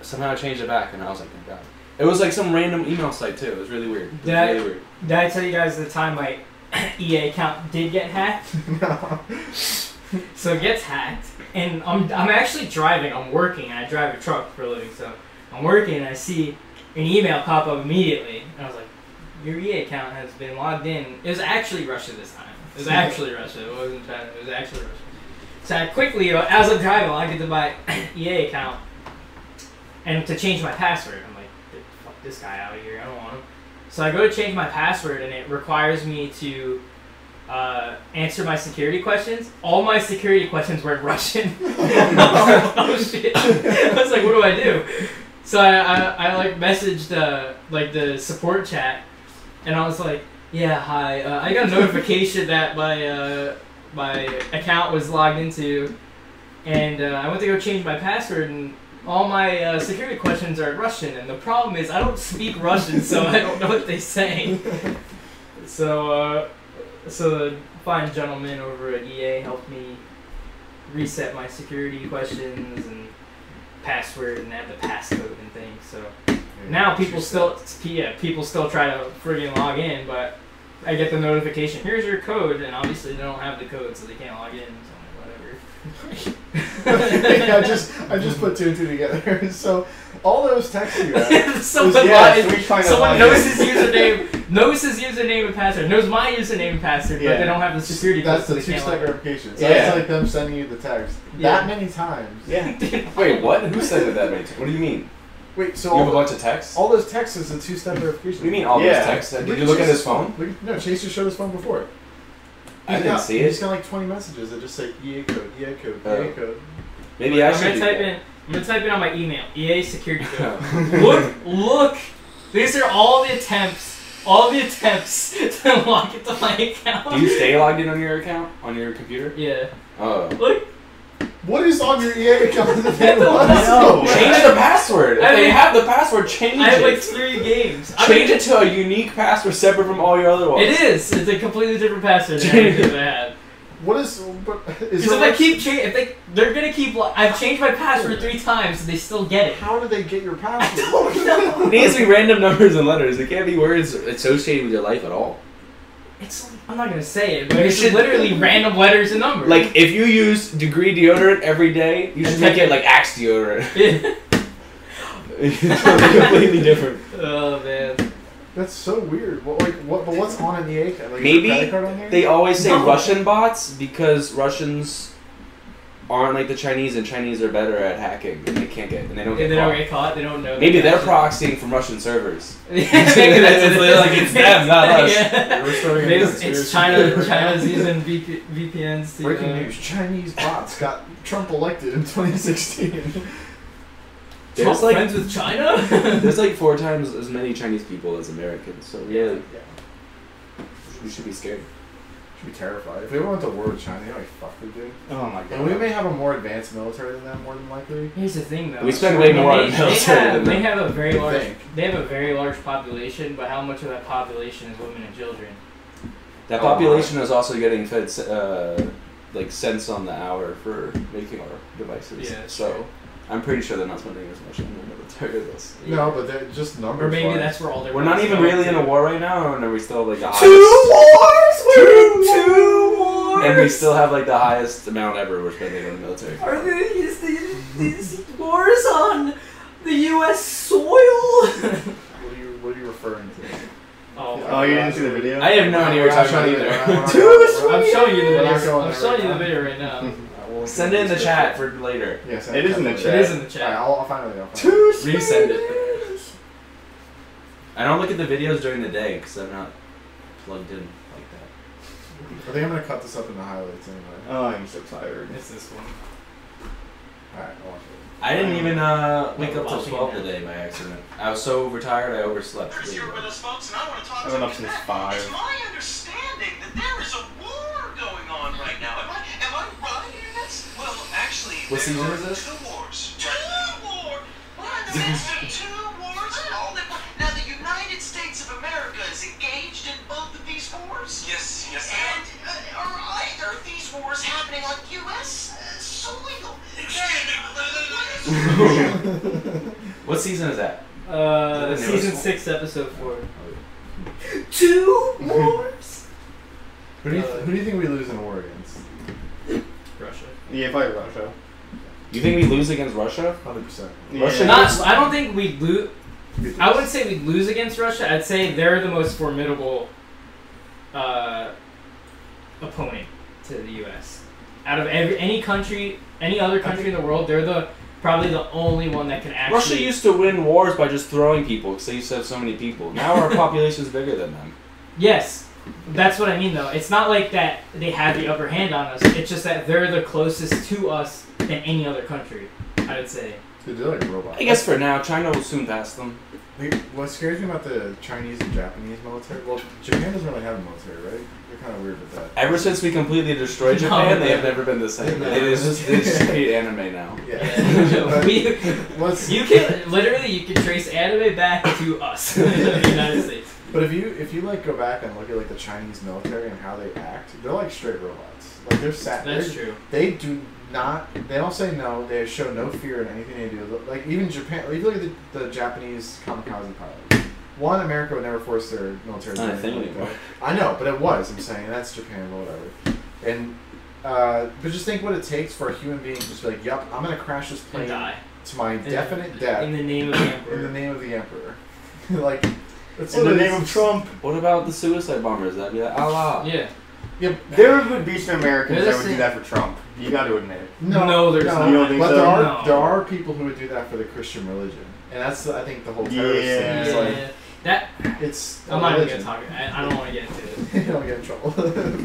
[SPEAKER 2] somehow I changed it back, and I was like, oh god. It was like some random email site too. It was really weird. It was
[SPEAKER 4] That-
[SPEAKER 2] really weird.
[SPEAKER 4] Did I tell you guys the time my [clears throat] EA account did get hacked?
[SPEAKER 3] no.
[SPEAKER 4] So it gets hacked, and I'm I'm actually driving. I'm working. I drive a truck for a living, so I'm working, and I see an email pop up immediately, and I was like, "Your EA account has been logged in." It was actually Russia this time. It was actually Russia. It wasn't China. It was actually Russia. So I quickly, uh, as I'm driving, I get to my [clears throat] EA account, and to change my password. I'm like, "Get the "Fuck this guy out of here. I don't want him." So I go to change my password, and it requires me to uh, answer my security questions. All my security questions were in Russian. [laughs] I was like, oh shit! I was like, what do I do? So I, I, I like messaged uh, like the support chat, and I was like, yeah, hi. Uh, I got a notification that my uh, my account was logged into, and uh, I went to go change my password and. All my uh, security questions are in Russian, and the problem is I don't speak Russian, so I don't know what they say. So, uh, so the fine gentleman over at EA helped me reset my security questions and password and add the passcode and things. So now people still yeah, people still try to friggin' log in, but I get the notification, here's your code, and obviously they don't have the code, so they can't log in. So I'm
[SPEAKER 3] [laughs]
[SPEAKER 4] like,
[SPEAKER 3] [laughs] yeah, I just I just put two and two together. [laughs] So all those texts
[SPEAKER 4] [laughs]
[SPEAKER 3] you got.
[SPEAKER 4] whatever. Someone
[SPEAKER 5] yeah,
[SPEAKER 4] lied.
[SPEAKER 5] so we trying to
[SPEAKER 4] Someone
[SPEAKER 5] log
[SPEAKER 4] knows
[SPEAKER 5] in.
[SPEAKER 4] his username, knows his username and password, knows my username and password, but
[SPEAKER 5] Yeah.
[SPEAKER 4] they don't have the security
[SPEAKER 3] That's
[SPEAKER 4] code.
[SPEAKER 3] the
[SPEAKER 4] so they
[SPEAKER 3] two
[SPEAKER 4] can't log
[SPEAKER 3] step
[SPEAKER 4] in.
[SPEAKER 3] verification. So
[SPEAKER 5] Yeah.
[SPEAKER 3] that's like them sending you the text
[SPEAKER 4] Yeah.
[SPEAKER 3] that many times.
[SPEAKER 5] Yeah.
[SPEAKER 2] Wait, what? Who said it that many times? What do you mean?
[SPEAKER 3] Wait, so
[SPEAKER 2] You have a
[SPEAKER 3] all,
[SPEAKER 2] bunch of texts. What
[SPEAKER 3] all those texts is a two-step verification.
[SPEAKER 2] do you mean all
[SPEAKER 5] Yeah.
[SPEAKER 2] those texts? Did you look at his phone?
[SPEAKER 3] Look- no, Chase just showed his phone before.
[SPEAKER 2] I
[SPEAKER 3] He's
[SPEAKER 2] didn't
[SPEAKER 3] got-
[SPEAKER 2] see
[SPEAKER 3] He's
[SPEAKER 2] it.
[SPEAKER 3] got like 20 messages that just say EA code, EA code, EA
[SPEAKER 2] Oh.
[SPEAKER 3] code.
[SPEAKER 2] Maybe I
[SPEAKER 4] I'm
[SPEAKER 2] should
[SPEAKER 4] gonna
[SPEAKER 2] do
[SPEAKER 4] type
[SPEAKER 2] that.
[SPEAKER 4] in. I'm gonna type it on my email. EA security code.
[SPEAKER 2] Yeah.
[SPEAKER 4] look! Look! These are all the attempts. All the attempts [laughs] to log into my
[SPEAKER 2] [laughs]
[SPEAKER 4] account.
[SPEAKER 2] Do you stay logged in on your account on your computer?
[SPEAKER 4] yeah.
[SPEAKER 2] Oh.
[SPEAKER 4] Look.
[SPEAKER 3] What is on your EA
[SPEAKER 2] [laughs]
[SPEAKER 3] account? [laughs] that they
[SPEAKER 4] I don't
[SPEAKER 3] want?
[SPEAKER 5] know.
[SPEAKER 2] Change the password. If
[SPEAKER 4] I
[SPEAKER 2] they
[SPEAKER 4] mean-
[SPEAKER 2] have the password, change
[SPEAKER 4] I have like
[SPEAKER 2] it.
[SPEAKER 4] three games. I mean,
[SPEAKER 2] Change it to a unique password separate from all your other ones.
[SPEAKER 4] It is. It's a completely different password than anything I have.
[SPEAKER 3] What is? But is
[SPEAKER 4] Because if
[SPEAKER 3] there
[SPEAKER 4] I
[SPEAKER 3] like-
[SPEAKER 4] keep cha- if they they're gonna keep. Lo- I've changed my password three times, and they still get it.
[SPEAKER 3] How do they get your password? [laughs]
[SPEAKER 2] [laughs]
[SPEAKER 4] don't know.
[SPEAKER 2] It needs to be random numbers and letters. It can't be words associated with your life at all.
[SPEAKER 4] It's. I'm not gonna say it, but
[SPEAKER 2] You
[SPEAKER 4] it's
[SPEAKER 2] should- [laughs]
[SPEAKER 4] literally random letters and numbers.
[SPEAKER 2] Like if you use degree deodorant every day, you should make it like axe deodorant. [laughs]
[SPEAKER 4] [laughs]
[SPEAKER 2] it's something completely different.
[SPEAKER 4] oh man.
[SPEAKER 3] That's so weird. What like what? But what's on an EA card? Like, is
[SPEAKER 2] Maybe
[SPEAKER 3] your credit card on there?
[SPEAKER 2] They always say
[SPEAKER 4] No.
[SPEAKER 2] Russian bots because Russians aren't like the Chinese, and Chinese are better at hacking, and they can't get, and they don't
[SPEAKER 4] If
[SPEAKER 2] get.
[SPEAKER 4] they don't
[SPEAKER 2] caught.
[SPEAKER 4] get caught, they don't know.
[SPEAKER 2] Maybe they're
[SPEAKER 4] pro. [laughs]
[SPEAKER 2] proxying from Russian servers.
[SPEAKER 4] Maybe
[SPEAKER 2] [laughs] It's like, it's them, not us.
[SPEAKER 4] Yeah.
[SPEAKER 3] We're starting a
[SPEAKER 4] Maybe it's,
[SPEAKER 3] conspiracy
[SPEAKER 4] it's China.
[SPEAKER 3] theory.
[SPEAKER 4] China's using VP, VPNs to.
[SPEAKER 3] Breaking
[SPEAKER 4] uh,
[SPEAKER 3] news: Chinese bots got Trump elected in 2016.
[SPEAKER 4] Trump
[SPEAKER 2] There's, like-
[SPEAKER 4] friends with China. [laughs]
[SPEAKER 2] There's like four times as many Chinese people as Americans, so yeah, we should be scared.
[SPEAKER 3] Should be terrified. If we ever went to war with China, you know what the fuck we do.
[SPEAKER 5] Oh my god.
[SPEAKER 3] And we may have a more advanced military than them, more than likely.
[SPEAKER 4] Here's the thing, though.
[SPEAKER 2] We spend way more
[SPEAKER 4] they,
[SPEAKER 2] on
[SPEAKER 4] they
[SPEAKER 2] military
[SPEAKER 4] have,
[SPEAKER 2] than
[SPEAKER 4] they
[SPEAKER 2] them.
[SPEAKER 4] have a very
[SPEAKER 3] They
[SPEAKER 4] large.
[SPEAKER 3] think.
[SPEAKER 4] They have a very large population, but how much of that population is women and children?
[SPEAKER 2] That
[SPEAKER 3] Oh, my.
[SPEAKER 2] population is also getting fed uh, like cents on the hour for making our devices.
[SPEAKER 4] Yeah,
[SPEAKER 2] so
[SPEAKER 4] sure.
[SPEAKER 2] I'm pretty sure they're not spending as much on the military as us.
[SPEAKER 3] No, but they're just numbers.
[SPEAKER 4] Or maybe
[SPEAKER 3] wise.
[SPEAKER 4] that's where all their.
[SPEAKER 2] We're not
[SPEAKER 4] votes
[SPEAKER 2] even
[SPEAKER 4] go
[SPEAKER 2] really
[SPEAKER 4] to.
[SPEAKER 2] in a war right now, and are we still like the
[SPEAKER 3] two
[SPEAKER 2] highest?
[SPEAKER 3] wars. Two,
[SPEAKER 2] Two
[SPEAKER 3] wars.
[SPEAKER 2] And we still have like the highest amount ever we're spending on the military.
[SPEAKER 4] Are these, these, these wars on the U.S. soil? [laughs] oh,
[SPEAKER 3] What are you? What are you referring to?
[SPEAKER 5] Oh, you didn't see the video?
[SPEAKER 2] I have no idea what
[SPEAKER 3] We're
[SPEAKER 2] you're
[SPEAKER 3] not
[SPEAKER 2] talking about
[SPEAKER 3] trying to- we're
[SPEAKER 2] [laughs] either.
[SPEAKER 3] not-
[SPEAKER 4] I'm showing you the
[SPEAKER 3] We're not
[SPEAKER 4] video.
[SPEAKER 3] going
[SPEAKER 4] I'm
[SPEAKER 3] there
[SPEAKER 4] showing
[SPEAKER 3] right
[SPEAKER 4] you the
[SPEAKER 3] now.
[SPEAKER 4] video right now.
[SPEAKER 3] I won't
[SPEAKER 2] Send
[SPEAKER 3] do
[SPEAKER 2] it in the
[SPEAKER 3] this.
[SPEAKER 2] chat for later.
[SPEAKER 3] Yeah, send
[SPEAKER 5] It is in the
[SPEAKER 3] definitely.
[SPEAKER 5] chat.
[SPEAKER 4] It is in the
[SPEAKER 3] Alright,
[SPEAKER 4] chat.
[SPEAKER 3] I'll, I'll find it. I'll find
[SPEAKER 5] [laughs]
[SPEAKER 3] it.
[SPEAKER 5] Two
[SPEAKER 2] Resend it. I don't look at the videos during the day because I'm not plugged in like that.
[SPEAKER 3] I think I'm gonna cut this up in the highlights anyway.
[SPEAKER 5] Oh, I'm so tired.
[SPEAKER 4] [laughs] It's this one.
[SPEAKER 3] Alright, I'll watch it.
[SPEAKER 2] I didn't even uh, wake up till
[SPEAKER 4] Watching it
[SPEAKER 2] 12
[SPEAKER 4] now.
[SPEAKER 2] today by accident. I was so overtired I overslept.
[SPEAKER 6] Chris here with us, folks, and I want to
[SPEAKER 5] I've
[SPEAKER 6] talk to
[SPEAKER 5] been
[SPEAKER 6] you.
[SPEAKER 5] up since
[SPEAKER 6] Matt,
[SPEAKER 5] five.
[SPEAKER 6] It's my understanding that there is a war going on right now. Am I, am I right in this? Well, actually,
[SPEAKER 2] What
[SPEAKER 6] there
[SPEAKER 2] season
[SPEAKER 6] are
[SPEAKER 2] is this?
[SPEAKER 6] two wars. Two wars? We're in the midst of two wars all at once. Now, the United States of America is engaged in both of these wars? Yes, yes, And uh, are either of these wars happening on U.S. Uh, soil? What is-
[SPEAKER 2] What season is that?
[SPEAKER 4] Uh,
[SPEAKER 2] Is that the
[SPEAKER 4] season
[SPEAKER 2] newest
[SPEAKER 4] six, episode four. [laughs]
[SPEAKER 6] Two wars?
[SPEAKER 3] Who do you,
[SPEAKER 4] Uh,
[SPEAKER 3] who do you think we lose in a war against?
[SPEAKER 4] Russia.
[SPEAKER 5] Yeah, if I were Russia.
[SPEAKER 2] You think we lose against Russia?
[SPEAKER 3] Hundred percent.
[SPEAKER 5] Yeah.
[SPEAKER 2] Russia-
[SPEAKER 4] Not. I don't think we lose. I wouldn't say we lose against Russia. I'd say they're the most formidable uh, opponent to the U.S. Out of every any country, any other country in the world, they're the probably the only one that can actually.
[SPEAKER 2] Russia used to win wars by just throwing people because they used to have so many people. Now [laughs] our population's bigger than them.
[SPEAKER 4] Yes, that's what I mean though. It's not like that they have the upper hand on us. It's just that they're the closest to us than any other country. I would say.
[SPEAKER 3] Dude, they're like robots.
[SPEAKER 2] I guess for now, China will soon pass them.
[SPEAKER 3] Like, what scares me about the Chinese and Japanese military? Well, Japan doesn't really have a military, right? They're kind of weird with that.
[SPEAKER 2] Ever since we completely destroyed
[SPEAKER 4] No,
[SPEAKER 2] Japan, they
[SPEAKER 4] no.
[SPEAKER 2] have never been the same.
[SPEAKER 3] No.
[SPEAKER 2] It is [laughs] just, they just hate anime now.
[SPEAKER 3] Yeah.
[SPEAKER 4] [laughs] we,
[SPEAKER 3] but, let's-
[SPEAKER 4] you can literally you can trace anime back to us, [laughs] the United States.
[SPEAKER 3] but if you if you like go back and look at like the Chinese military and how they act, they're like straight robots. Like they're sat.
[SPEAKER 4] That's
[SPEAKER 3] they're-
[SPEAKER 4] true.
[SPEAKER 3] They do not. They don't say no. They show no fear in anything they do. Like even Japan. Like, you look at the, the Japanese kamikaze pilots. One, America would never force their military.
[SPEAKER 2] It's
[SPEAKER 3] to
[SPEAKER 2] not
[SPEAKER 3] do
[SPEAKER 2] a thing
[SPEAKER 3] anything like that.
[SPEAKER 2] anymore.
[SPEAKER 3] I know, but it was. I'm saying that's Japan, but whatever. And uh, but just think what it takes for a human being to just be like, "Yup, I'm gonna crash this
[SPEAKER 4] And
[SPEAKER 3] plane
[SPEAKER 4] die.
[SPEAKER 3] to my definite death
[SPEAKER 4] In
[SPEAKER 3] in
[SPEAKER 4] the name of the
[SPEAKER 3] the,
[SPEAKER 4] emperor.
[SPEAKER 3] name of the emperor." [laughs] like, that's
[SPEAKER 5] In the
[SPEAKER 3] what it
[SPEAKER 5] name of
[SPEAKER 3] is.
[SPEAKER 5] Trump.
[SPEAKER 2] What about the suicide bombers? That'd be like, Allah.
[SPEAKER 4] yeah.
[SPEAKER 3] Yeah,
[SPEAKER 5] There would be some Americans
[SPEAKER 4] They're the
[SPEAKER 5] that would do
[SPEAKER 4] same-
[SPEAKER 5] that for Trump. You got to admit.
[SPEAKER 3] No,
[SPEAKER 4] No, there's
[SPEAKER 5] not. You don't think
[SPEAKER 3] but
[SPEAKER 5] so?
[SPEAKER 3] there are
[SPEAKER 4] No.
[SPEAKER 3] there are people who would do that for the Christian religion, and that's I think the whole terrorist
[SPEAKER 5] Yeah,
[SPEAKER 3] thing. It's
[SPEAKER 4] Yeah.
[SPEAKER 3] like
[SPEAKER 4] that
[SPEAKER 3] it's. a
[SPEAKER 4] I'm not even
[SPEAKER 3] religion.
[SPEAKER 4] gonna talk. I, I don't want to get into
[SPEAKER 3] [laughs]
[SPEAKER 4] it.
[SPEAKER 3] You don't get in trouble, [laughs] but
[SPEAKER 4] I don't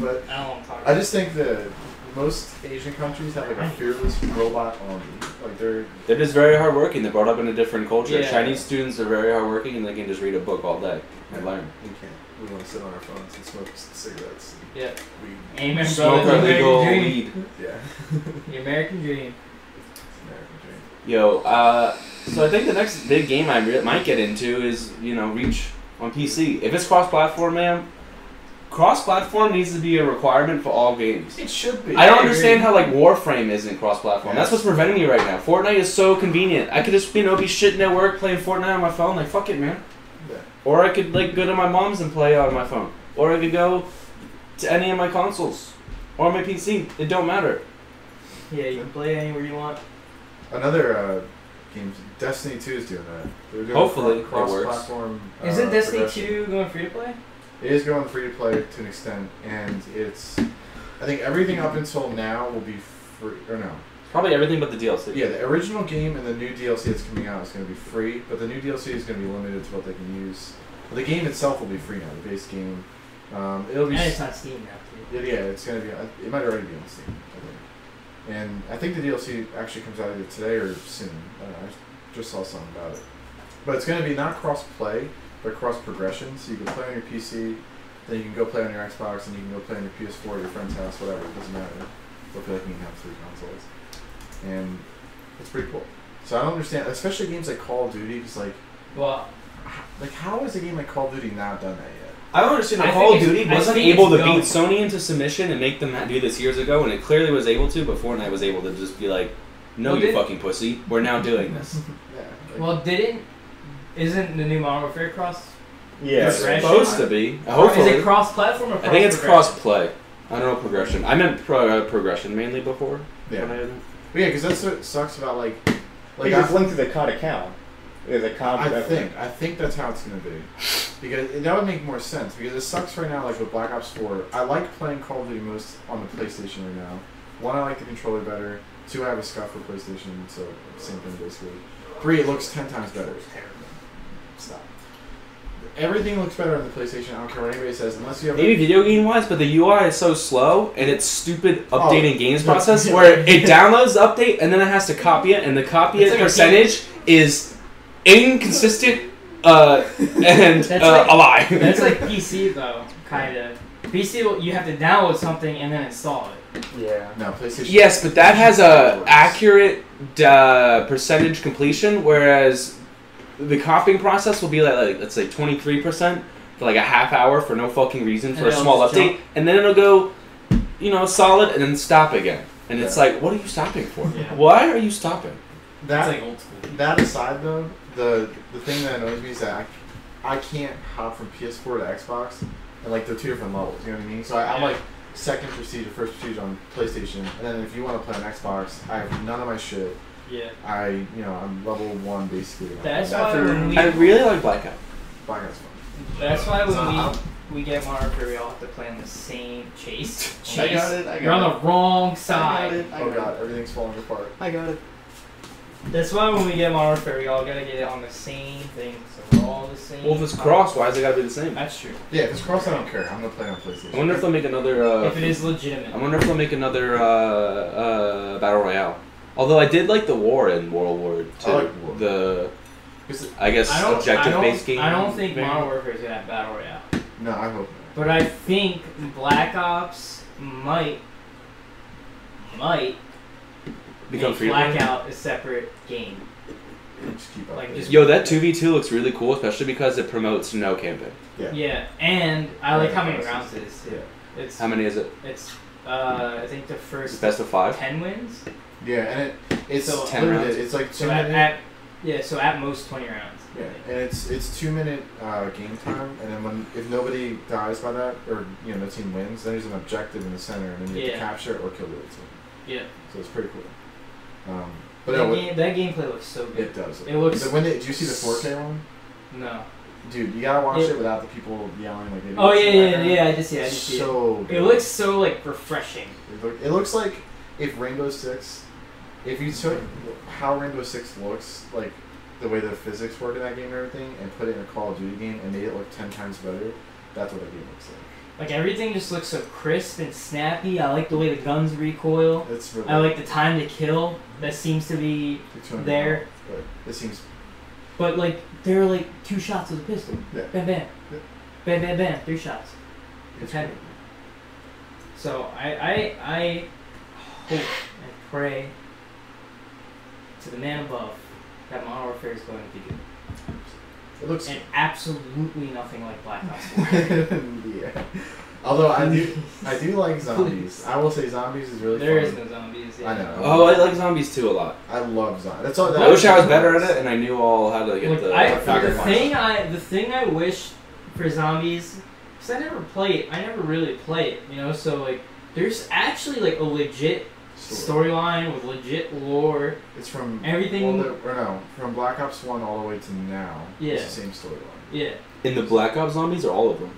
[SPEAKER 4] want to talk.
[SPEAKER 3] I just think that most Asian countries have like a fearless robot army. Like they're
[SPEAKER 2] They're just very hardworking. They're brought up in a different culture.
[SPEAKER 4] Yeah.
[SPEAKER 2] Chinese students are very hardworking, and they can just read a book all day and learn.
[SPEAKER 3] we can't. We want to sit on our phones and smoke c- cigarettes.
[SPEAKER 4] Yeah.
[SPEAKER 3] We
[SPEAKER 4] Amen,
[SPEAKER 2] Smoke
[SPEAKER 4] brother.
[SPEAKER 2] our
[SPEAKER 4] The
[SPEAKER 2] legal
[SPEAKER 4] American dream.
[SPEAKER 2] weed.
[SPEAKER 3] yeah.
[SPEAKER 4] The American dream.
[SPEAKER 3] It's an American dream.
[SPEAKER 2] Yo, uh, so I think the next big game I re- might get into is you know Reach on PC. If it's cross-platform, man, cross-platform needs to be a requirement for all games.
[SPEAKER 3] It should be.
[SPEAKER 2] I
[SPEAKER 4] I
[SPEAKER 2] don't
[SPEAKER 4] agree.
[SPEAKER 2] understand how like Warframe isn't cross-platform.
[SPEAKER 3] Yeah.
[SPEAKER 2] That's what's preventing me right now. Fortnite is so convenient. I could just you know be shitting at work playing Fortnite on my phone. Like fuck it, man.
[SPEAKER 3] Yeah.
[SPEAKER 2] Or I could like go to my mom's and play on my phone. Or I could go to any of my consoles or my PC. It don't matter.
[SPEAKER 4] Yeah, you can play anywhere you want.
[SPEAKER 3] Another uh, game, Destiny Two is doing that. They're doing
[SPEAKER 2] Hopefully, it works.
[SPEAKER 3] cross-platform. uh,
[SPEAKER 4] Isn't Destiny
[SPEAKER 3] progression.
[SPEAKER 4] Two going free to play?
[SPEAKER 3] It is going free to play to an extent, and it's. I think everything up until now will be free, or no?
[SPEAKER 2] Probably everything but the DLC.
[SPEAKER 3] Yeah, the original game and the new DLC that's coming out is going to be free, but the new DLC is going to be limited to what they can use. But the game itself will be free now. The base game, um, it'll be.
[SPEAKER 4] And it's
[SPEAKER 3] s-
[SPEAKER 4] on Steam now.
[SPEAKER 3] Yeah, yeah, it's going to be. on- It might already be on Steam. I think. And I think the DLC actually comes out either today or soon. I, don't know, I just saw something about it. But it's going to be not cross play, but cross progression. So you can play on your PC, then you can go play on your Xbox, and you can go play on your PS4 at your friend's house, whatever. It doesn't matter. They'll feel like you can have three consoles. And it's pretty cool. So I don't understand, especially games like Call of Duty, because like,
[SPEAKER 4] Well,
[SPEAKER 3] h- like how is a game like Call of Duty not done that yet?
[SPEAKER 2] I don't understand.
[SPEAKER 4] I
[SPEAKER 2] Like, Call of
[SPEAKER 4] think it's-
[SPEAKER 2] Duty
[SPEAKER 4] I
[SPEAKER 2] wasn't
[SPEAKER 4] think
[SPEAKER 2] able
[SPEAKER 4] it's
[SPEAKER 2] to beat
[SPEAKER 4] going.
[SPEAKER 2] Sony into submission and make them ha- do this years ago, and it clearly was able to, but Fortnite was able to just be like, no,
[SPEAKER 4] Well,
[SPEAKER 2] you
[SPEAKER 4] did-
[SPEAKER 2] fucking pussy. We're now doing this.
[SPEAKER 3] Yeah. Like,
[SPEAKER 4] well, didn't? Isn't the new Modern Warfare cross?
[SPEAKER 5] Yeah.
[SPEAKER 2] it's
[SPEAKER 4] progression?
[SPEAKER 2] supposed to be.
[SPEAKER 4] Is
[SPEAKER 2] Hopefully.
[SPEAKER 4] it cross-platform or cross
[SPEAKER 2] I think it's cross play. I don't know progression. I meant pro- uh, progression mainly before.
[SPEAKER 3] yeah.
[SPEAKER 2] when I-
[SPEAKER 3] But yeah, because that's what sucks about like, like
[SPEAKER 5] because
[SPEAKER 3] I-
[SPEAKER 5] it's linked to the COD account. There's a COD.
[SPEAKER 3] I
[SPEAKER 5] reference.
[SPEAKER 3] think I think that's how it's gonna be, because and that would make more sense. Because it sucks right now, like with Black Ops Four. I like playing Call of Duty most on the PlayStation right now. One, I like the controller better. Two, I have a scuff for PlayStation, so same thing basically. Three, it looks ten times better. Stop. Everything looks better on the PlayStation. I don't care what anybody says, unless you have.
[SPEAKER 2] Maybe video game wise, but the UI is so slow and it's stupid
[SPEAKER 4] Oh.
[SPEAKER 2] updating games
[SPEAKER 3] yeah.
[SPEAKER 4] [laughs]
[SPEAKER 2] process where it downloads the update and then it has to copy it and the copy
[SPEAKER 4] It's
[SPEAKER 2] it
[SPEAKER 4] like a
[SPEAKER 2] percentage is inconsistent uh, [laughs] and
[SPEAKER 3] [laughs]
[SPEAKER 4] That's
[SPEAKER 2] uh,
[SPEAKER 4] like-
[SPEAKER 2] a lie.
[SPEAKER 4] That's like
[SPEAKER 2] [laughs]
[SPEAKER 4] PC though, kind of. PC, will- you have to download something and then install it.
[SPEAKER 5] Yeah.
[SPEAKER 3] no PlayStation.
[SPEAKER 2] yes, but that has a
[SPEAKER 3] Works.
[SPEAKER 2] accurate uh, percentage completion, whereas the copying process will be like, like let's say twenty three percent for like a half hour for no fucking reason
[SPEAKER 4] And
[SPEAKER 2] for a
[SPEAKER 4] it'll
[SPEAKER 2] small
[SPEAKER 4] just
[SPEAKER 2] update,
[SPEAKER 4] jump.
[SPEAKER 2] and then it'll go, you know, solid and then stop again. And it's
[SPEAKER 3] Yeah.
[SPEAKER 2] like, what are you stopping for?
[SPEAKER 4] Yeah.
[SPEAKER 2] Why are you stopping?
[SPEAKER 3] That
[SPEAKER 4] it's like old school.
[SPEAKER 3] That aside, though, the the thing that annoys me is that I, I can't hop from PS4 to Xbox, and like they're two different levels. You know what I mean? So I, I'm
[SPEAKER 4] Yeah.
[SPEAKER 3] like second procedure, first procedure on PlayStation, and then if you want to play on Xbox, I have none of my shit.
[SPEAKER 4] Yeah.
[SPEAKER 3] I you know I'm level one basically.
[SPEAKER 4] That's
[SPEAKER 3] Black
[SPEAKER 4] why when we
[SPEAKER 2] I really like Blackout.
[SPEAKER 3] Ops fun.
[SPEAKER 4] that's why
[SPEAKER 3] So I'm-
[SPEAKER 4] when we, we get Modern Warfare, we all have to play on the same chase. Chase.
[SPEAKER 5] [laughs] I got it. I got
[SPEAKER 4] You're on
[SPEAKER 5] it.
[SPEAKER 4] the wrong
[SPEAKER 5] I got
[SPEAKER 4] side.
[SPEAKER 5] it. I
[SPEAKER 3] Oh
[SPEAKER 5] got
[SPEAKER 3] god,
[SPEAKER 5] it.
[SPEAKER 3] everything's falling apart.
[SPEAKER 5] I got it.
[SPEAKER 4] That's why when we get Modern Warfare, we all gotta get it on the same thing, so we're all the same.
[SPEAKER 2] Well, if it's cross, why is it gotta be the same?
[SPEAKER 4] That's true.
[SPEAKER 3] Yeah, if it's cross, I don't care. I'm gonna play on PlayStation.
[SPEAKER 2] I wonder if they'll make another. Uh,
[SPEAKER 4] If it is legitimate.
[SPEAKER 2] I wonder if they'll make another uh, uh, battle royale. Although I did like the war in World War II.
[SPEAKER 3] I like war.
[SPEAKER 2] The
[SPEAKER 3] Is it-
[SPEAKER 2] I guess
[SPEAKER 4] I don't, I
[SPEAKER 2] objective
[SPEAKER 4] don't,
[SPEAKER 2] based game.
[SPEAKER 4] I don't think
[SPEAKER 2] thing.
[SPEAKER 4] Modern Warfare is gonna have battle royale,
[SPEAKER 3] no, I hope not.
[SPEAKER 4] but I think Black Ops might might
[SPEAKER 2] become
[SPEAKER 4] make
[SPEAKER 2] free. to play.
[SPEAKER 4] Blackout a separate game.
[SPEAKER 3] Just keep up.
[SPEAKER 4] Like,
[SPEAKER 3] there.
[SPEAKER 4] just-
[SPEAKER 2] Yo, that two v two looks really cool, especially because it promotes no camping.
[SPEAKER 3] Yeah.
[SPEAKER 4] Yeah, and I like how many
[SPEAKER 3] Yeah.
[SPEAKER 4] rounds it is. Too. It's
[SPEAKER 2] How many is it?
[SPEAKER 4] it's uh I think the
[SPEAKER 2] Um, Is it
[SPEAKER 4] first
[SPEAKER 2] best of five?
[SPEAKER 4] ten wins.
[SPEAKER 3] yeah, and it it's
[SPEAKER 4] So- uh,
[SPEAKER 2] Ten
[SPEAKER 3] limited.
[SPEAKER 2] rounds.
[SPEAKER 3] It's like two
[SPEAKER 4] So at,
[SPEAKER 3] minutes.
[SPEAKER 4] at yeah, so at most twenty rounds.
[SPEAKER 3] Yeah, and it's it's two minute uh, game time, and then when if nobody dies by that, or you know no team wins, then there's an objective in the center, and then you
[SPEAKER 4] Yeah.
[SPEAKER 3] have to capture it or kill the other team.
[SPEAKER 4] Yeah.
[SPEAKER 3] So it's pretty cool. Um, but
[SPEAKER 4] That,
[SPEAKER 3] no, it,
[SPEAKER 4] game, that gameplay looks so good.
[SPEAKER 3] it does.
[SPEAKER 4] It looks-
[SPEAKER 3] But when they, did you see the 4K one,
[SPEAKER 4] No.
[SPEAKER 3] dude? You gotta watch
[SPEAKER 4] Yeah.
[SPEAKER 3] it without the people yelling like. idiots
[SPEAKER 4] Oh yeah,
[SPEAKER 3] in the
[SPEAKER 4] yeah,
[SPEAKER 3] background.
[SPEAKER 4] yeah. I just see. it, I just see. it.
[SPEAKER 3] So
[SPEAKER 4] It
[SPEAKER 3] good.
[SPEAKER 4] looks so like refreshing.
[SPEAKER 3] It, look, it looks like if Rainbow Six, if you took how Rainbow Six looks, like the way the physics work in that game and everything, and put it in a Call of Duty game and made it look ten times better, that's what that game looks like.
[SPEAKER 4] Like everything just looks so crisp and snappy. I like the way the guns recoil.
[SPEAKER 3] It's really
[SPEAKER 4] I like the time to kill that seems to be
[SPEAKER 3] it's gonna be
[SPEAKER 4] there.
[SPEAKER 3] hard, but it seems
[SPEAKER 4] But like there were like two shots with a pistol.
[SPEAKER 3] Yeah.
[SPEAKER 4] Bam bam.
[SPEAKER 3] Yeah.
[SPEAKER 4] Bam bam bam. Three shots.
[SPEAKER 3] it's
[SPEAKER 4] Ten.
[SPEAKER 3] really-
[SPEAKER 4] So I I I hope and pray to the man above that Modern Warfare is going to be good.
[SPEAKER 3] It looks
[SPEAKER 4] And absolutely nothing like Black Ops.
[SPEAKER 3] [laughs] yeah. Although I do, I do
[SPEAKER 4] [laughs]
[SPEAKER 3] like zombies. I will say zombies is really
[SPEAKER 4] [laughs] there
[SPEAKER 3] fun.
[SPEAKER 4] is no zombies. Yeah.
[SPEAKER 3] I know.
[SPEAKER 2] Oh, I like zombies too a lot.
[SPEAKER 3] I love zombies. That's all. That
[SPEAKER 2] I wish I was better at it and I knew all how to get
[SPEAKER 4] Like,
[SPEAKER 2] the
[SPEAKER 4] I, the
[SPEAKER 2] sacrifice.
[SPEAKER 4] thing I the thing I wish for zombies because I never play it. I never really play it. You know, so like there's actually like a legit
[SPEAKER 3] Story.
[SPEAKER 4] storyline with legit lore.
[SPEAKER 3] It's from
[SPEAKER 4] Everything-
[SPEAKER 3] Well, the, or no, from Black Ops One all the way to now.
[SPEAKER 4] Yeah.
[SPEAKER 3] It's the same storyline.
[SPEAKER 4] Yeah.
[SPEAKER 2] In the Black Ops zombies or all of them?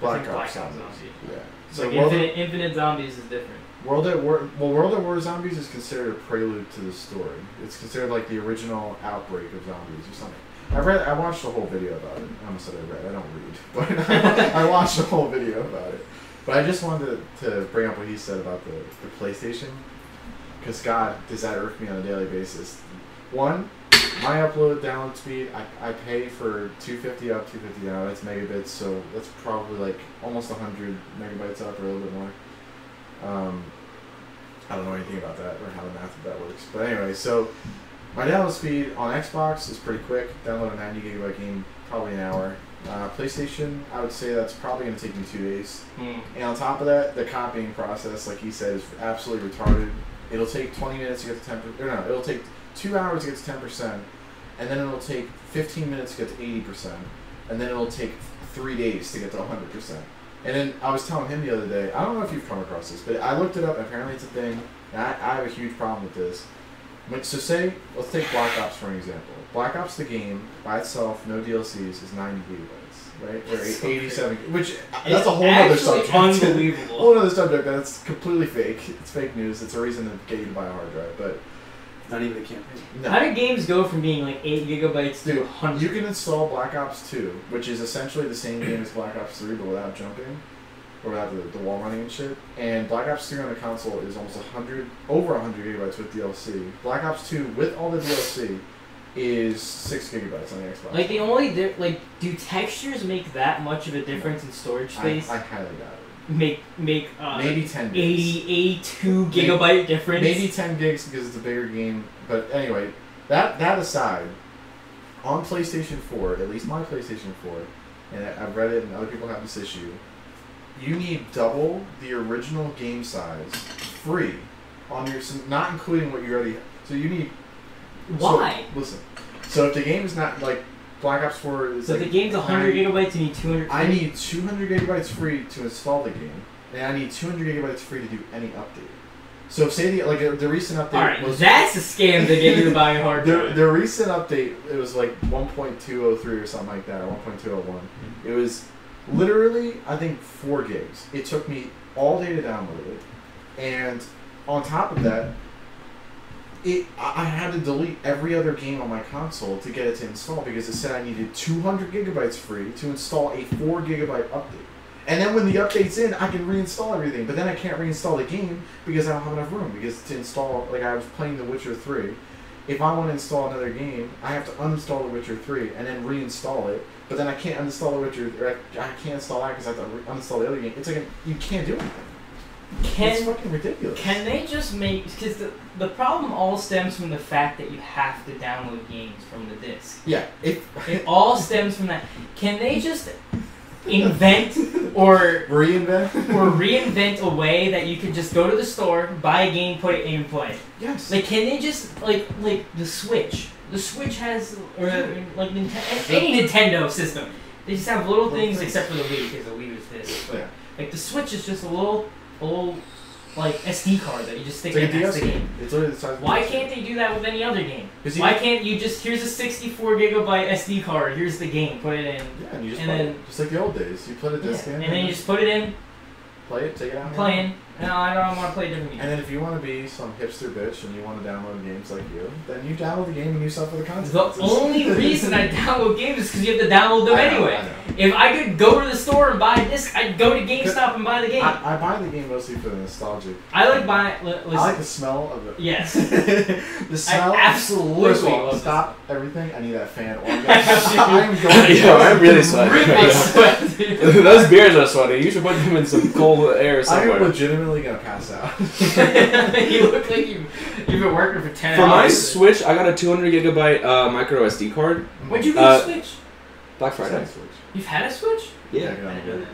[SPEAKER 3] Black
[SPEAKER 4] think
[SPEAKER 3] Ops
[SPEAKER 4] Black Ops
[SPEAKER 3] zombies.
[SPEAKER 4] zombies.
[SPEAKER 3] Yeah.
[SPEAKER 4] It's
[SPEAKER 3] So
[SPEAKER 4] like
[SPEAKER 3] World,
[SPEAKER 4] infinite, infinite zombies is different.
[SPEAKER 3] World at War. Well, World at War zombies is considered a prelude to the story. It's considered like the original outbreak of zombies or something. I read. I watched a whole video about it. I almost said I read. I don't read, [laughs] but I watched a whole video about it. But I just wanted to, to bring up what he said about the, the PlayStation. Because, God, does that irk me on a daily basis? One, my upload download speed, I, I pay for 250 up, 250 down. That's megabits, so that's probably like almost 100 megabytes up or a little bit more. Um, I don't know anything about that or how the math of that works. But anyway, so my download speed on Xbox is pretty quick. Download a 90 gigabyte game, probably an hour. Uh, PlayStation, I would say that's probably going to take me two days. And on top of that, the copying process, like he said, is absolutely retarded. It'll take 20 minutes to get to 10 percent. No, it'll take two hours to get to 10 percent, and then it'll take 15 minutes to get to 80 percent, and then it'll take three days to get to 100 percent. And then I was telling him the other day, I don't know if you've come across this, but I looked it up. And apparently, it's a thing, and I, I have a huge problem with this. When- So say, let's take Black Ops for an example. Black Ops, the game by itself, no DLCs, is 90 gigabytes, right? Or
[SPEAKER 4] That's so
[SPEAKER 3] 87, which
[SPEAKER 4] It's
[SPEAKER 3] that's a whole other
[SPEAKER 4] actually
[SPEAKER 3] subject. [laughs]
[SPEAKER 4] Unbelievable.
[SPEAKER 3] whole other subject that's completely fake. It's fake news. It's a reason to get you to buy a hard drive, but
[SPEAKER 2] Not even the campaign.
[SPEAKER 3] no.
[SPEAKER 4] How did games go from being like eight gigabytes to
[SPEAKER 3] Dude,
[SPEAKER 4] hundred?
[SPEAKER 3] you can install Black Ops 2, which is essentially the same game as Black Ops 3, but without jumping, or without the, the wall running and shit. And Black Ops 3 on the console is almost 100, over 100 gigabytes with DLC. Black Ops 2 with all the DLC is 6 gigabytes on the Xbox.
[SPEAKER 4] like the only di- like do textures make that much of a difference in storage
[SPEAKER 3] I,
[SPEAKER 4] space?
[SPEAKER 3] I highly doubt it.
[SPEAKER 4] make make uh,
[SPEAKER 3] Maybe 10 days.
[SPEAKER 4] 80, 82
[SPEAKER 3] Maybe-
[SPEAKER 4] gigabyte difference.
[SPEAKER 3] Maybe 10 gigs because it's a bigger game. But anyway, that that aside, on PlayStation 4, at least my PlayStation 4, and I- I've read it and other people have this issue, you need double the original game size free on your, so not including what you already, so you need. so-
[SPEAKER 4] Why?
[SPEAKER 3] listen. So if the game is not like Black Ops 4 is
[SPEAKER 4] So if
[SPEAKER 3] like
[SPEAKER 4] the game's hundred
[SPEAKER 3] 90
[SPEAKER 4] gigabytes, you need two hundred.
[SPEAKER 3] I need 200 gigabytes free to install the game, and I need 200 gigabytes free to do any update. So say the like uh, the recent update
[SPEAKER 4] All right,
[SPEAKER 3] was
[SPEAKER 4] that's a
[SPEAKER 3] [laughs]
[SPEAKER 4] scam to get you to buy a hard
[SPEAKER 3] the,
[SPEAKER 4] drive.
[SPEAKER 3] the recent update it was like 1.203 or something like that or 1.201. It was literally I think four gigs. It took me all day to download it, and on top of that, it I I had to delete every other game on my console to get it to install because it said I needed 200 gigabytes free to install a four gigabyte update. And then when the update's in, I can reinstall everything. But then I can't reinstall the game because I don't have enough room. Because to install, like I was playing The Witcher 3, if I want to install another game, I have to uninstall The Witcher 3 and then reinstall it. But then I can't uninstall The Witcher, or I, I can't install that because I have to re- uninstall the other game. It's like an, you can't do anything. it's
[SPEAKER 4] Can
[SPEAKER 3] fucking ridiculous.
[SPEAKER 4] can they just make? Because the the problem all stems from the fact that you have to download games from the disc.
[SPEAKER 3] yeah, if [laughs]
[SPEAKER 4] It all stems from that. Can they just invent or [laughs]
[SPEAKER 3] reinvent
[SPEAKER 4] or reinvent a way that you could just go to the store, buy a game, put it in, and play?
[SPEAKER 3] yes,
[SPEAKER 4] Like, can they just like like the Switch? The Switch has or uh, like Nintendo, any Nintendo system. They just have little things except for the Wii because the Wii was this. But
[SPEAKER 3] Yeah.
[SPEAKER 4] like the Switch is just a little old like SD card that you just stick
[SPEAKER 3] it's like a
[SPEAKER 4] in that's
[SPEAKER 3] DS
[SPEAKER 4] the
[SPEAKER 3] game.
[SPEAKER 4] game.
[SPEAKER 3] It's literally the size. of a
[SPEAKER 4] Why
[SPEAKER 3] DS game.
[SPEAKER 4] can't they do that with any other game?
[SPEAKER 3] 'Cause you-
[SPEAKER 4] Why can't you just here's a 64 gigabyte SD card? Here's the game. Put it in.
[SPEAKER 3] Yeah, and you just
[SPEAKER 4] and
[SPEAKER 3] play
[SPEAKER 4] then-
[SPEAKER 3] it. just like the old days. You play the disc
[SPEAKER 4] Yeah,
[SPEAKER 3] in,
[SPEAKER 4] And then you just put it in,
[SPEAKER 3] play it, take it out.
[SPEAKER 4] playing, No, I don't want to play different
[SPEAKER 3] And
[SPEAKER 4] games.
[SPEAKER 3] then if you want to be some hipster bitch and you want to download games like you, then you download the game and you suffer the
[SPEAKER 4] The
[SPEAKER 3] consequences. [laughs]
[SPEAKER 4] only reason I download games is because you have to download them
[SPEAKER 3] I know,
[SPEAKER 4] anyway.
[SPEAKER 3] I know.
[SPEAKER 4] If I could go to the store and buy a disc, I'd go to GameStop and buy the game. I,
[SPEAKER 3] I, I buy the game mostly for the nostalgic.
[SPEAKER 4] like buying. li- Listen,
[SPEAKER 3] I like the smell of it. [laughs]
[SPEAKER 4] Yes.
[SPEAKER 3] the
[SPEAKER 4] [laughs]
[SPEAKER 3] smell.
[SPEAKER 4] absolutely
[SPEAKER 3] First of all,
[SPEAKER 4] love the
[SPEAKER 3] stop everything. I need that
[SPEAKER 4] [laughs]
[SPEAKER 3] fan. Or
[SPEAKER 2] [laughs]
[SPEAKER 3] I'm going.
[SPEAKER 2] Yeah, I'm really sorry.
[SPEAKER 4] Rip
[SPEAKER 3] [laughs]
[SPEAKER 4] my
[SPEAKER 2] [laughs]
[SPEAKER 4] sweat,
[SPEAKER 2] [laughs]
[SPEAKER 4] dude. [laughs]
[SPEAKER 2] Those beers are sweaty. You should put them in some cold air
[SPEAKER 3] I am
[SPEAKER 2] somewhere.
[SPEAKER 3] legitimately gonna pass out.
[SPEAKER 2] [laughs]
[SPEAKER 4] you look like you you've been working for ten
[SPEAKER 2] For my
[SPEAKER 4] hours.
[SPEAKER 2] Switch, I got a 200 gigabyte uh, micro SD card.
[SPEAKER 4] What'd you get
[SPEAKER 2] Uh,
[SPEAKER 4] a Switch?
[SPEAKER 2] Black Friday.
[SPEAKER 4] You've had a Switch?
[SPEAKER 2] Yeah.
[SPEAKER 4] I didn't know that.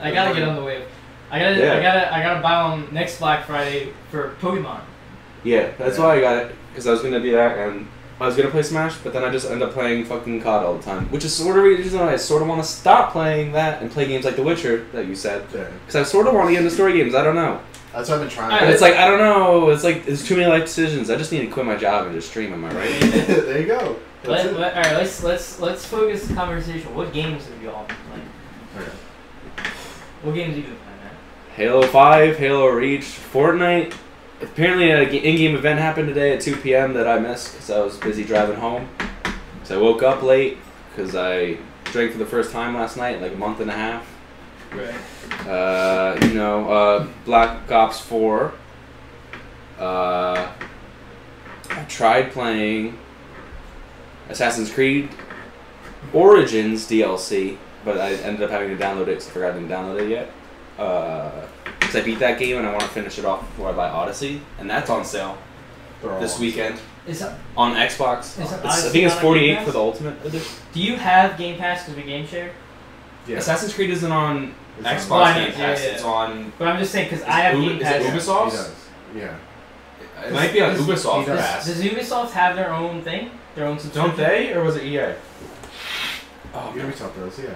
[SPEAKER 4] I gotta get on the wave. I gotta,
[SPEAKER 2] Yeah.
[SPEAKER 4] I gotta, I gotta buy one next Black Friday for Pokemon.
[SPEAKER 2] Yeah, that's why I got it. Because I was going to do that and I was going to play Smash, but then I just end up playing fucking COD all the time. Which is sort of the reason I sort of want to stop playing that and play games like The Witcher that you said.
[SPEAKER 3] Yeah.
[SPEAKER 2] Because I sort of want to get into story games. I don't know.
[SPEAKER 3] That's what I've been trying.
[SPEAKER 2] But it's like, I don't know. It's like, there's too many life decisions. I just need to quit my job and just stream, am I right?
[SPEAKER 3] [laughs] there you go. That's
[SPEAKER 4] Let,
[SPEAKER 3] it.
[SPEAKER 4] let, all right, let's let's let's focus the conversation. What games have you all been playing?
[SPEAKER 3] Okay.
[SPEAKER 4] What games have you been playing? Man?
[SPEAKER 2] Halo 5, Halo Reach, Fortnite. Apparently, an in game event happened today at 2 p.m. that I missed because I was busy driving home. So I woke up late because I drank for the first time last night, like a month and a half.
[SPEAKER 4] Right.
[SPEAKER 2] Uh, you know, uh, Black Ops 4. Uh, I tried playing Assassin's Creed Origins DLC, but I ended up having to download it because I forgot I didn't download it yet. Because I beat that game and I want to finish it off before I buy Odyssey, and that's on sale
[SPEAKER 3] They're all-
[SPEAKER 2] this weekend
[SPEAKER 4] Is that,
[SPEAKER 2] on Xbox.
[SPEAKER 4] Is
[SPEAKER 2] It's- I
[SPEAKER 4] Odyssey
[SPEAKER 2] think it's
[SPEAKER 4] on Game
[SPEAKER 2] 48 for
[SPEAKER 4] Pass?
[SPEAKER 2] the Ultimate Edition.
[SPEAKER 4] do you have Game Pass because we game share?
[SPEAKER 3] Yeah.
[SPEAKER 2] Assassin's Creed isn't on
[SPEAKER 3] It's on-
[SPEAKER 2] Xbox
[SPEAKER 4] Well, I know,
[SPEAKER 2] Game Pass,
[SPEAKER 4] yeah, yeah.
[SPEAKER 2] it's on.
[SPEAKER 4] But I'm just saying because
[SPEAKER 2] Is
[SPEAKER 4] I have
[SPEAKER 2] Ubi-
[SPEAKER 4] Game
[SPEAKER 2] is it
[SPEAKER 4] Pass.
[SPEAKER 3] Yeah,
[SPEAKER 2] Ubi- Ubisoft?
[SPEAKER 3] he does. Yeah.
[SPEAKER 2] It might be on
[SPEAKER 4] Does-
[SPEAKER 2] Ubisoft
[SPEAKER 3] does-
[SPEAKER 2] Pass.
[SPEAKER 4] Does, does Ubisoft have their own thing? Their own subscription?
[SPEAKER 2] Don't they, or was it E EA?
[SPEAKER 3] Oh, Ubisoft does. Yeah.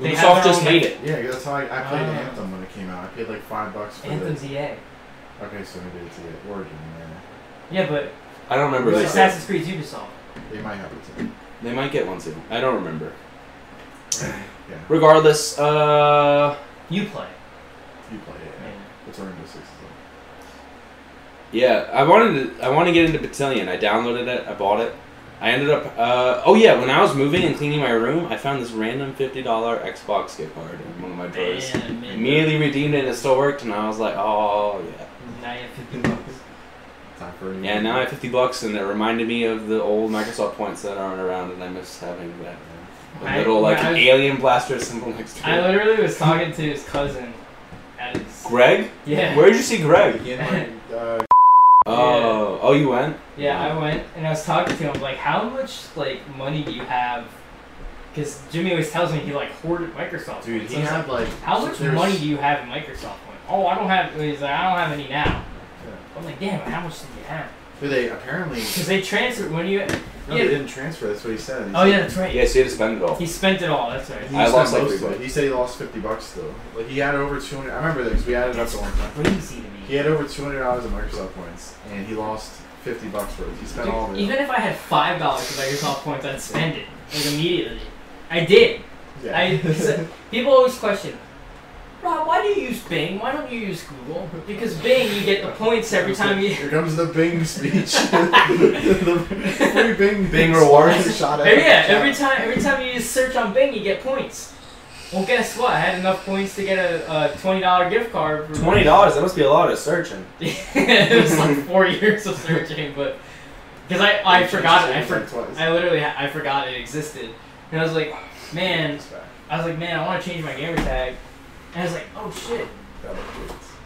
[SPEAKER 4] They have
[SPEAKER 2] Ubisoft
[SPEAKER 4] their
[SPEAKER 2] just
[SPEAKER 4] own-
[SPEAKER 2] made it.
[SPEAKER 3] Yeah, that's how I, I played
[SPEAKER 4] Ah.
[SPEAKER 3] Anthem when it came out. I paid like five bucks for
[SPEAKER 4] Anthem's E EA.
[SPEAKER 3] the. Okay, so maybe it's the Origin. Yeah.
[SPEAKER 4] Yeah, but
[SPEAKER 2] I don't remember.
[SPEAKER 3] Really?
[SPEAKER 2] They, said-
[SPEAKER 4] Assassin's Creed's Ubisoft.
[SPEAKER 3] They might have it too.
[SPEAKER 2] they might get one soon. I don't remember.
[SPEAKER 3] Yeah.
[SPEAKER 2] Regardless, uh,
[SPEAKER 4] You play.
[SPEAKER 3] You play it. Yeah. It's Rainbow Six. Is
[SPEAKER 2] yeah, I wanted to. I want to get into Battalion. I downloaded it. I bought it. I ended up. Uh, oh yeah, when I was moving and cleaning my room, I found this random fifty dollar Xbox gift card in one of my drawers.
[SPEAKER 4] Man, man.
[SPEAKER 2] Immediately redeemed it and it still worked, and I was like, oh yeah.
[SPEAKER 4] Now you have 50 bucks.
[SPEAKER 3] Time for a new
[SPEAKER 2] Yeah,
[SPEAKER 3] game.
[SPEAKER 2] now I have fifty bucks, and it reminded me of the old Microsoft points that aren't around, and I miss having that. A
[SPEAKER 4] I-
[SPEAKER 2] little like
[SPEAKER 4] I
[SPEAKER 2] an
[SPEAKER 4] was-
[SPEAKER 2] alien blaster symbol next to
[SPEAKER 4] I
[SPEAKER 2] it.
[SPEAKER 4] literally was talking to his cousin at his.
[SPEAKER 2] Greg?
[SPEAKER 4] Yeah.
[SPEAKER 2] Where'd you see Greg?
[SPEAKER 3] In my, uh,
[SPEAKER 2] Oh, oh, you went.
[SPEAKER 4] Yeah, I went and I was talking to him like, how much like money do you have? Because Jimmy always tells me he like hoarded Microsoft.
[SPEAKER 3] dude,
[SPEAKER 4] coins.
[SPEAKER 3] he
[SPEAKER 4] I was
[SPEAKER 3] had like.
[SPEAKER 4] like, how much
[SPEAKER 3] there's-
[SPEAKER 4] money do you have in Microsoft coins? Oh, I don't have. He's like, I don't have any now.
[SPEAKER 3] Yeah.
[SPEAKER 4] I'm like, damn, how much did you have?
[SPEAKER 3] Dude, they
[SPEAKER 4] [laughs]
[SPEAKER 3] apparently.
[SPEAKER 4] Because they transferred when you.
[SPEAKER 3] No, they didn't transfer. That's what he said. He
[SPEAKER 4] Oh
[SPEAKER 3] said-
[SPEAKER 4] yeah, that's right.
[SPEAKER 2] Yeah, so you had to spend it all.
[SPEAKER 4] He spent it all. That's right.
[SPEAKER 3] He
[SPEAKER 2] I
[SPEAKER 3] spent
[SPEAKER 2] lost, like,
[SPEAKER 3] most
[SPEAKER 2] three
[SPEAKER 3] of it.
[SPEAKER 2] bucks.
[SPEAKER 3] He said he lost fifty bucks though. Like he had over two hundred. I remember that 'cause we added it up
[SPEAKER 4] That's
[SPEAKER 3] at one time.
[SPEAKER 4] crazy to me.
[SPEAKER 3] He had over two hundred dollars in Microsoft points, and he lost fifty bucks worth. He spent
[SPEAKER 4] Dude,
[SPEAKER 3] all of it.
[SPEAKER 4] even if I had five dollars of Microsoft points, I'd spend it like immediately. I did.
[SPEAKER 3] yeah.
[SPEAKER 4] I,
[SPEAKER 3] [laughs]
[SPEAKER 4] so- people always question, Rob, why do you use Bing? Why don't you use Google? Because Bing, you get the points every time you.
[SPEAKER 3] Here comes the Bing
[SPEAKER 4] [laughs]
[SPEAKER 3] speech. the free Bing.
[SPEAKER 2] Bing rewards.
[SPEAKER 3] Shot
[SPEAKER 4] [laughs]
[SPEAKER 3] at
[SPEAKER 4] Every, yeah, every time, every time you just search on Bing, you get points. Well, guess what? I had enough points to get a, a twenty dollar gift card. For
[SPEAKER 2] Twenty dollars. That must be a lot of searching.
[SPEAKER 4] [laughs] it was like four years of searching, but because I, I forgot it, I for, I literally ha- I forgot it existed, and I was like, man, I was like, man, I want to change my gamer tag, and I was like, oh shit,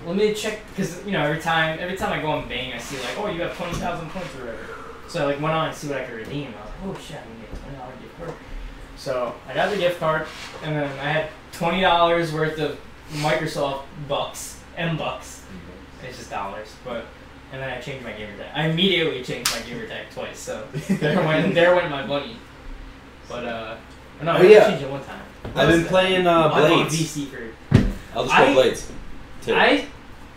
[SPEAKER 4] let me check because you know every time every time I go on Bing, I see like, oh, you have twenty thousand points or whatever. So I like went on and see what I could redeem. I was like, oh shit, I can get a twenty dollar gift card. So I got the gift card, and then I had twenty dollars worth of Microsoft bucks, M bucks.
[SPEAKER 2] Mm-hmm.
[SPEAKER 4] It's just dollars, but and then I changed my gamer tag. I immediately changed my gamer tag
[SPEAKER 2] [laughs]
[SPEAKER 4] twice, so there went there went my money. But uh, no,
[SPEAKER 2] Oh,
[SPEAKER 4] I
[SPEAKER 2] yeah.
[SPEAKER 4] changed it one time.
[SPEAKER 2] I've been playing uh,
[SPEAKER 4] I bought
[SPEAKER 2] Blades.
[SPEAKER 4] VC for
[SPEAKER 2] I'll just play
[SPEAKER 4] I-
[SPEAKER 2] Blades. Too.
[SPEAKER 4] I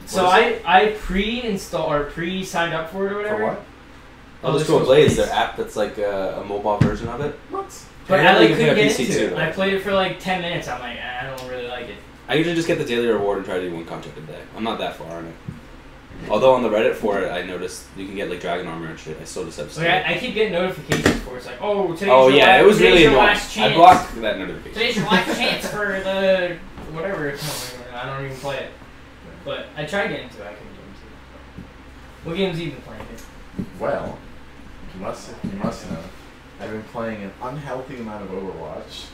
[SPEAKER 4] so
[SPEAKER 2] What
[SPEAKER 4] I I pre-install or pre-signed up for it or whatever.
[SPEAKER 3] For what?
[SPEAKER 2] I'll just
[SPEAKER 4] Oh,
[SPEAKER 2] go
[SPEAKER 4] this
[SPEAKER 2] Blades.
[SPEAKER 4] was
[SPEAKER 2] Their app that's like uh, a mobile version of it.
[SPEAKER 3] What?
[SPEAKER 4] But
[SPEAKER 2] Yeah,
[SPEAKER 4] I like
[SPEAKER 2] you can
[SPEAKER 4] couldn't
[SPEAKER 2] play on
[SPEAKER 4] get
[SPEAKER 2] PC
[SPEAKER 4] into it.
[SPEAKER 2] too.
[SPEAKER 4] I played it for like ten minutes. I'm like, I don't really like it.
[SPEAKER 2] I usually just get the daily reward and try to do one contract a day. I'm not that far on it. Although on the Reddit for it, I noticed you can get like dragon armor and shit. I still just have.
[SPEAKER 4] Like, I, I keep getting notifications for it. It's like, oh, today's
[SPEAKER 2] oh
[SPEAKER 4] your
[SPEAKER 2] yeah,
[SPEAKER 4] last,
[SPEAKER 2] it was
[SPEAKER 4] today's
[SPEAKER 2] really
[SPEAKER 4] your
[SPEAKER 2] annoying.
[SPEAKER 4] last chance.
[SPEAKER 2] I blocked that notification.
[SPEAKER 4] Today's your
[SPEAKER 2] [laughs]
[SPEAKER 4] last chance for the whatever. [laughs] it's called. I don't even play it, but I tried getting into it. I couldn't get into it. What game's you been playing? Dude?
[SPEAKER 3] Well, you must you must know. I've been playing an unhealthy amount of Overwatch.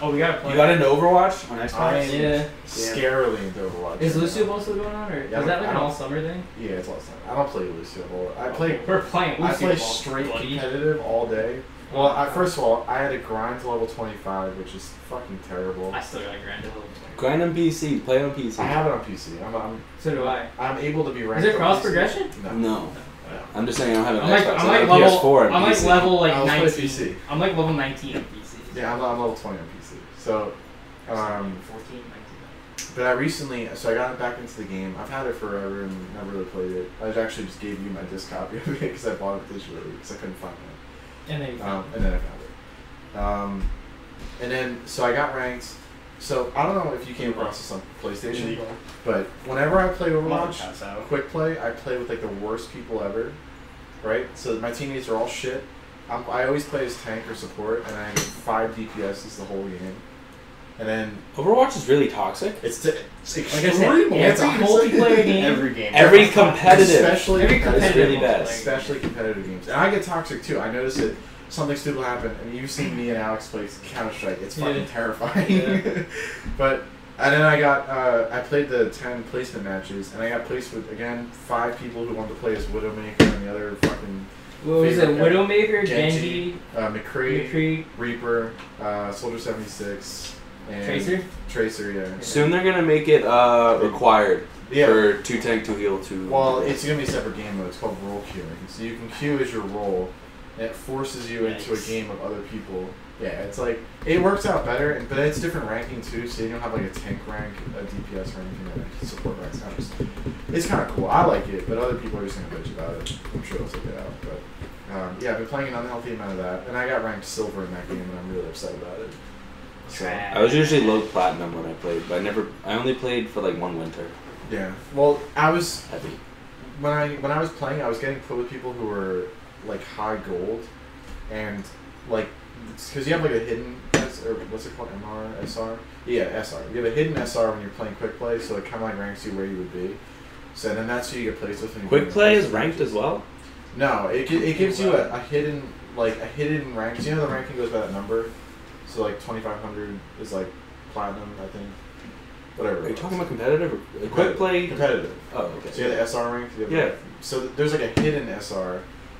[SPEAKER 4] Oh, we gotta play.
[SPEAKER 2] You got into Overwatch on
[SPEAKER 3] I
[SPEAKER 2] Xbox?
[SPEAKER 3] am
[SPEAKER 4] Oh, Yeah.
[SPEAKER 3] scarily into Overwatch.
[SPEAKER 4] Is
[SPEAKER 3] right
[SPEAKER 4] Lucio
[SPEAKER 3] now.
[SPEAKER 4] Ball still going on, or
[SPEAKER 3] Yeah,
[SPEAKER 4] is that like
[SPEAKER 3] I
[SPEAKER 4] an
[SPEAKER 3] don't-
[SPEAKER 4] all summer thing?
[SPEAKER 3] Yeah, it's lots of time. I don't play Lucio Ball. I play
[SPEAKER 4] We're playing
[SPEAKER 3] I
[SPEAKER 4] Lucio
[SPEAKER 3] play
[SPEAKER 4] Ball.
[SPEAKER 3] straight
[SPEAKER 4] bloody.
[SPEAKER 3] competitive all day. Well, I, first of all, I had to grind to level 25, which is fucking terrible.
[SPEAKER 4] I still gotta grind a little.
[SPEAKER 2] Grind on PC. Play on PC.
[SPEAKER 3] I have it on PC. I'm I'm,
[SPEAKER 4] So do I.
[SPEAKER 3] I'm able to be
[SPEAKER 4] Is
[SPEAKER 3] ranked.
[SPEAKER 4] it
[SPEAKER 3] on
[SPEAKER 4] cross
[SPEAKER 3] PC.
[SPEAKER 4] progression?
[SPEAKER 3] No.
[SPEAKER 2] No. I'm just saying I don't have an
[SPEAKER 4] I'm like,
[SPEAKER 2] Xbox.
[SPEAKER 4] I'm
[SPEAKER 2] I
[SPEAKER 4] like
[SPEAKER 2] have a PS4
[SPEAKER 4] level,
[SPEAKER 2] and
[SPEAKER 4] I'm like
[SPEAKER 2] PC.
[SPEAKER 4] level like
[SPEAKER 3] I was playing
[SPEAKER 4] 19.
[SPEAKER 3] PC.
[SPEAKER 4] I'm like level 19 on PC.
[SPEAKER 3] Yeah, I'm, I'm level 20 on PC. So, um,
[SPEAKER 4] 14, 19.
[SPEAKER 3] But I recently, so I got back into the game. I've had it forever and never really played it. I actually just gave you my disc copy of it [laughs] because I bought it digitally because I couldn't find it.
[SPEAKER 4] And then you
[SPEAKER 3] Um, and then I found it. Um, and then, so I got ranked. So I don't know if you came across this on PlayStation, but whenever I play Overwatch,
[SPEAKER 5] Pass out.
[SPEAKER 3] quick play, I play with like the worst people ever, right? So my teammates are all shit. I'm, I always play as tank or support, and I get five DPSs the whole game. And then
[SPEAKER 2] Overwatch is really toxic.
[SPEAKER 3] it's, t- it's
[SPEAKER 4] Like I said,
[SPEAKER 3] extremely
[SPEAKER 4] every
[SPEAKER 3] toxic.
[SPEAKER 5] [laughs]
[SPEAKER 4] multiplayer game,
[SPEAKER 5] Every game.
[SPEAKER 2] Every competitive.
[SPEAKER 3] Especially
[SPEAKER 4] Every
[SPEAKER 3] competitive,
[SPEAKER 2] That is really
[SPEAKER 4] competitive
[SPEAKER 2] bad.
[SPEAKER 4] multiplayer.
[SPEAKER 3] especially competitive games. And I get toxic too. I notice it. Something stupid will happen, and you've seen me and Alex play Counter Strike. It's fucking
[SPEAKER 4] Yeah.
[SPEAKER 3] terrifying.
[SPEAKER 4] Yeah.
[SPEAKER 3] [laughs] but and then I got uh, I played the ten placement matches, and I got placed with again five people who wanted to play as Widowmaker and the other fucking
[SPEAKER 4] What was it?
[SPEAKER 3] Favorite guy.
[SPEAKER 4] Widowmaker,
[SPEAKER 3] Genji,
[SPEAKER 4] Genji,
[SPEAKER 3] uh, McCree,
[SPEAKER 4] Recruit,
[SPEAKER 3] Reaper, uh, Soldier seventy six, and
[SPEAKER 4] Tracer.
[SPEAKER 3] Tracer, yeah.
[SPEAKER 2] Soon they're gonna make it uh, required
[SPEAKER 3] Yeah.
[SPEAKER 2] for two tank, two heal, two.
[SPEAKER 3] Well, it's gonna be a separate game mode. It's called role queuing. So you can queue as your role, and it forces you into a
[SPEAKER 4] Yikes.
[SPEAKER 3] game of other people. Yeah, it's like it works out better, and- but it's different ranking too. So you don't have like a tank rank, a DPS rank, and a support rank. It's kind of, it's kind of cool. I like it, but other people are just gonna bitch about it. I'm sure they'll take it out. But um, yeah, I've been playing an unhealthy amount of that, and I got ranked silver in that game, and I'm really upset about it. So,
[SPEAKER 2] I was usually low platinum when I played, but I never. I only played for like one winter.
[SPEAKER 3] yeah. Well, I was
[SPEAKER 2] Heavy.
[SPEAKER 3] when I when I was playing, I was getting put with people who were like high gold, and like because you have like a hidden S, or what's it called MR SR yeah SR you have a hidden SR when you're playing quick play, so it kind of like ranks you where you would be. So then that's who you get placed with. when you
[SPEAKER 2] Quick
[SPEAKER 3] get
[SPEAKER 2] play
[SPEAKER 3] placed
[SPEAKER 2] is
[SPEAKER 3] with.
[SPEAKER 2] ranked as well.
[SPEAKER 3] No, it, gi- it gives you a, a hidden like a hidden rank. Do you know the ranking goes by that number? So like twenty five hundred is like platinum, I think. Whatever.
[SPEAKER 2] Are
[SPEAKER 3] it
[SPEAKER 2] you
[SPEAKER 3] was.
[SPEAKER 2] talking about competitive? Or, quick play.
[SPEAKER 3] competitive.
[SPEAKER 2] Oh, okay.
[SPEAKER 3] So you have the SR rank. You have the-
[SPEAKER 2] Yeah.
[SPEAKER 3] so th- there's like a hidden SR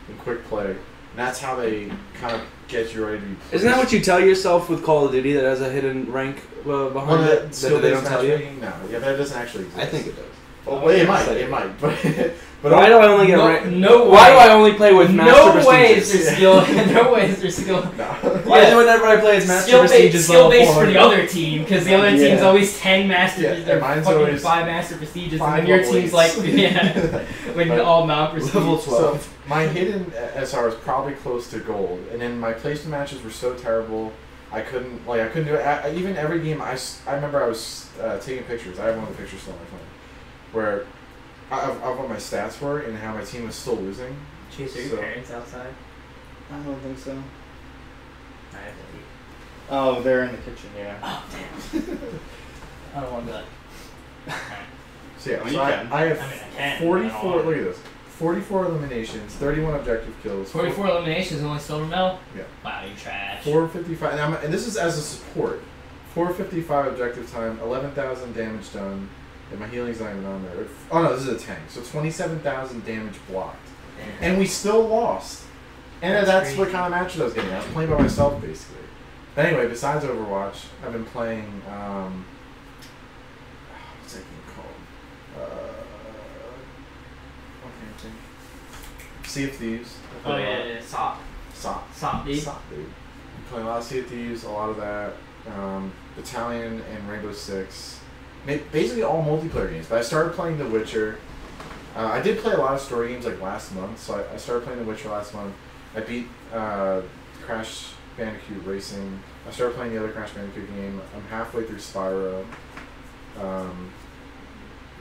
[SPEAKER 3] in quick play, and that's how they kind of get you ready to be.
[SPEAKER 2] Isn't that what you tell yourself with Call of Duty that has a hidden rank uh, behind
[SPEAKER 3] Well,
[SPEAKER 2] it
[SPEAKER 3] that
[SPEAKER 2] that
[SPEAKER 3] skill
[SPEAKER 2] they
[SPEAKER 3] based
[SPEAKER 2] don't tell you?
[SPEAKER 3] matchmaking? No, yeah, that doesn't actually exist.
[SPEAKER 2] I think it does.
[SPEAKER 3] Well, well, it
[SPEAKER 2] it's
[SPEAKER 3] might,
[SPEAKER 2] like-
[SPEAKER 3] it might, [laughs] but but
[SPEAKER 2] But why do I only get
[SPEAKER 4] No-
[SPEAKER 2] rank?
[SPEAKER 4] no
[SPEAKER 2] Why do
[SPEAKER 4] way.
[SPEAKER 2] I only play with master
[SPEAKER 4] No way is
[SPEAKER 2] prestigious?
[SPEAKER 4] there skill. [laughs] No way is there skill.
[SPEAKER 3] [laughs] no.
[SPEAKER 2] Why
[SPEAKER 4] Yeah.
[SPEAKER 2] do whenever I play as master
[SPEAKER 4] Skill based,
[SPEAKER 2] prestigious
[SPEAKER 4] skill
[SPEAKER 2] level
[SPEAKER 4] based for
[SPEAKER 2] 400?
[SPEAKER 4] the other team because the other
[SPEAKER 5] Yeah.
[SPEAKER 4] team's always ten master.
[SPEAKER 3] Yeah,
[SPEAKER 4] they're
[SPEAKER 3] and mine's
[SPEAKER 4] fucking
[SPEAKER 3] always
[SPEAKER 4] five master prestigious,
[SPEAKER 3] Five
[SPEAKER 4] and then your
[SPEAKER 3] level
[SPEAKER 4] team's
[SPEAKER 3] eights.
[SPEAKER 4] like,
[SPEAKER 2] [laughs]
[SPEAKER 3] [laughs]
[SPEAKER 4] [laughs] yeah, when
[SPEAKER 3] But-
[SPEAKER 4] all mount prestigious.
[SPEAKER 2] Level
[SPEAKER 3] So
[SPEAKER 4] [laughs]
[SPEAKER 2] 12.
[SPEAKER 3] my hidden SR is probably close to gold, and then my placement matches were so terrible. I couldn't like I couldn't do it. I, I- even every game I, s- I remember I was uh, taking pictures. I have one of the pictures still on my phone, where I, of, of what my stats were and how my team was still losing.
[SPEAKER 4] Chase, are your
[SPEAKER 3] So-
[SPEAKER 4] parents outside?
[SPEAKER 5] I don't think so.
[SPEAKER 4] I have to leave.
[SPEAKER 5] Oh, they're in the kitchen. Yeah.
[SPEAKER 4] Oh damn! I don't want to be like.
[SPEAKER 3] So yeah,
[SPEAKER 5] Well,
[SPEAKER 3] so
[SPEAKER 5] you
[SPEAKER 3] I,
[SPEAKER 5] can.
[SPEAKER 3] I have
[SPEAKER 4] I mean, I can, but I
[SPEAKER 3] forty-four.
[SPEAKER 4] don't
[SPEAKER 3] Look at this: forty-four eliminations, thirty-one objective kills, four-
[SPEAKER 4] Forty-four eliminations, only silver medal.
[SPEAKER 3] Yeah.
[SPEAKER 4] Wow, you trash.
[SPEAKER 3] 455, and, I'm, and this is as a support. 455 objective time, 11,000 damage done, and my healing's not even on there. Oh no, this is a tank, so 27,000 damage blocked.
[SPEAKER 4] Damn.
[SPEAKER 3] And we still lost. And that's,
[SPEAKER 4] That's
[SPEAKER 3] what
[SPEAKER 4] crazy.
[SPEAKER 3] kind of match I was getting. I was playing by myself, basically. But anyway, besides Overwatch, I've been playing, um, what's that game called? Uh, okay, I think. Sea of Thieves.
[SPEAKER 4] Oh yeah, yeah, sop,
[SPEAKER 3] Sock.
[SPEAKER 4] sop, dude.
[SPEAKER 3] Stop, dude. I'm playing a lot of Sea of Thieves, a lot of that. Um, Battalion and Rainbow Six. Ma- Basically all multiplayer games. But I started playing The Witcher. Uh, I did play a lot of story games like last month, so I, I started playing The Witcher last month. I beat uh, Crash Bandicoot Racing. I started playing the other Crash Bandicoot game. I'm halfway through Spyro. Um,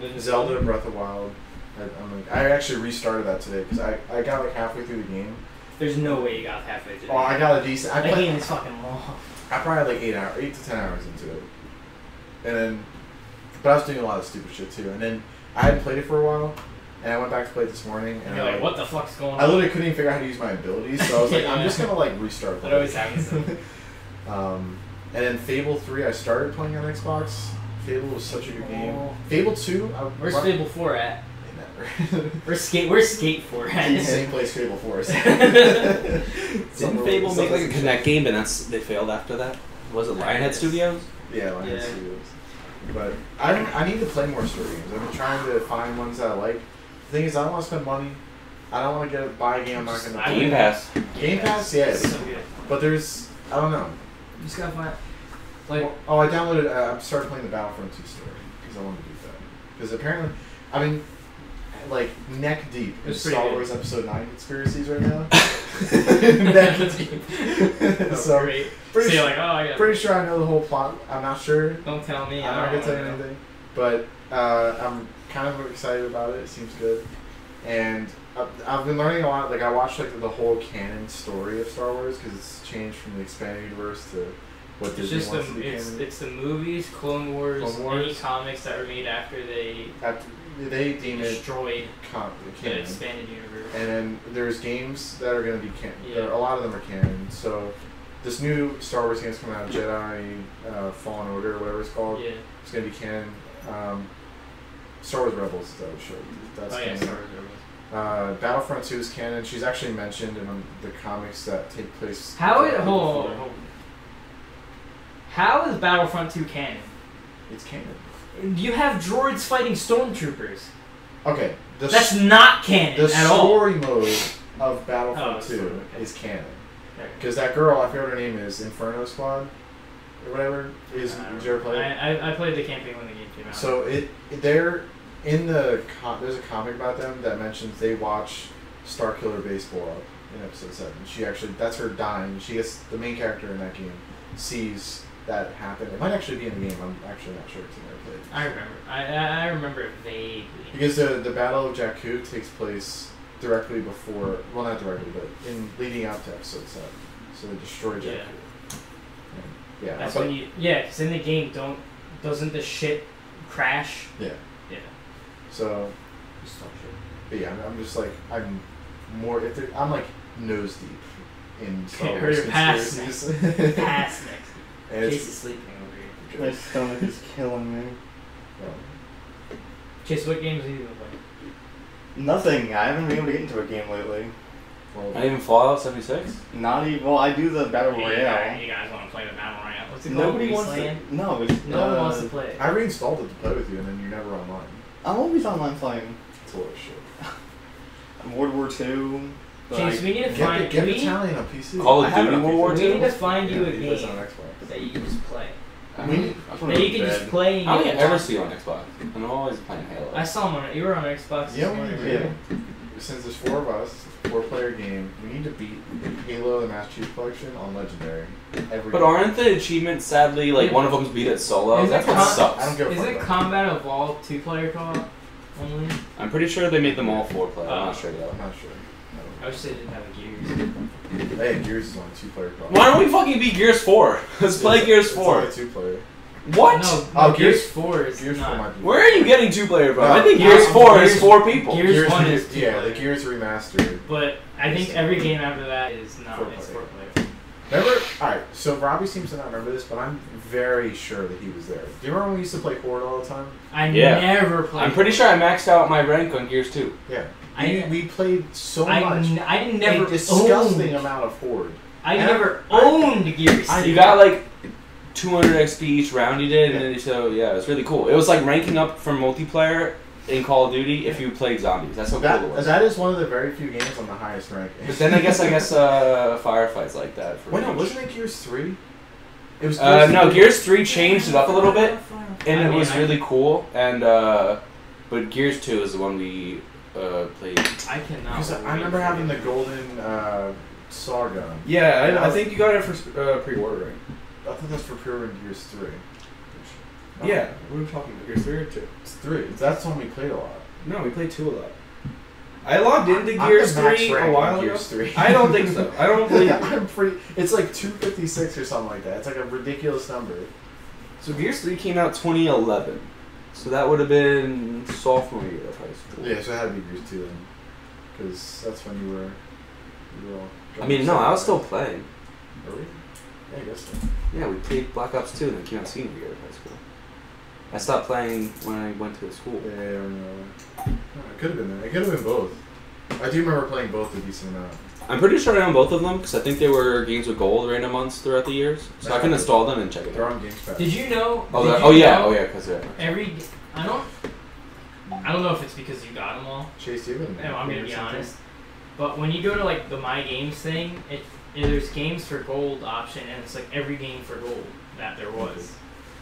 [SPEAKER 4] Then
[SPEAKER 3] Zelda Breath of the Wild. I, I'm like, I actually restarted that today because I, I got like halfway through the game.
[SPEAKER 4] There's no way you got halfway through.
[SPEAKER 3] Oh, I got a decent. I
[SPEAKER 4] that
[SPEAKER 3] played,
[SPEAKER 4] game is fucking long.
[SPEAKER 3] I probably had like eight hours, eight to ten hours into it, and then, but I was doing a lot of stupid shit too. And then I hadn't played it for a while, and I went back to play it this morning, and
[SPEAKER 4] And you're
[SPEAKER 3] I,
[SPEAKER 4] like, what the fuck's going on?
[SPEAKER 3] I literally couldn't even figure out how to use my abilities, so I was like, I'm
[SPEAKER 4] [laughs]
[SPEAKER 3] just gonna like restart.
[SPEAKER 4] That
[SPEAKER 3] the
[SPEAKER 4] always
[SPEAKER 3] whole thing.
[SPEAKER 4] happens.
[SPEAKER 3] [laughs] um, and then Fable Three, I started playing on Xbox. Fable was such a good game.
[SPEAKER 4] Oh.
[SPEAKER 3] Fable Two, I
[SPEAKER 4] Where's
[SPEAKER 3] run-
[SPEAKER 4] Fable 4 at?
[SPEAKER 3] Never.
[SPEAKER 4] Where's Skate? Where's Skate 4 at?
[SPEAKER 3] [laughs]
[SPEAKER 4] [laughs]
[SPEAKER 3] Same place Fable Four is.
[SPEAKER 2] Didn't
[SPEAKER 3] Somewhere-
[SPEAKER 2] Fable make
[SPEAKER 3] somewhere-
[SPEAKER 2] like a Connect game and that's they failed after that? Was it Lionhead Studios?
[SPEAKER 3] Yeah, Lionhead
[SPEAKER 4] Yeah.
[SPEAKER 3] Studios. But I don't, I need to play more story games. I've been trying to find ones that I like. The thing is, I don't want to spend money. I don't want to get a buy a game. I'm not going to
[SPEAKER 4] I
[SPEAKER 3] play.
[SPEAKER 2] Game Pass.
[SPEAKER 3] Game Pass, yes.
[SPEAKER 4] so good.
[SPEAKER 3] But there's, I don't know.
[SPEAKER 4] You just gotta find.
[SPEAKER 3] [laughs]
[SPEAKER 4] Like,
[SPEAKER 3] Well, oh, I downloaded. Uh, I started playing the Battlefront 2 story because I wanted to do that. Because apparently, I mean, like neck deep in
[SPEAKER 4] It's pretty
[SPEAKER 3] Star
[SPEAKER 4] good.
[SPEAKER 3] Wars Episode Nine conspiracies right
[SPEAKER 4] [laughs]
[SPEAKER 3] now. [laughs] neck deep. [laughs]
[SPEAKER 4] so
[SPEAKER 3] so
[SPEAKER 4] great.
[SPEAKER 3] pretty sure-
[SPEAKER 4] so you're like, oh, I got.
[SPEAKER 3] pretty sure I know the whole plot. I'm not sure.
[SPEAKER 4] Don't tell me.
[SPEAKER 3] I'm not
[SPEAKER 4] I
[SPEAKER 3] gonna
[SPEAKER 4] don't
[SPEAKER 3] tell you
[SPEAKER 4] wanna know.
[SPEAKER 3] anything, but uh, I'm kind of excited about it. It seems good, and I've, I've been learning a lot. Like I watched like the whole canon story of Star Wars because it's changed from the expanded universe to what
[SPEAKER 4] It's
[SPEAKER 3] Disney
[SPEAKER 4] just
[SPEAKER 3] wants to
[SPEAKER 4] the
[SPEAKER 3] be
[SPEAKER 4] it's,
[SPEAKER 3] canon.
[SPEAKER 4] it's the movies, Clone Wars,
[SPEAKER 3] Clone Wars.
[SPEAKER 4] any comics that were made after they
[SPEAKER 3] After- they deem it
[SPEAKER 4] destroyed
[SPEAKER 3] con-
[SPEAKER 4] the
[SPEAKER 3] canon,
[SPEAKER 4] expanded universe.
[SPEAKER 3] and then there's games that are going to be canon.
[SPEAKER 4] Yeah.
[SPEAKER 3] A lot of them are canon. So this new Star Wars game that's coming out, Jedi uh, Fallen Order, whatever it's called.
[SPEAKER 4] yeah.
[SPEAKER 3] It's gonna be canon. Um, Star Wars Rebels, though, sure. That's
[SPEAKER 4] oh yeah.
[SPEAKER 3] canon.
[SPEAKER 4] Star Wars. Rebels.
[SPEAKER 3] Uh, Battlefront 2 is canon. She's actually mentioned in um, the comics that take place.
[SPEAKER 4] How it
[SPEAKER 3] directly
[SPEAKER 4] hold, on,
[SPEAKER 3] before.
[SPEAKER 4] hold on. How is Battlefront 2 canon?
[SPEAKER 3] It's canon.
[SPEAKER 4] You have droids fighting stormtroopers.
[SPEAKER 3] Okay. The,
[SPEAKER 4] That's
[SPEAKER 3] s-
[SPEAKER 4] not canon
[SPEAKER 3] the
[SPEAKER 4] at all.
[SPEAKER 3] story mode of Battlefront
[SPEAKER 4] Oh,
[SPEAKER 3] 2
[SPEAKER 4] sorry, okay.
[SPEAKER 3] is canon.
[SPEAKER 4] Okay.
[SPEAKER 3] Because that girl, I forget what her name is, Inferno Squad, or whatever, is
[SPEAKER 4] I don't
[SPEAKER 3] did you ever play? it?
[SPEAKER 4] Uh, I, I, I played the campaign when the game came out.
[SPEAKER 3] So it they're in the com- there's a comic about them that mentions they watch Star Killer Baseball up in episode seven. She actually that's her dying. She gets the main character in that game sees that happen. It might actually be in the game. I'm actually not sure it's in there. But
[SPEAKER 4] I remember. I, I I remember it vaguely.
[SPEAKER 3] because the the Battle of Jakku takes place directly before well not directly but in leading up to episode seven. So they destroy Jakku.
[SPEAKER 4] Yeah.
[SPEAKER 3] And- Yeah.
[SPEAKER 4] That's
[SPEAKER 3] but-
[SPEAKER 4] when you. Yeah, because in the game, don't doesn't the ship crash?
[SPEAKER 3] Yeah.
[SPEAKER 4] Yeah.
[SPEAKER 3] so
[SPEAKER 4] Just don't
[SPEAKER 3] But yeah, I'm, I'm just like I'm more. If there- I'm like nose deep
[SPEAKER 4] [laughs]
[SPEAKER 3] in Star
[SPEAKER 4] Okay,
[SPEAKER 3] Wars
[SPEAKER 4] hurry, pass
[SPEAKER 3] conspiracies. [laughs]
[SPEAKER 4] ship. Pass next.
[SPEAKER 3] and
[SPEAKER 4] Chase
[SPEAKER 3] it's,
[SPEAKER 4] is sleeping over here.
[SPEAKER 5] My stomach is killing me.
[SPEAKER 3] well,
[SPEAKER 4] Chase, what games have you been playing?
[SPEAKER 5] Nothing. I haven't been able to get into a game lately.
[SPEAKER 2] Not even Fallout 76?
[SPEAKER 5] Not even. Well, I do the battle
[SPEAKER 4] Hey,
[SPEAKER 5] royale.
[SPEAKER 4] You guys want to play the battle royale? What's it called?
[SPEAKER 5] Nobody
[SPEAKER 4] Beast
[SPEAKER 5] wants
[SPEAKER 4] Land?
[SPEAKER 5] to. No, it's,
[SPEAKER 4] No one
[SPEAKER 5] uh,
[SPEAKER 4] wants to play it.
[SPEAKER 3] I reinstalled it to play with you, and then you're never online.
[SPEAKER 5] I'm always online playing.
[SPEAKER 3] It's a lot of shit.
[SPEAKER 5] I'm World War Two. but
[SPEAKER 4] James,
[SPEAKER 5] I-
[SPEAKER 4] we need to
[SPEAKER 3] Get, the,
[SPEAKER 4] find.
[SPEAKER 3] get
[SPEAKER 4] we,
[SPEAKER 3] the Italian on PC.
[SPEAKER 2] Call
[SPEAKER 5] I
[SPEAKER 2] of
[SPEAKER 5] have
[SPEAKER 2] Duty
[SPEAKER 5] it on
[SPEAKER 2] World War
[SPEAKER 4] we need
[SPEAKER 2] II?
[SPEAKER 4] to find you
[SPEAKER 3] Yeah,
[SPEAKER 4] a
[SPEAKER 3] it was
[SPEAKER 4] game
[SPEAKER 3] on Xbox.
[SPEAKER 4] that you can just play.
[SPEAKER 5] I
[SPEAKER 3] We need-
[SPEAKER 5] I just wanna
[SPEAKER 4] That
[SPEAKER 5] go
[SPEAKER 4] you
[SPEAKER 5] to
[SPEAKER 4] can just
[SPEAKER 5] bed.
[SPEAKER 4] play. and
[SPEAKER 2] I don't
[SPEAKER 4] you
[SPEAKER 2] think I
[SPEAKER 4] can
[SPEAKER 2] ever
[SPEAKER 4] talk.
[SPEAKER 2] see on Xbox. I'm always playing Halo.
[SPEAKER 4] I saw him on. You were on Xbox.
[SPEAKER 3] Yeah,
[SPEAKER 4] this
[SPEAKER 3] we
[SPEAKER 4] morning,
[SPEAKER 3] need
[SPEAKER 4] right?
[SPEAKER 3] to. Since there's four of us, four-player game, we need to beat Halo: The Master Chief Collection on Legendary. Every
[SPEAKER 2] But aren't the achievements sadly like one of them's beat at solo?
[SPEAKER 4] Is it
[SPEAKER 2] That's what
[SPEAKER 4] con-
[SPEAKER 3] I don't
[SPEAKER 2] sucks.
[SPEAKER 3] give a fuck.
[SPEAKER 4] Isn't
[SPEAKER 3] about
[SPEAKER 4] Combat Evolved two player co op only?
[SPEAKER 2] I'm pretty sure they made them all four player. I'm
[SPEAKER 4] Oh.
[SPEAKER 2] not sure
[SPEAKER 3] it.
[SPEAKER 2] though.
[SPEAKER 3] I'm not sure. I
[SPEAKER 4] I wish they didn't have a Gears.
[SPEAKER 3] don't know. Hey, Gears is only two-player.
[SPEAKER 2] Why don't we fucking beat Gears 4? [laughs] Let's play Gears 4.
[SPEAKER 3] It's only two-player.
[SPEAKER 2] What?
[SPEAKER 4] No,
[SPEAKER 3] Oh,
[SPEAKER 4] no, Gears,
[SPEAKER 3] Gears-
[SPEAKER 4] 4 is
[SPEAKER 3] Gears
[SPEAKER 4] not.
[SPEAKER 3] four might be.
[SPEAKER 2] Where are you getting two player from?
[SPEAKER 3] Uh, No.
[SPEAKER 2] I think
[SPEAKER 4] Yeah,
[SPEAKER 2] Gears 4
[SPEAKER 4] Gears-
[SPEAKER 2] is four people.
[SPEAKER 4] Gears- one is two
[SPEAKER 3] yeah,
[SPEAKER 4] player.
[SPEAKER 3] the Gears remastered.
[SPEAKER 4] But I think every game after that is not.
[SPEAKER 3] Four
[SPEAKER 4] it's
[SPEAKER 3] player.
[SPEAKER 4] four player.
[SPEAKER 3] Remember? All right. So Robbie seems to not remember this, but I'm very sure that he was there. Do you remember when we used to play Horde all the time?
[SPEAKER 4] I
[SPEAKER 2] Yeah.
[SPEAKER 4] never played.
[SPEAKER 2] I'm pretty sure I maxed out my rank on Gears 2.
[SPEAKER 3] Yeah.
[SPEAKER 4] I-
[SPEAKER 3] We, we played so
[SPEAKER 4] I,
[SPEAKER 3] much.
[SPEAKER 4] n- I never
[SPEAKER 3] a disgusting
[SPEAKER 4] owned.
[SPEAKER 3] amount of Horde.
[SPEAKER 4] I
[SPEAKER 3] And
[SPEAKER 4] never
[SPEAKER 3] I-
[SPEAKER 4] owned Gears.
[SPEAKER 3] I-
[SPEAKER 2] You got like 200 XP each round you did, and then you so yeah, it was really cool. It was like ranking up for multiplayer in Call of Duty if you played zombies. That's so cool. It
[SPEAKER 3] Oh, That
[SPEAKER 2] was.
[SPEAKER 3] that is one of the very few games on the highest rank.
[SPEAKER 2] But then I guess I
[SPEAKER 3] [laughs]
[SPEAKER 2] guess uh, firefights like that. For
[SPEAKER 3] Wait, no,
[SPEAKER 2] range.
[SPEAKER 3] wasn't it Gears three? It was.
[SPEAKER 2] Uh, no,
[SPEAKER 3] three.
[SPEAKER 2] Gears 3 changed it up a little bit, and
[SPEAKER 4] I
[SPEAKER 2] it
[SPEAKER 4] mean,
[SPEAKER 2] was
[SPEAKER 4] I-
[SPEAKER 2] really cool. And uh, but Gears 2 is the one we uh, played.
[SPEAKER 4] I cannot.
[SPEAKER 3] Because
[SPEAKER 4] wait
[SPEAKER 3] I remember
[SPEAKER 4] for
[SPEAKER 3] having
[SPEAKER 4] it.
[SPEAKER 3] the golden uh, saw gun.
[SPEAKER 2] Yeah,
[SPEAKER 3] I- I
[SPEAKER 2] think you got it for uh, pre-ordering.
[SPEAKER 3] I thought that's for pre-order in Gears three.
[SPEAKER 2] Yeah, what are we talking about? Gears 3 or 2?
[SPEAKER 3] It's three. That's when we played a lot.
[SPEAKER 2] No, we played 2 a lot. I logged into
[SPEAKER 3] I'm
[SPEAKER 2] Gears
[SPEAKER 3] the max
[SPEAKER 2] 3 a
[SPEAKER 3] rank on
[SPEAKER 2] while ago.
[SPEAKER 3] Gears 3.
[SPEAKER 2] I don't think
[SPEAKER 3] [laughs]
[SPEAKER 2] so. I don't believe it.
[SPEAKER 3] I'm pretty. It's like 256 or something like that. It's like a ridiculous number.
[SPEAKER 2] So Gears 3 came out 2011. So that would have been sophomore year of high school.
[SPEAKER 3] Yeah, so it had to be Gears 2 then. Because that's when you were. You were all
[SPEAKER 2] I mean, no, I was still playing.
[SPEAKER 3] Are we? Yeah, I guess so.
[SPEAKER 2] Yeah, we played Black Ops 2 and it came out senior year of high school. I stopped playing when I went to school.
[SPEAKER 3] Yeah, yeah, yeah, no. No, it could have been that. It could have been both. I do remember playing both a decent amount.
[SPEAKER 2] I'm pretty sure I own both of them because I think they were games with gold random months throughout the years. So I can install them and check it
[SPEAKER 3] They're
[SPEAKER 2] out.
[SPEAKER 3] on GameSpot.
[SPEAKER 4] Did you know?
[SPEAKER 2] Oh,
[SPEAKER 4] did
[SPEAKER 2] that,
[SPEAKER 4] you
[SPEAKER 2] oh yeah,
[SPEAKER 4] know
[SPEAKER 2] oh yeah, because yeah.
[SPEAKER 4] Every I don't. I don't know if it's because you got them all.
[SPEAKER 3] Chase, you haven't.
[SPEAKER 4] No, I'm gonna
[SPEAKER 3] or
[SPEAKER 4] be
[SPEAKER 3] something?
[SPEAKER 4] honest. But when you go to like the My Games thing, it, it there's games for gold option, and it's like every game for gold that there was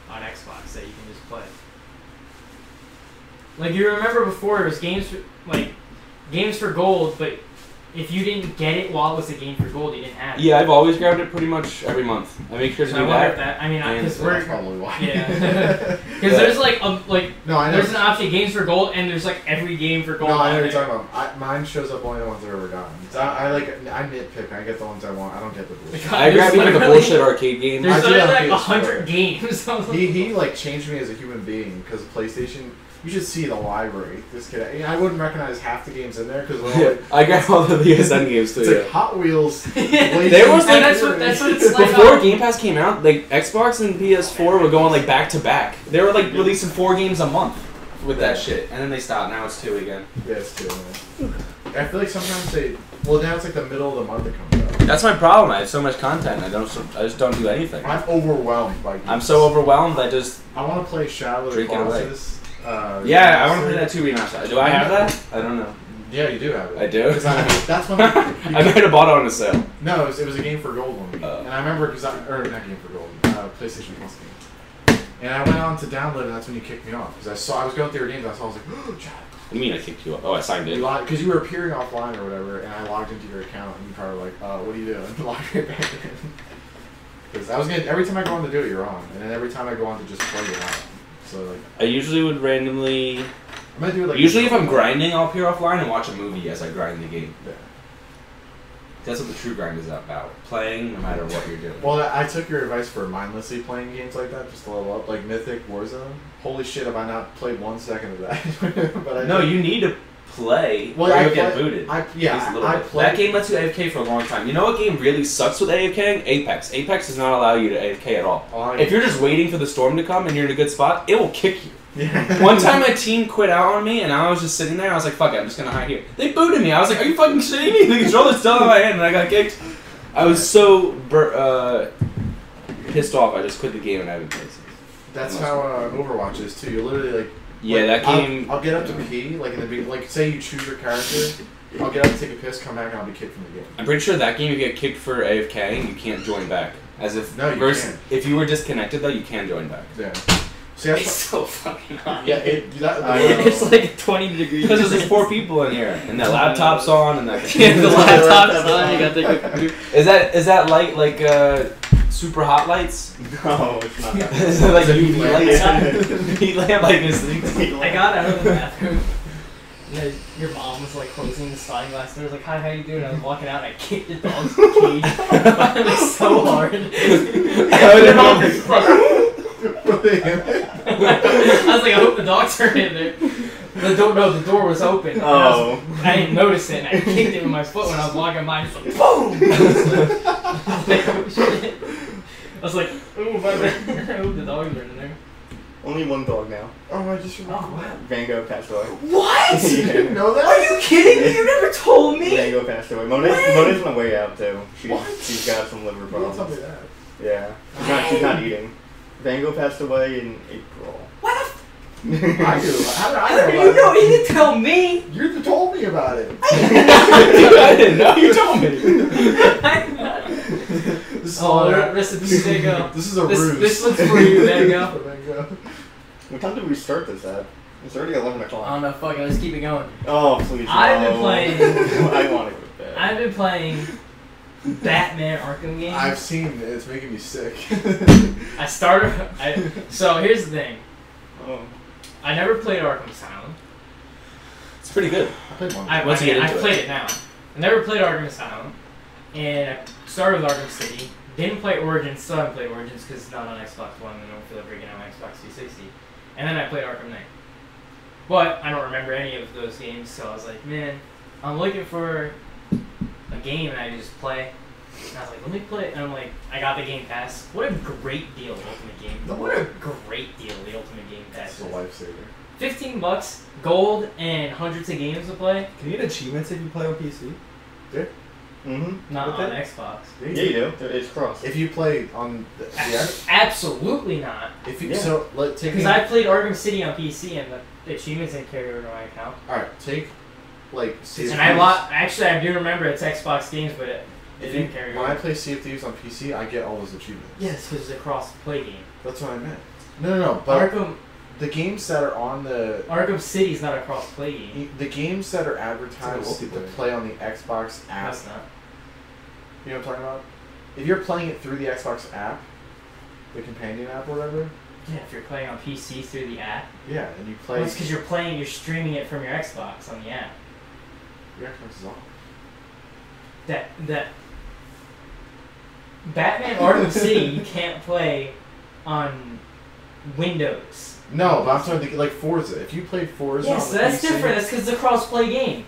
[SPEAKER 4] on Xbox that you can just play. Like you remember before, it was games for, like games for gold, but if you didn't get it while it was a game for gold, you didn't have it.
[SPEAKER 2] Yeah, I've always grabbed it pretty much every month. I make sure to
[SPEAKER 4] So I
[SPEAKER 2] do
[SPEAKER 4] wonder if
[SPEAKER 2] that.
[SPEAKER 4] that. I mean, because
[SPEAKER 2] And-
[SPEAKER 3] That's
[SPEAKER 4] we're
[SPEAKER 3] probably why.
[SPEAKER 4] Yeah. because
[SPEAKER 2] Yeah.
[SPEAKER 4] there's like a like
[SPEAKER 3] [laughs] no, I know.
[SPEAKER 4] there's an option games for gold, and there's like every game for gold.
[SPEAKER 3] No, I
[SPEAKER 4] on
[SPEAKER 3] know what you're
[SPEAKER 4] there.
[SPEAKER 3] talking about. I, mine shows up only the ones I've ever gotten. So I, I like I nitpick. I get the ones I want. I don't get the
[SPEAKER 4] [laughs]
[SPEAKER 3] bullshit.
[SPEAKER 2] I grab even the
[SPEAKER 4] Literally-
[SPEAKER 2] bullshit arcade games.
[SPEAKER 4] There's
[SPEAKER 3] I do
[SPEAKER 4] only
[SPEAKER 3] have
[SPEAKER 4] like
[SPEAKER 3] PS4.
[SPEAKER 4] a hundred games. I was like,
[SPEAKER 3] He,
[SPEAKER 4] [laughs]
[SPEAKER 3] he like changed me as a human being because PlayStation. You should see the library. This kid, I, mean, I wouldn't recognize half the games in there because
[SPEAKER 2] [laughs] Yeah, I grab all the VSN games too.
[SPEAKER 3] it's
[SPEAKER 2] Yeah.
[SPEAKER 3] like Hot
[SPEAKER 4] [laughs]
[SPEAKER 3] Wheels.
[SPEAKER 2] There was,
[SPEAKER 4] and
[SPEAKER 2] like-
[SPEAKER 4] that's what that's what it's like.
[SPEAKER 2] Before
[SPEAKER 4] on-
[SPEAKER 2] Game Pass came out, like Xbox and PS4 were going like back to back. They were like releasing four games a month with that shit, and then they stopped. Now it's two again.
[SPEAKER 3] [laughs] Yes, too. Man. I feel like sometimes they. Well, now it's like the middle of the month that comes out.
[SPEAKER 2] That's my problem. I have so much content. I don't. I just don't do anything.
[SPEAKER 3] I'm overwhelmed by. Games.
[SPEAKER 2] I'm so overwhelmed. I just.
[SPEAKER 3] I want to play Shadow of the
[SPEAKER 2] Drink it away.
[SPEAKER 3] Colossus. Uh,
[SPEAKER 2] Yeah, I want to play that two remaster. Do I have that? I don't [laughs] know.
[SPEAKER 3] Yeah, you do have it.
[SPEAKER 2] I do?
[SPEAKER 3] It's not- that's
[SPEAKER 2] [laughs]
[SPEAKER 3] when you
[SPEAKER 2] I might have bought it on a sale.
[SPEAKER 3] No, it was, it was a game for gold one week,
[SPEAKER 2] Oh.
[SPEAKER 3] and I remember because I or not game for gold, uh, PlayStation Plus game. And I went on to download, and that's when you kicked me off because I saw I was going through your games. and I saw I was like, oh, John,
[SPEAKER 2] I mean, I kicked you up. Oh, I signed
[SPEAKER 3] you
[SPEAKER 2] in.
[SPEAKER 3] logged because you were appearing offline or whatever, and I logged into your account, and you probably were like, uh, what are you doing? [laughs] And logged right back in. Because I was gonna every time I go on to do it, you're on, and then every time I go on to just play, you're on. So like,
[SPEAKER 2] I usually would randomly.
[SPEAKER 3] I'm gonna do it like
[SPEAKER 2] Usually, if I'm grinding, I'll peer offline and watch a movie as I grind the game.
[SPEAKER 3] Yeah.
[SPEAKER 2] That's what the true grind is about. Playing no matter what you're doing.
[SPEAKER 3] Well, I I took your advice for mindlessly playing games like that, just to level up, like Mythic, Warzone. Holy shit, have I not played one second of that? [laughs] but I
[SPEAKER 2] No,
[SPEAKER 3] did.
[SPEAKER 2] you need to play
[SPEAKER 3] Well,
[SPEAKER 2] or
[SPEAKER 3] I
[SPEAKER 2] you'll get
[SPEAKER 3] play-
[SPEAKER 2] booted.
[SPEAKER 3] I-
[SPEAKER 2] At
[SPEAKER 3] yeah,
[SPEAKER 2] least a little
[SPEAKER 3] I
[SPEAKER 2] bit.
[SPEAKER 3] play-
[SPEAKER 2] That game lets you AFK for a long time. You know what game really sucks with AFKing? Apex. Apex does not allow you to AFK at all.
[SPEAKER 3] Oh,
[SPEAKER 2] If you're just waiting for the storm to come and you're in a good spot, it will kick you.
[SPEAKER 3] [laughs] yeah.
[SPEAKER 2] [laughs] One time my team quit out on me and I was just sitting there. I was like, fuck it, I'm just gonna hide here. They booted me. I was like, are you fucking shitting me? The controller's still in my hand and I got kicked. I was so bur- uh, pissed off. I just quit the game and I haven't played since.
[SPEAKER 3] That's how uh, Overwatch is too. You literally like.
[SPEAKER 2] Yeah,
[SPEAKER 3] like,
[SPEAKER 2] that
[SPEAKER 3] I'll-
[SPEAKER 2] game.
[SPEAKER 3] I'll, get up to pee, like in the beginning. Like, say you choose your character, I'll get up, take a piss, come back, and I'll be kicked from the game.
[SPEAKER 2] I'm pretty sure that game you get kicked for AFK you can't join back. As if
[SPEAKER 3] No, you
[SPEAKER 2] vers-
[SPEAKER 3] can't.
[SPEAKER 2] if you were disconnected though, you can join back.
[SPEAKER 3] Yeah. See, that's
[SPEAKER 4] It's so fucking hot.
[SPEAKER 3] yeah. It,
[SPEAKER 2] [laughs]
[SPEAKER 3] that,
[SPEAKER 5] I know.
[SPEAKER 4] it's like 20
[SPEAKER 2] [laughs]
[SPEAKER 4] degrees.
[SPEAKER 2] Because there's like four people in here and their laptops on [laughs] and that.
[SPEAKER 4] [laughs] yeah, the laptop's on. You got the [laughs]
[SPEAKER 2] Is that is that light like uh, super hot lights?
[SPEAKER 5] [laughs] No,
[SPEAKER 4] [laughs]
[SPEAKER 5] it's not
[SPEAKER 2] [laughs]
[SPEAKER 5] that.
[SPEAKER 2] is it like UV lights?
[SPEAKER 5] [laughs]
[SPEAKER 2] [laughs]
[SPEAKER 5] Yeah.
[SPEAKER 2] Heat lamp like this [laughs] thing.
[SPEAKER 5] [laughs]
[SPEAKER 4] I got out of the [laughs] bathroom. And then your mom was like closing the sliding glass door. I was like, "Hi, how you doing?" I was walking out. and I kicked the dog's cage. [laughs] it was so hard.
[SPEAKER 2] Oh, would have
[SPEAKER 4] [laughs] I was like, "I hope the dogs are in there." The door, no, the door was open. and I was
[SPEAKER 5] Oh.
[SPEAKER 4] I didn't notice it, and I kicked it with my foot when I was walking by. It's like boom! I was like, oh shit! I was like, ooh, my bad. [laughs] Ooh, the dogs are in there.
[SPEAKER 5] [laughs] Only one dog now.
[SPEAKER 3] oh, I just remembered. [laughs]
[SPEAKER 5] Van Gogh passed
[SPEAKER 4] [laughs]
[SPEAKER 5] away. [laughs]
[SPEAKER 4] What?
[SPEAKER 3] You didn't know that?
[SPEAKER 4] kidding me? You never told
[SPEAKER 5] Van Gogh passed away. Monet, Monet's on the way out though. She's,
[SPEAKER 3] What?
[SPEAKER 5] she's got some liver
[SPEAKER 3] You don't tell me
[SPEAKER 5] problems.
[SPEAKER 3] that.
[SPEAKER 5] Yeah. She's not, she's not eating. Van Gogh passed away in April.
[SPEAKER 4] What?
[SPEAKER 3] I
[SPEAKER 5] [laughs] I
[SPEAKER 3] do. How did I know? about it?
[SPEAKER 4] You didn't tell me.
[SPEAKER 3] You th- told me about it.
[SPEAKER 5] [laughs]
[SPEAKER 2] I didn't know. You told
[SPEAKER 4] [laughs]
[SPEAKER 2] me.
[SPEAKER 3] This is
[SPEAKER 4] [laughs] oh,
[SPEAKER 3] all-
[SPEAKER 4] re- rest in peace, Van Gogh.
[SPEAKER 3] [laughs] This is a
[SPEAKER 4] This-
[SPEAKER 3] ruse.
[SPEAKER 4] this one's for you, Van
[SPEAKER 3] [laughs]
[SPEAKER 4] Gogh.
[SPEAKER 3] Van Gogh.
[SPEAKER 5] What time did we start this at? It's already 11
[SPEAKER 4] I
[SPEAKER 5] o'clock.
[SPEAKER 4] don't know. Fuck it. Let's keep it going.
[SPEAKER 5] Oh, please.
[SPEAKER 4] Um, I've been
[SPEAKER 5] no.
[SPEAKER 4] playing-
[SPEAKER 5] [laughs] I want to go to bed.
[SPEAKER 4] I've been playing Batman Arkham games.
[SPEAKER 3] I've seen it. It's making me sick.
[SPEAKER 4] I started. I, so here's the thing.
[SPEAKER 5] Oh.
[SPEAKER 4] I never played Arkham Asylum.
[SPEAKER 2] It's pretty good.
[SPEAKER 3] I played one.
[SPEAKER 4] I,
[SPEAKER 2] Once
[SPEAKER 4] I,
[SPEAKER 2] you get
[SPEAKER 4] I
[SPEAKER 2] into it.
[SPEAKER 4] played it now. I never played Arkham Asylum, and I started with Arkham City. Didn't play Origins, still haven't played Origins because it's not on Xbox One, and I don't feel like bringing it on Xbox 360. And then I played Arkham Knight. But I don't remember any of those games, so I was like, man, I'm looking for a game, and I just play. And I was like, let me play. it. And I'm like, I got the Game Pass. What a great deal, Ultimate Game. What a great deal, the Ultimate Game Pass.
[SPEAKER 3] [laughs] It's a
[SPEAKER 4] is.
[SPEAKER 3] lifesaver.
[SPEAKER 4] 15 bucks, gold, and hundreds of games to play.
[SPEAKER 1] Can you get achievements if you play on PC?
[SPEAKER 5] Mm-hmm.
[SPEAKER 4] Not
[SPEAKER 1] With
[SPEAKER 4] on Xbox.
[SPEAKER 5] Yeah, you do. It's cross.
[SPEAKER 3] If you play on the, yeah,
[SPEAKER 4] A- Absolutely not.
[SPEAKER 3] if you
[SPEAKER 5] Yeah.
[SPEAKER 3] so let take
[SPEAKER 4] Because
[SPEAKER 3] an-
[SPEAKER 4] I played Arkham City on PC and the achievements didn't carry over to my account.
[SPEAKER 3] all right take like Sea of
[SPEAKER 4] And I
[SPEAKER 3] Thieves.
[SPEAKER 4] lo- actually I do remember it's Xbox games, but it, it
[SPEAKER 3] If
[SPEAKER 4] didn't
[SPEAKER 3] you-
[SPEAKER 4] carry
[SPEAKER 3] when I
[SPEAKER 4] over.
[SPEAKER 3] play Sea of Thieves on PC, I get all those achievements.
[SPEAKER 4] Yes, because it's a cross-play game.
[SPEAKER 3] that's what I meant. No, no, no. But
[SPEAKER 4] Arkham
[SPEAKER 3] the games that are on the
[SPEAKER 4] Arkham City is not a cross-play game.
[SPEAKER 3] the games that are advertised to
[SPEAKER 1] multiplayer.
[SPEAKER 3] play on the Xbox
[SPEAKER 4] No,
[SPEAKER 3] app
[SPEAKER 4] it's not.
[SPEAKER 3] You know what I'm talking about? If you're playing it through the Xbox app, the companion app or whatever,
[SPEAKER 4] Yeah, if you're playing on PC through the app,
[SPEAKER 3] yeah, and you play
[SPEAKER 4] well, it's because you're playing, you're streaming it from your Xbox on the app.
[SPEAKER 3] your Xbox is off.
[SPEAKER 4] That that Batman Arkham City you can't play on Windows.
[SPEAKER 3] No, but I'm talking to, like Forza. If you played Forza,
[SPEAKER 4] Yes,
[SPEAKER 3] on the
[SPEAKER 4] that's
[SPEAKER 3] PC,
[SPEAKER 4] different. That's because it's a cross-play game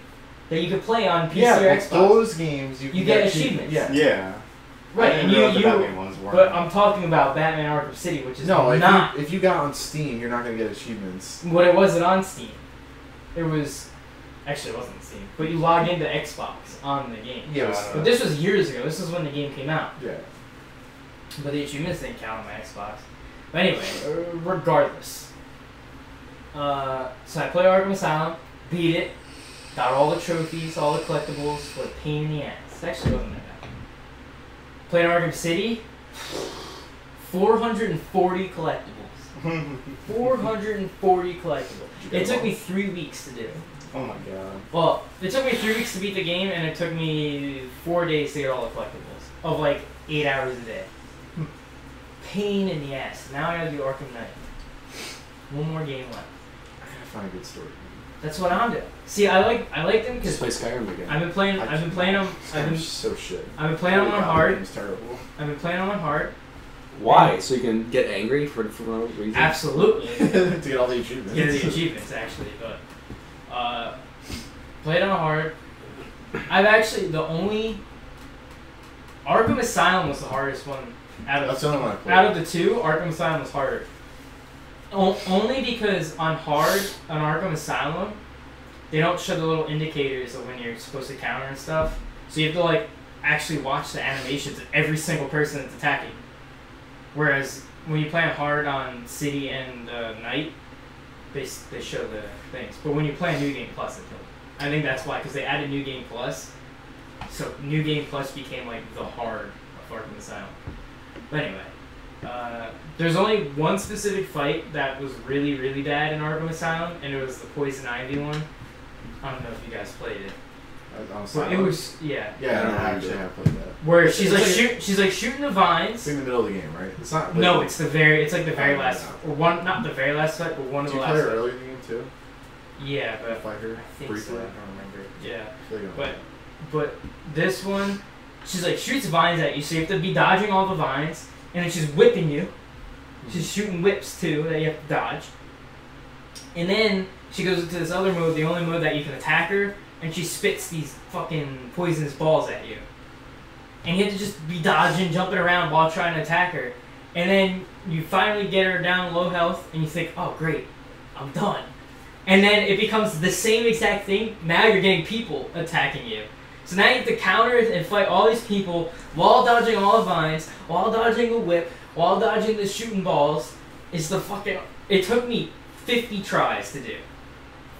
[SPEAKER 4] that you can play on PC
[SPEAKER 3] yeah,
[SPEAKER 4] or
[SPEAKER 3] but
[SPEAKER 4] Xbox.
[SPEAKER 3] those games you,
[SPEAKER 4] You
[SPEAKER 3] can
[SPEAKER 4] get
[SPEAKER 3] achieve-
[SPEAKER 4] achievements.
[SPEAKER 3] Yeah.
[SPEAKER 5] yeah.
[SPEAKER 4] right,
[SPEAKER 5] I
[SPEAKER 4] and
[SPEAKER 5] didn't realize
[SPEAKER 4] you,
[SPEAKER 5] the Batman
[SPEAKER 4] you.
[SPEAKER 5] ones were.
[SPEAKER 4] But um, I'm talking about Batman Arkham City, which is
[SPEAKER 3] No, if
[SPEAKER 4] not
[SPEAKER 3] you, if you got on Steam, you're not gonna get achievements.
[SPEAKER 4] what it was on Steam. It was actually it wasn't Steam, but you logged into Xbox on the game.
[SPEAKER 3] Yeah,
[SPEAKER 5] Uh,
[SPEAKER 4] But this was years ago. This is when the game came out.
[SPEAKER 3] yeah.
[SPEAKER 4] But the achievements didn't count on my Xbox. But anyway, uh, regardless. Uh, so I played Arkham Asylum, beat it, got all the trophies, all the collectibles, what a pain in the ass. It actually wasn't that bad. Played Arkham City, 440 collectibles. 440 collectibles. It took me three weeks to do.
[SPEAKER 5] oh my god.
[SPEAKER 4] Well, it took me three weeks to beat the game, and it took me four days to get all the collectibles of like eight hours a day. Pain in the ass. Now I gotta do Arkham Knight. One more game left.
[SPEAKER 3] I gotta find a good story.
[SPEAKER 4] That's what I'm doing. See, I like I like them
[SPEAKER 2] Just
[SPEAKER 4] because
[SPEAKER 2] play Skyrim again.
[SPEAKER 4] I've been playing I've been playing them
[SPEAKER 3] This
[SPEAKER 4] I've
[SPEAKER 3] game's
[SPEAKER 4] been,
[SPEAKER 3] so shit.
[SPEAKER 4] I've been playing them on hard.
[SPEAKER 3] It's terrible. [laughs]
[SPEAKER 4] I've been playing them on hard.
[SPEAKER 2] Why? So you can get angry for, for no reason?
[SPEAKER 4] Absolutely.
[SPEAKER 3] to get all the achievements.
[SPEAKER 4] get
[SPEAKER 3] [laughs]
[SPEAKER 4] the achievements actually, but uh, played on hard. I've actually the only Arkham Asylum was the hardest one out
[SPEAKER 3] That's
[SPEAKER 4] of
[SPEAKER 3] the only one I played.
[SPEAKER 4] out of the two. Arkham Asylum was harder, o- only because on hard on Arkham Asylum, they don't show the little indicators of when you're supposed to counter and stuff. So you have to like actually watch the animations of every single person that's attacking. Whereas when you play on hard on City and uh, Night, they, s- they show the things. But when you play New Game Plus, it doesn't. I think that's why, because they added New Game Plus. So New Game Plus became like the hard of Arkham Asylum. But anyway, uh, there's only one specific fight that was really, really bad in Arkham Asylum, and it was the Poison Ivy one. I don't know if you guys played it.
[SPEAKER 3] I- on
[SPEAKER 4] But it
[SPEAKER 3] Silent.
[SPEAKER 4] was, yeah.
[SPEAKER 3] Yeah, I
[SPEAKER 2] I
[SPEAKER 3] don't
[SPEAKER 2] don't
[SPEAKER 3] actually
[SPEAKER 2] remember.
[SPEAKER 3] have played that.
[SPEAKER 4] Where
[SPEAKER 3] It's
[SPEAKER 4] she's like,
[SPEAKER 3] like-
[SPEAKER 4] shoot, she's like shooting the
[SPEAKER 3] It's
[SPEAKER 4] vines.
[SPEAKER 3] in the middle of the game, right? It's not.
[SPEAKER 4] No,
[SPEAKER 3] like-
[SPEAKER 4] it's the very, it's like the very
[SPEAKER 3] Oh,
[SPEAKER 4] last,
[SPEAKER 3] no.
[SPEAKER 4] or one, not the very last fight, but one of
[SPEAKER 3] Did
[SPEAKER 4] the
[SPEAKER 3] you
[SPEAKER 4] last.
[SPEAKER 3] play it
[SPEAKER 4] fight.
[SPEAKER 3] earlier in the game too?
[SPEAKER 4] Yeah,
[SPEAKER 3] If
[SPEAKER 4] but
[SPEAKER 3] I heard
[SPEAKER 4] I think
[SPEAKER 3] briefly.
[SPEAKER 4] so. I don't remember. Yeah.
[SPEAKER 3] I feel like I'm-
[SPEAKER 4] But but this one, she's like shoots vines at you, so you have to be dodging all the vines, and then she's whipping you. She's shooting whips too that you have to dodge. And then she goes into this other mode, the only mode that you can attack her, and she spits these fucking poisonous balls at you. And you have to just be dodging, jumping around while trying to attack her. And then you finally get her down low health, and you think, oh great, I'm done. And then it becomes the same exact thing. Now you're getting people attacking you. So now you have to counter and fight all these people while dodging all the vines, while dodging a whip, while dodging the shooting balls. It's the fucking. It took me 50 tries to do.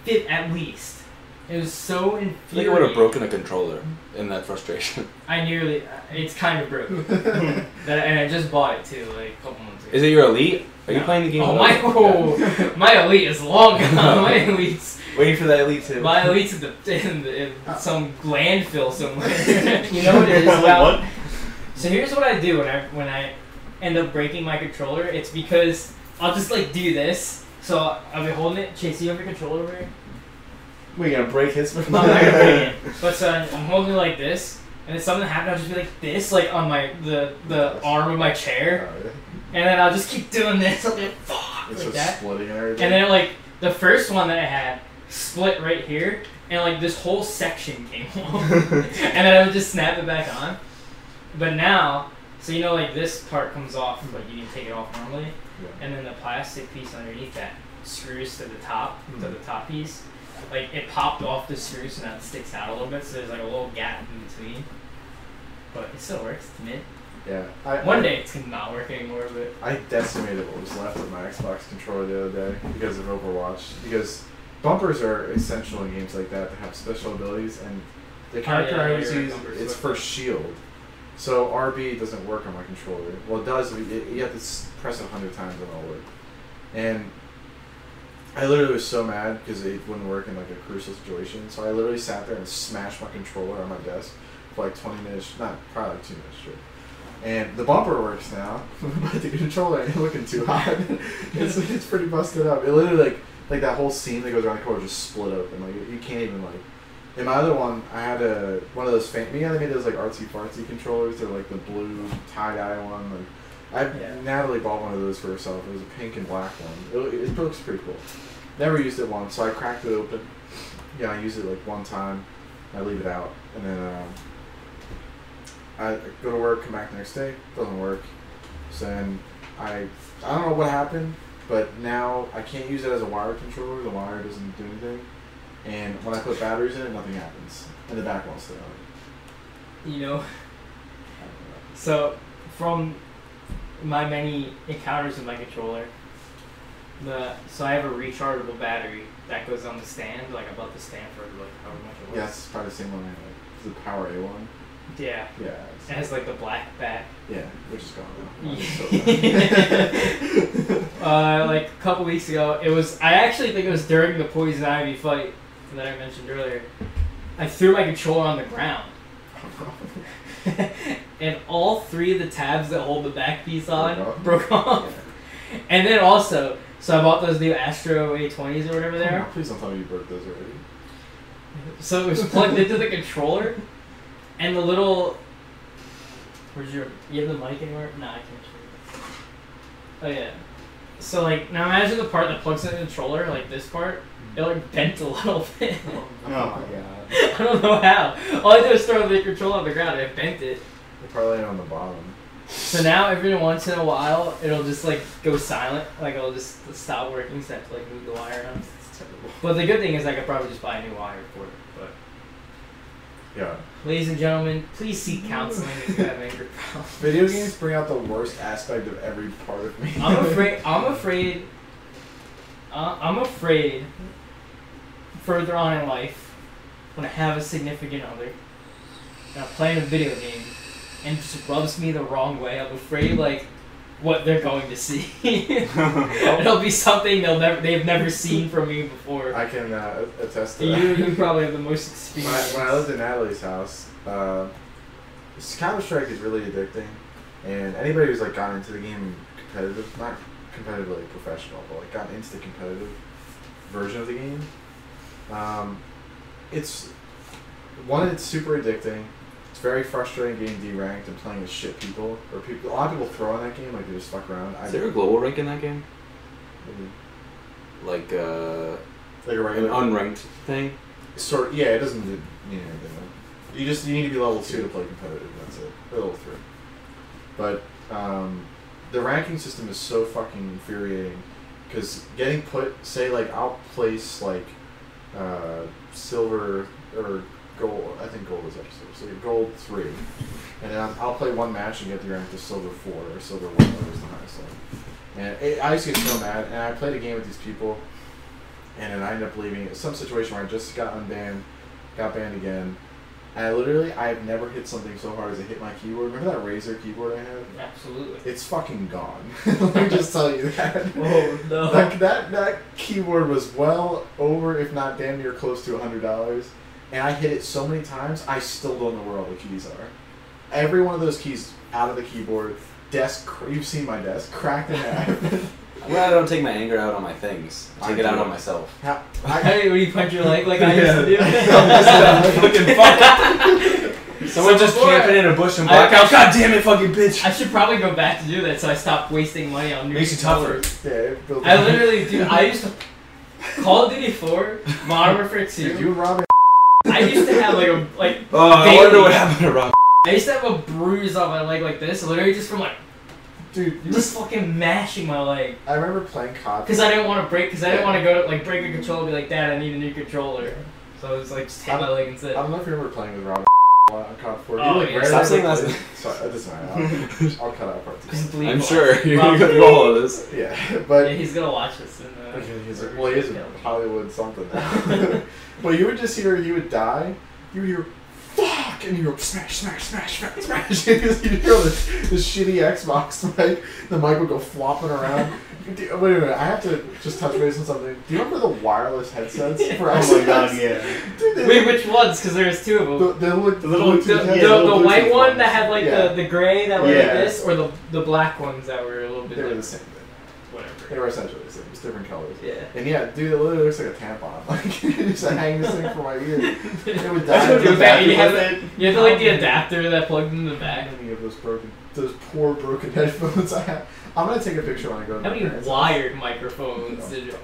[SPEAKER 4] Fit at least. It was so
[SPEAKER 2] I think I would have
[SPEAKER 4] infuriating.
[SPEAKER 2] broken a controller in that frustration.
[SPEAKER 4] I nearly. uh, It's kind of broken. that, and I just bought it too, like a couple months
[SPEAKER 2] [laughs]
[SPEAKER 4] ago.
[SPEAKER 2] Is it your elite? Are you
[SPEAKER 4] No.
[SPEAKER 2] playing the game?
[SPEAKER 4] Oh
[SPEAKER 2] with
[SPEAKER 4] my!
[SPEAKER 2] elite?
[SPEAKER 4] Oh, my elite is long. my elite's
[SPEAKER 2] Yeah. [laughs] Waiting for that elite to.
[SPEAKER 4] My elite's in, the, in, the, in some landfill somewhere. you know what it is
[SPEAKER 5] [laughs] Like,
[SPEAKER 4] about?
[SPEAKER 5] what?
[SPEAKER 4] So here's what I do when I when I end up breaking my controller. It's because I'll just like do this, So, are we holding it? Chase, you have your controller over here?
[SPEAKER 2] We're gonna break
[SPEAKER 3] [laughs]
[SPEAKER 4] [laughs]
[SPEAKER 2] his.
[SPEAKER 4] No, I'm not gonna bring it. But so I'm, I'm holding it like this, and if something happened, I'll just be like this, like on my the the arm of my chair,
[SPEAKER 3] Oh, yeah.
[SPEAKER 4] and then I'll just keep doing this. I'll be like, fuck,
[SPEAKER 3] It's
[SPEAKER 4] like
[SPEAKER 3] just
[SPEAKER 4] that.
[SPEAKER 3] splitting and everything.
[SPEAKER 4] And then like the first one that I had split right here, and like this whole section came [laughs] off, and then I would just snap it back on. But now, so you know, like this part comes off, but you can take it off normally,
[SPEAKER 3] Yeah.
[SPEAKER 4] and then the plastic piece underneath that screws to the top, to the top piece. Like it popped off the screw, so now it sticks out a little bit. So there's like a little gap in between. But it still works. It's mint.
[SPEAKER 3] yeah. I, I-
[SPEAKER 4] One day it's gonna not work anymore, but
[SPEAKER 3] I decimated what was left of my Xbox controller the other day because of Overwatch. Because bumpers are essential in games like that to have special abilities, and the character
[SPEAKER 4] Oh, yeah,
[SPEAKER 3] I always
[SPEAKER 4] your
[SPEAKER 3] use
[SPEAKER 4] bumpers
[SPEAKER 3] is
[SPEAKER 4] look
[SPEAKER 3] for
[SPEAKER 4] like-
[SPEAKER 3] shield. So RB doesn't work on my controller. Well, it does. But you, you have to s- press it a hundred times and it'll work. And I literally was so mad because it wouldn't work in like a crucial situation. So I literally sat there and smashed my controller on my desk for like twenty minutes. Not probably like two minutes straight. And the bumper works now, [laughs] but the controller ain't looking too hot. [laughs] it's, it's pretty busted up. It literally like like that whole seam that goes around the corner just split open. Like you can't even like. In my other one, I had a one of those fan. Me, I made those like artsy fartsy controllers. They're like the blue tie dye one. Like, I
[SPEAKER 4] Yeah.
[SPEAKER 3] Natalie bought one of those for herself. It was a pink and black one. It, it looks pretty cool. Never used it once, so I cracked it open. Yeah, I used it like one time. I leave it out, and then um, I go to work, come back the next day, doesn't work. So then I I don't know what happened, but now I can't use it as a wire controller. The wire doesn't do anything, and when I put batteries in it, nothing happens, and the back won't stay on.
[SPEAKER 4] you know. So, from my many encounters with my controller, the so I have a rechargeable battery that goes on the stand. Like I bought the stand for like however much it was.
[SPEAKER 3] Yeah, it's probably the same one. I had. It's the Power A one.
[SPEAKER 4] Yeah.
[SPEAKER 3] Yeah. it's-
[SPEAKER 4] It has like the black back.
[SPEAKER 3] yeah, which is gone now.
[SPEAKER 4] Yeah.
[SPEAKER 3] It's so bad.
[SPEAKER 4] Uh, like a couple weeks ago, it was. I actually think it was during the poison ivy fight that I mentioned earlier. I threw my controller on the ground, [laughs] and all three of the tabs that hold the back piece on
[SPEAKER 3] Broke off.
[SPEAKER 4] broke off. And then also, so I bought those new Astro A20s or whatever they
[SPEAKER 3] Oh,
[SPEAKER 4] are.
[SPEAKER 3] [laughs] please don't tell me you broke those already.
[SPEAKER 4] So it was plugged into the controller, and the little. Where's your? You have the mic anywhere? No, I can't. show you. Oh yeah. So like now imagine the part that plugs into the controller, like this part, it like bent a little [laughs] bit.
[SPEAKER 5] Oh my god.
[SPEAKER 4] I don't know how. All I did was throw the controller on the ground and it bent it.
[SPEAKER 3] They're probably on the bottom.
[SPEAKER 4] So now every once in a while it'll just like go silent, like it'll just stop working, so I have to like move the wire around.
[SPEAKER 3] It's terrible.
[SPEAKER 4] But the good thing is I could probably just buy a new wire for it. But
[SPEAKER 3] Yeah.
[SPEAKER 4] ladies and gentlemen, please seek counseling if you have anger problems.
[SPEAKER 3] Video games bring out the worst aspect of every part of me. [laughs]
[SPEAKER 4] I'm afraid. I'm afraid. Uh, I'm afraid. Further on in life, when I have a significant other, and I'm playing a video game, and it just rubs me the wrong way, I'm afraid like what they're going to see. [laughs] It'll be something they'll never they've never seen from me before.
[SPEAKER 3] I can uh, attest to
[SPEAKER 4] you
[SPEAKER 3] that.
[SPEAKER 4] you probably have the
[SPEAKER 3] [laughs]
[SPEAKER 4] most
[SPEAKER 3] when,
[SPEAKER 4] experience.
[SPEAKER 3] I, when I lived in Natalie's house, uh, Counter Strike is really addicting, and anybody who's like gotten into the game competitive, not competitive like professional, but like gotten into the competitive version of the game, um, it's one. It's super addicting. It's very frustrating getting deranked and playing with shit people or people. A lot of people throw in that game like they just fuck around. I
[SPEAKER 2] Is there a global rank in that game?
[SPEAKER 3] maybe-
[SPEAKER 2] Like uh,
[SPEAKER 3] like a
[SPEAKER 2] an
[SPEAKER 3] regular
[SPEAKER 2] unranked thing?
[SPEAKER 3] sort. Yeah, it doesn't do- mean anything. though. You just you need to be level two to play competitive. That's it. Or level three. But um, the ranking system is so fucking infuriating because getting put, say, like I'll place like uh, silver or gold. I think gold is up silver. So you're gold three, and then I'll, I'll play one match and get the rank to silver four or silver one, whatever's the highest level. And it, I used to get so mad. And I played a game with these people, and then I ended up leaving. It was some situation where I just got unbanned, got banned again. I literally, I have never hit something so hard as I hit my keyboard. Remember that Razer keyboard I had?
[SPEAKER 4] Absolutely.
[SPEAKER 3] It's fucking gone. [laughs] Let me just tell you that.
[SPEAKER 4] Oh no.
[SPEAKER 3] Like that, that keyboard was well over, if not damn near close to hundred dollars, and I hit it so many times. I still don't know where all the keys are.
[SPEAKER 4] [laughs]
[SPEAKER 3] Every one of those keys out of the keyboard. Desk, cr- you've seen my desk, cracked in half.
[SPEAKER 2] I'm glad I don't take my anger out on my things. I take
[SPEAKER 3] I
[SPEAKER 2] it out
[SPEAKER 3] do.
[SPEAKER 2] on myself.
[SPEAKER 3] How, I,
[SPEAKER 4] Hey, when you punch your leg like I used to do.
[SPEAKER 2] fucking [laughs] Someone just
[SPEAKER 4] before-
[SPEAKER 2] camping in a bush and
[SPEAKER 4] I-
[SPEAKER 2] black out. God damn it, fucking bitch.
[SPEAKER 4] [laughs] I should probably go back to do that so I stop wasting money on new
[SPEAKER 2] Makes you tougher.
[SPEAKER 4] controllers.
[SPEAKER 3] yeah, it built
[SPEAKER 4] I
[SPEAKER 3] up.
[SPEAKER 4] literally, dude, I used to. Call of Duty 4, Modern Warfare
[SPEAKER 3] Dude,
[SPEAKER 4] 2.
[SPEAKER 3] you robbing.
[SPEAKER 4] I used to have like a like
[SPEAKER 2] Oh, I
[SPEAKER 4] Daily.
[SPEAKER 2] wonder what happened to Rob.
[SPEAKER 4] I used to have a bruise on my leg like this, literally just from like
[SPEAKER 3] Dude, you
[SPEAKER 4] just fucking mashing my leg
[SPEAKER 3] I remember playing COD.
[SPEAKER 4] because I didn't want to break because I didn't want to go to like break a controller and be like, Dad, I need a new controller. So I was like, just hit my leg
[SPEAKER 3] I
[SPEAKER 4] instead.
[SPEAKER 3] don't know if you remember playing with Rob [laughs] on COD 4.
[SPEAKER 4] Oh,
[SPEAKER 3] like,
[SPEAKER 4] yeah.
[SPEAKER 3] rarely
[SPEAKER 2] Stop
[SPEAKER 3] ever
[SPEAKER 2] saying that.
[SPEAKER 3] played- Sorry, it doesn't matter.
[SPEAKER 4] [laughs]
[SPEAKER 3] I'll, I'll cut out part two.
[SPEAKER 4] Just bleep
[SPEAKER 2] I'm
[SPEAKER 4] off.
[SPEAKER 2] sure [laughs] you're gonna
[SPEAKER 4] Rob.
[SPEAKER 2] go through all of this.
[SPEAKER 3] Yeah,
[SPEAKER 4] Yeah,
[SPEAKER 3] but
[SPEAKER 4] he's gonna watch this. In, uh,
[SPEAKER 3] Okay, he's a, well, he is a Hollywood
[SPEAKER 5] [laughs]
[SPEAKER 3] something. [laughs] Now. but you would just hear you would die. You would hear fuck, and you go smash, smash, smash, smash, smash. [laughs] you would hear the, the shitty Xbox [laughs] mic. The mic would go flopping around. [laughs] Do- Wait a minute, I have to just touch base on something. Do you remember the wireless headsets for
[SPEAKER 5] Oh my god,
[SPEAKER 4] [laughs]
[SPEAKER 5] yeah.
[SPEAKER 3] [laughs] Dude, they
[SPEAKER 4] Wait,
[SPEAKER 3] look-
[SPEAKER 4] which ones? Because there's two of them.
[SPEAKER 3] The, they look,
[SPEAKER 5] The little-
[SPEAKER 3] Bluetooth
[SPEAKER 4] The,
[SPEAKER 5] yeah,
[SPEAKER 3] headsets.
[SPEAKER 4] the,
[SPEAKER 5] the
[SPEAKER 4] the
[SPEAKER 5] Bluetooth
[SPEAKER 4] white one
[SPEAKER 5] ones.
[SPEAKER 4] that had like
[SPEAKER 3] Yeah.
[SPEAKER 4] the, the gray that were
[SPEAKER 5] Yeah.
[SPEAKER 4] like this, or the the black ones that were a little bit
[SPEAKER 3] They were the
[SPEAKER 4] different.
[SPEAKER 3] same thing. They
[SPEAKER 4] Whatever.
[SPEAKER 3] were essentially the same, just different colors.
[SPEAKER 4] Yeah.
[SPEAKER 3] And yeah, dude, it literally looks like a tampon. [laughs] Like, you just hang this thing from my ear. It would
[SPEAKER 5] That's
[SPEAKER 3] die.
[SPEAKER 4] Dude,
[SPEAKER 5] what you're
[SPEAKER 4] you had
[SPEAKER 5] happy with
[SPEAKER 4] the-
[SPEAKER 5] it.
[SPEAKER 4] You had the, like the adapter that plugged in the back.
[SPEAKER 3] How many of those broken, those poor broken [laughs] headphones I have? I'm gonna take a picture when I go. to my
[SPEAKER 4] How many
[SPEAKER 3] parents'
[SPEAKER 4] wired microphones did you?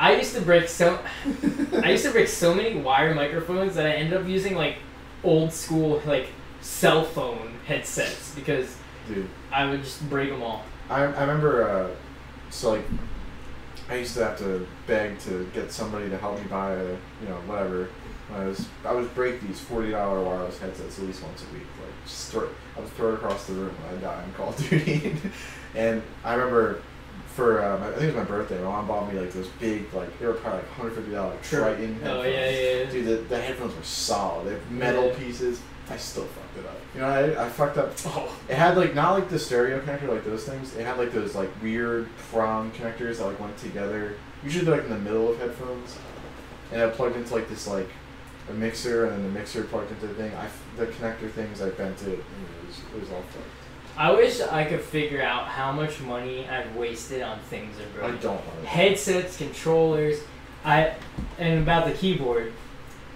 [SPEAKER 4] I used to break so
[SPEAKER 3] house.
[SPEAKER 4] I used to break so many wired microphones that I ended up using like old school like cell phone headsets because
[SPEAKER 3] [laughs] Dude,
[SPEAKER 4] I would just break them all.
[SPEAKER 3] I, I remember. Uh, so like, I used to have to beg to get somebody to help me buy a, you know, whatever. I was I would break these forty dollar wireless headsets at least once a week. Like, just throw, I would throw it across the room when I die in Call of Duty. [laughs] and I remember. For uh, my, I think it was my birthday. My mom bought me like those big, like they were probably like hundred fifty dollar
[SPEAKER 4] Sure.
[SPEAKER 3] Triton headphones.
[SPEAKER 4] Oh yeah, yeah, yeah.
[SPEAKER 3] Dude, the, the headphones were solid. They have metal
[SPEAKER 4] Yeah.
[SPEAKER 3] pieces. I still fucked it up. You know, I, I fucked up.
[SPEAKER 4] Oh,
[SPEAKER 3] It had like not like the stereo connector, like those things. It had like those like weird prong connectors that like went together. Usually they're like in the middle of headphones, and I plugged into like this like a mixer, and then the mixer plugged into the thing. I f- the connector things I bent it, and it was it was all fucked.
[SPEAKER 4] I wish I could figure out how much money I've wasted on things that
[SPEAKER 3] I
[SPEAKER 4] broken.
[SPEAKER 3] don't want it.
[SPEAKER 4] headsets, controllers. I and about the keyboard.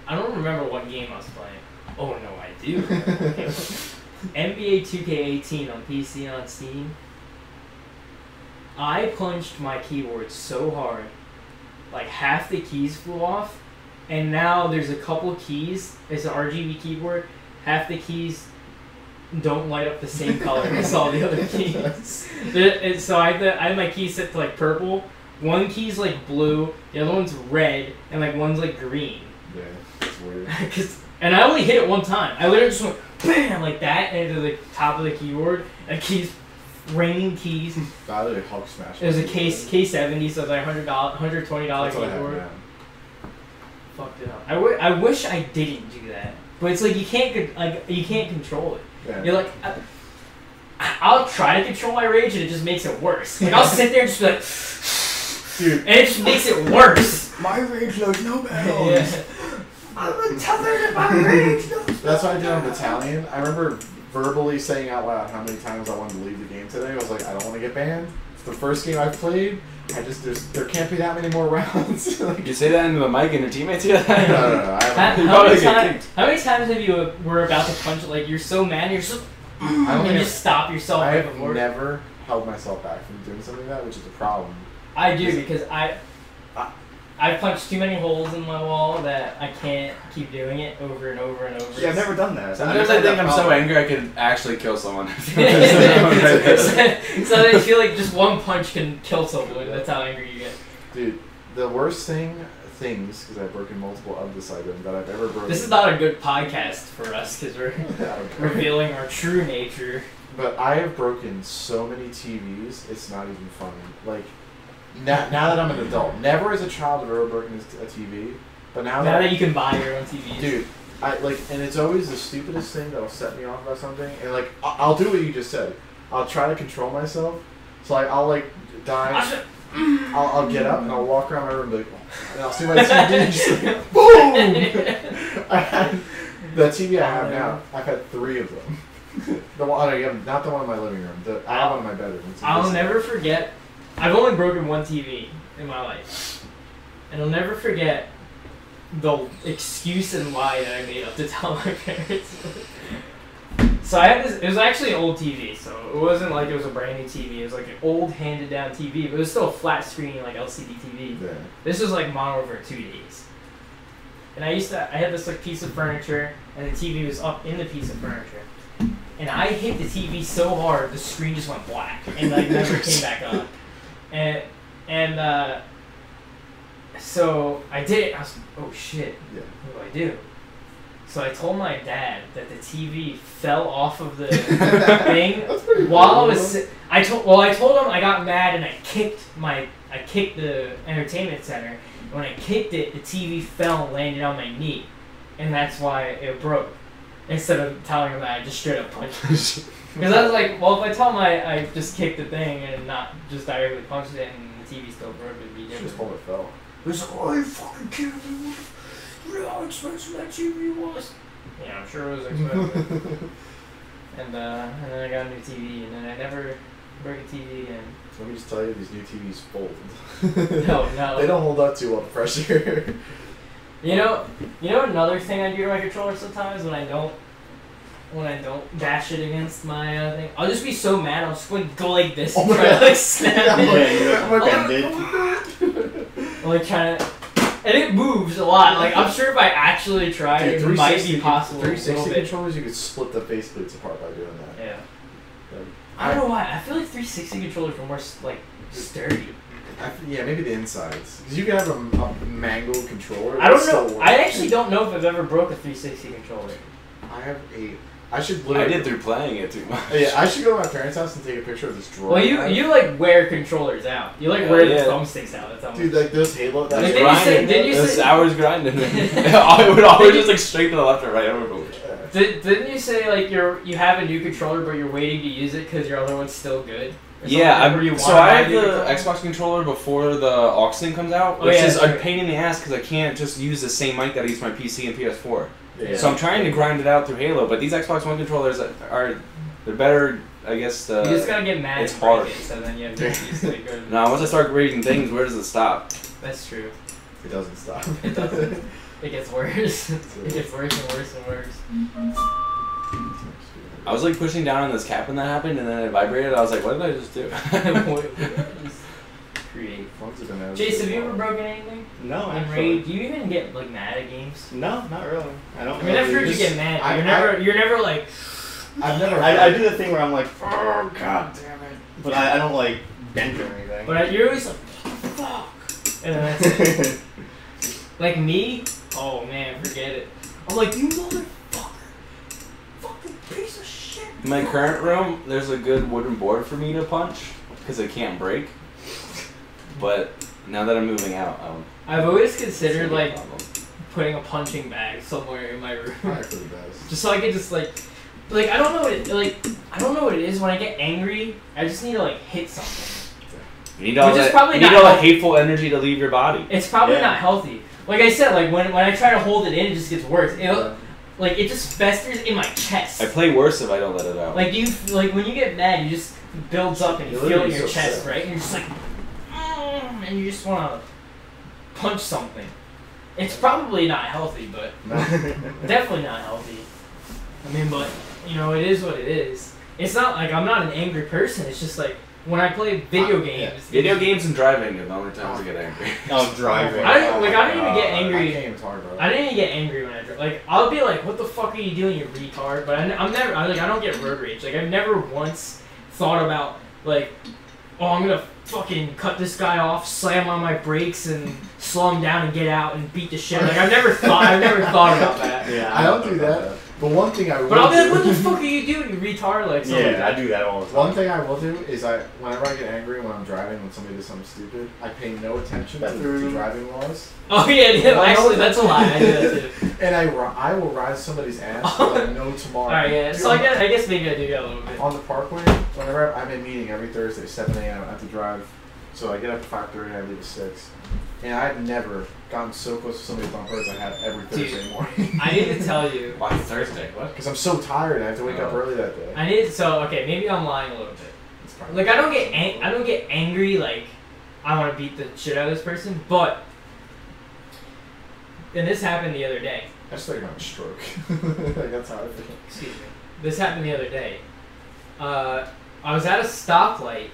[SPEAKER 4] I don't remember what game I was playing. Oh no, I do. remember what game I was playing. NBA 2K18 on PC and on Steam. I punched my keyboard so hard, like half the keys flew off, and now there's a couple keys. It's an RGB keyboard. Half the keys don't light up the same color as all the
[SPEAKER 3] [laughs]
[SPEAKER 4] other keys. The- and so I had, the, I had my keys set to like purple. One key's like blue, the other one's red, and like one's like green. [laughs]
[SPEAKER 3] Yeah, it's weird.
[SPEAKER 4] 'Cause- and I only hit it one time. I literally just went bam like that into the top of the keyboard. And keys, raining keys.
[SPEAKER 3] I literally Hulk smash.
[SPEAKER 4] It was a case K seventy, so it was like hundred dollar, hundred twenty dollar
[SPEAKER 3] That's what I have
[SPEAKER 4] keyboard.
[SPEAKER 3] now.
[SPEAKER 4] Fucked it up. I, w- I wish I didn't do that, but it's like you can't con- like you can't control it.
[SPEAKER 3] Yeah.
[SPEAKER 4] You're like, I, I'll try to control my rage, and it just makes it worse. Like I'll sit there and just be like,
[SPEAKER 3] Dude,
[SPEAKER 4] and it just makes it worse.
[SPEAKER 5] My rage knows no
[SPEAKER 4] Yeah.
[SPEAKER 5] [laughs] I'm tethered to my rage.
[SPEAKER 3] That's what I did on Battalion. I remember verbally saying out loud how many times I wanted to leave the game today. I was like, I don't want to get banned. It's the first game I've played. I just there's, there can't be that many more [laughs] rounds. like,
[SPEAKER 2] You say that into the mic and your teammates hear
[SPEAKER 3] no,
[SPEAKER 2] that? [laughs]
[SPEAKER 3] no, no. I
[SPEAKER 4] [laughs] How,
[SPEAKER 3] haven't.
[SPEAKER 4] how,
[SPEAKER 2] probably
[SPEAKER 4] many
[SPEAKER 2] get
[SPEAKER 4] times, how many times have you uh, were about to punch like you're so mad you're so
[SPEAKER 3] I don't
[SPEAKER 4] and you
[SPEAKER 3] think
[SPEAKER 4] just stop yourself
[SPEAKER 3] I
[SPEAKER 4] right
[SPEAKER 3] have
[SPEAKER 4] before
[SPEAKER 3] never held myself back from doing something like that, which is a problem.
[SPEAKER 4] I do because I
[SPEAKER 3] Ah.
[SPEAKER 4] I punched too many holes in my wall that I can't keep doing it over and over and over.
[SPEAKER 5] Yeah, I've never done that.
[SPEAKER 2] Sometimes I think I'm so angry I could actually kill
[SPEAKER 4] [laughs]
[SPEAKER 2] someone. [laughs]
[SPEAKER 4] so they feel like just one punch can kill someone. That's how angry you get.
[SPEAKER 3] Dude, the worst thing things because I've broken multiple of this item that I've ever broken.
[SPEAKER 4] This is not a good podcast for us because we're
[SPEAKER 3] [laughs] I don't care.
[SPEAKER 4] revealing our true nature.
[SPEAKER 3] But I have broken so many TVs, it's not even funny. Like, now, now that I'm an adult, never as a child have I ever broken a TV, but now,
[SPEAKER 4] Now
[SPEAKER 3] that,
[SPEAKER 4] that you can buy your own TVs, [laughs]
[SPEAKER 3] dude, I like, and it's always the stupidest thing that'll set me off about something. And like, I- I'll do what you just said. I'll try to control myself. So like, I'll like
[SPEAKER 4] I
[SPEAKER 3] die.
[SPEAKER 4] should-
[SPEAKER 3] I'll, I'll get up and I'll walk around my room like, and I'll see [laughs] my TV just like,
[SPEAKER 4] [laughs]
[SPEAKER 3] boom. I had the TV I have now. I've had three of them. [laughs] the one, oh, no, yeah, not the one in my living room. The, I have one in my bedroom. It's
[SPEAKER 4] I'll
[SPEAKER 3] invisible.
[SPEAKER 4] never forget I've only broken one TV in my life, and I'll never forget the excuse and lie that I made up to [laughs] tell my parents. so I had this. It was actually an old TV, so it wasn't like it was a brand new TV. It was like an old handed down TV, but it was still a flat screen like LCD TV.
[SPEAKER 3] Yeah.
[SPEAKER 4] This was like mono over two Ds. And I used to, I had this like piece of furniture, and the TV was up in the piece of furniture. And I hit the TV so hard, the screen just went black, and like never came back on. And and uh, so I did it. I was oh shit.
[SPEAKER 3] Yeah.
[SPEAKER 4] What do I do? So I told my dad that the TV fell off
[SPEAKER 3] [laughs]
[SPEAKER 4] of the thing
[SPEAKER 3] That's pretty
[SPEAKER 4] while I
[SPEAKER 3] cool.
[SPEAKER 4] was, si- I told well, I told him I got mad and I kicked my, I kicked the entertainment center. When I kicked it, the TV fell and landed on my knee, and that's why it broke. Instead of telling him that, I just straight up punched him.
[SPEAKER 3] [laughs]
[SPEAKER 4] Because I was like, well, if I tell him I, I just kicked the thing and not just directly punched it, and the TV still broke, it'd be
[SPEAKER 3] You just
[SPEAKER 4] different.
[SPEAKER 3] told it fell.
[SPEAKER 4] It was like, oh, you fucking kidding me? What do you expensive that TV was? Yeah, I'm sure it was expensive.
[SPEAKER 3] [laughs]
[SPEAKER 4] and, uh, and then I got a new TV, and then I never broke a
[SPEAKER 3] [laughs]
[SPEAKER 4] TV again.
[SPEAKER 3] Let me just tell you, these new TVs fold.
[SPEAKER 4] No, no.
[SPEAKER 3] They don't hold up too well to
[SPEAKER 4] [laughs]
[SPEAKER 3] pressure.
[SPEAKER 4] You know, you know another thing I do to my controller sometimes when I don't, when I don't dash it against my uh, thing, I'll just be so mad I'll just like go like this and
[SPEAKER 3] Oh my
[SPEAKER 4] try to
[SPEAKER 3] God. [laughs]
[SPEAKER 4] like snap
[SPEAKER 5] Yeah,
[SPEAKER 4] it. [laughs]
[SPEAKER 5] you like bend
[SPEAKER 3] oh
[SPEAKER 5] it.
[SPEAKER 4] I'm like trying to, and it moves a lot. Like I'm sure if I actually tried,
[SPEAKER 3] Dude,
[SPEAKER 4] it might be
[SPEAKER 3] 360
[SPEAKER 4] possible. a little
[SPEAKER 3] 360
[SPEAKER 4] bit.
[SPEAKER 3] controllers, you could split the face plates apart by doing that.
[SPEAKER 4] Yeah.
[SPEAKER 3] Like,
[SPEAKER 4] I don't know why. I feel like 360 controllers were more like sturdy.
[SPEAKER 3] I f- yeah, maybe the insides. 'Cause you could have a, m- a mangled controller.
[SPEAKER 4] I don't
[SPEAKER 3] that still
[SPEAKER 4] know.
[SPEAKER 3] works.
[SPEAKER 4] I actually don't know if I've ever broke a 360 controller.
[SPEAKER 3] I have a. I should
[SPEAKER 2] I
[SPEAKER 3] literally. Oh,
[SPEAKER 2] did through playing it too much. [laughs]
[SPEAKER 3] Yeah, I should go to my parents' house and take a picture of this drawer.
[SPEAKER 4] Well, you
[SPEAKER 3] I-
[SPEAKER 4] you like wear controllers out. You like
[SPEAKER 2] Yeah,
[SPEAKER 4] wear
[SPEAKER 2] yeah.
[SPEAKER 4] the thumbsticks out. That's how
[SPEAKER 3] Dude, like those Halo. That
[SPEAKER 2] Just
[SPEAKER 4] Did you say-
[SPEAKER 2] grinding.
[SPEAKER 4] did you
[SPEAKER 2] It was
[SPEAKER 4] say-
[SPEAKER 2] hours grinding. [laughs] I would always just like straight to the left or right. I don't remember which.
[SPEAKER 4] Did, didn't you say like you're you have a new controller but you're waiting to use it because your other one's still good? Or something,
[SPEAKER 2] Yeah,
[SPEAKER 4] or
[SPEAKER 2] I,
[SPEAKER 4] you
[SPEAKER 2] so
[SPEAKER 4] wanna
[SPEAKER 2] I
[SPEAKER 4] buy a
[SPEAKER 2] have
[SPEAKER 4] new
[SPEAKER 2] the
[SPEAKER 4] controller?
[SPEAKER 2] Xbox controller before the aux thing comes out,
[SPEAKER 4] Oh,
[SPEAKER 2] which
[SPEAKER 4] yeah,
[SPEAKER 2] is
[SPEAKER 4] that's
[SPEAKER 2] a
[SPEAKER 4] right.
[SPEAKER 2] pain in the ass because I can't just use the same mic that I use my PC and PS4.
[SPEAKER 3] Yeah.
[SPEAKER 2] So I'm trying to grind it out through Halo, but these Xbox One controllers are they're better, I guess. Uh,
[SPEAKER 4] You just gotta get mad.
[SPEAKER 2] it's
[SPEAKER 4] and break
[SPEAKER 2] hard.
[SPEAKER 4] It, so then you have to
[SPEAKER 2] [laughs]
[SPEAKER 4] use it good.
[SPEAKER 2] now once I start reading things, where does it stop?
[SPEAKER 4] That's true.
[SPEAKER 3] it doesn't stop.
[SPEAKER 4] It doesn't. It gets worse. [laughs] it gets worse and worse and worse.
[SPEAKER 2] [laughs]
[SPEAKER 4] [laughs]
[SPEAKER 2] I was like pushing down on this cap when that happened, and then it vibrated. I was like, what did I just do? [laughs]
[SPEAKER 4] What- what is- Create.
[SPEAKER 3] [laughs] Phones have been out
[SPEAKER 4] Jason, have
[SPEAKER 3] so
[SPEAKER 4] you ever
[SPEAKER 3] long.
[SPEAKER 4] broken anything?
[SPEAKER 5] No,
[SPEAKER 4] On
[SPEAKER 5] actually.
[SPEAKER 4] raid? Do you even get like mad at games?
[SPEAKER 5] No, not really. I don't.
[SPEAKER 4] I mean, I've
[SPEAKER 5] really
[SPEAKER 4] heard you
[SPEAKER 5] just-
[SPEAKER 4] get mad.
[SPEAKER 3] I-
[SPEAKER 4] you're never. you're never like.
[SPEAKER 3] I've never.
[SPEAKER 5] I, I do the thing where I'm like, oh god damn it, but I, I don't like bend or anything. [laughs]
[SPEAKER 4] But you're always like, fuck. And then that's it. Like me? Oh man, forget it. I'm like, you motherfucker. Fucking piece of shit.
[SPEAKER 2] In my current room, there's a good wooden board for me to punch because it can't break. But now that I'm moving out, um,
[SPEAKER 4] I've always
[SPEAKER 2] it's
[SPEAKER 4] considered
[SPEAKER 2] gonna be a
[SPEAKER 4] like
[SPEAKER 2] problem.
[SPEAKER 4] putting a punching bag somewhere in my room. [laughs]
[SPEAKER 3] Probably for the best.
[SPEAKER 4] just so I could just like like I don't know what it like I don't know what it is when I get angry, I just need to like hit something.
[SPEAKER 2] you need all
[SPEAKER 4] Which is
[SPEAKER 2] that,
[SPEAKER 4] probably
[SPEAKER 2] you need
[SPEAKER 4] not
[SPEAKER 2] all that
[SPEAKER 4] healthy.
[SPEAKER 2] hateful energy to leave your body.
[SPEAKER 4] It's probably
[SPEAKER 5] Yeah.
[SPEAKER 4] not healthy. Like I said, like when, when I try to hold it in it just gets worse. It like it just festers in my chest.
[SPEAKER 2] I play worse if I don't let it out.
[SPEAKER 4] Like you, like when you get mad, you just builds up and you
[SPEAKER 3] You're
[SPEAKER 4] feel it in
[SPEAKER 3] literally
[SPEAKER 4] your
[SPEAKER 3] so
[SPEAKER 4] chest,
[SPEAKER 3] upset.
[SPEAKER 4] right? And you're just like, mm, and you just want to punch something. It's probably not healthy, but [laughs] definitely not healthy. I mean, but you know, it is what it is. It's not like I'm not an angry person. It's just like when I play video
[SPEAKER 3] I- yeah.
[SPEAKER 4] games.
[SPEAKER 2] Video games and driving are the only times I get angry. [laughs]
[SPEAKER 5] oh, driving.
[SPEAKER 4] I don't like. I don't even get
[SPEAKER 2] Uh,
[SPEAKER 3] I
[SPEAKER 4] angry.
[SPEAKER 3] can't even talk about
[SPEAKER 4] I
[SPEAKER 3] it.
[SPEAKER 4] didn't even get angry when I drove. Like, I'll be like, "What the fuck are you doing, you retard?" But I, am never. I, like, I don't get road rage. Like, I've never once thought about like, "Oh, I'm gonna fucking cut this guy off, slam on my brakes, and slow him down and get out and beat the shit." Like, I've never thought. I've never thought about that.
[SPEAKER 5] Yeah, uh,
[SPEAKER 3] I don't do that. But one thing I will.
[SPEAKER 4] But I'll be like,
[SPEAKER 3] do-
[SPEAKER 4] "What the fuck are you doing, you retard?" Like, something like
[SPEAKER 5] Yeah,
[SPEAKER 4] that.
[SPEAKER 5] I do that all the
[SPEAKER 3] [laughs]
[SPEAKER 5] time.
[SPEAKER 3] One thing I will do is I, whenever I get angry when I'm driving, when somebody does something stupid, I pay no attention to, to
[SPEAKER 5] Bathroom.
[SPEAKER 3] driving laws,
[SPEAKER 4] Oh yeah, yeah
[SPEAKER 3] Well, I
[SPEAKER 4] actually,
[SPEAKER 3] don't-
[SPEAKER 4] that's a lie. I do that
[SPEAKER 3] [laughs]
[SPEAKER 4] too.
[SPEAKER 3] and I, ri- I will ride somebody's ass till I
[SPEAKER 4] [laughs]
[SPEAKER 3] know tomorrow.
[SPEAKER 4] All right, yeah.
[SPEAKER 3] Dude,
[SPEAKER 4] So
[SPEAKER 3] on
[SPEAKER 4] I
[SPEAKER 3] the-
[SPEAKER 4] guess I guess maybe I do get a little bit.
[SPEAKER 3] on the parkway, whenever I'm in meeting every Thursday, 7 a.m. I have to drive, so I get up at 5:30 and I leave at six, and I've never gotten so close to somebody's bumper as I have every
[SPEAKER 4] Dude.
[SPEAKER 3] Thursday morning. [laughs]
[SPEAKER 4] I need to tell you.
[SPEAKER 2] Why Thursday? What?
[SPEAKER 3] Because I'm so tired, I have to wake up
[SPEAKER 2] Oh.
[SPEAKER 3] early that day.
[SPEAKER 4] I need so okay. Maybe I'm lying a little bit. It's
[SPEAKER 3] fine.
[SPEAKER 4] Like I don't get ang- I don't get angry like I want to beat the shit out of this person, but and this happened the other day.
[SPEAKER 3] I just like I'm a stroke. [laughs] like that's how I feel.
[SPEAKER 4] Excuse me. This happened the other day. Uh, I was at a stoplight,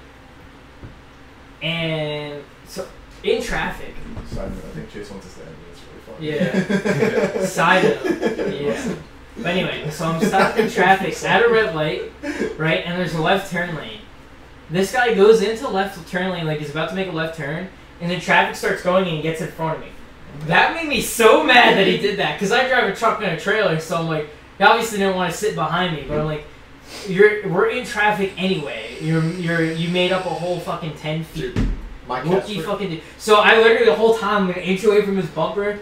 [SPEAKER 4] and so in traffic,
[SPEAKER 3] Side note, I think Chase wants us to end this really fun. [laughs]
[SPEAKER 4] Yeah. Side note, yeah. But anyway, so I'm stopped in traffic at a red light, right? And there's a left turn lane. This guy goes into left turn lane, like he's about to make a left turn, and then traffic starts going and he gets in front of me. That made me so mad that he did that, because I drive a truck and a trailer, so I'm like, he obviously didn't want to sit behind me, but I'm like, you're we're in traffic anyway. You're you're you made up a whole fucking ten feet.
[SPEAKER 3] My
[SPEAKER 4] What
[SPEAKER 3] cat's
[SPEAKER 4] do you
[SPEAKER 3] pretty-
[SPEAKER 4] fucking do? So I literally the whole time I'm an inch away from his bumper.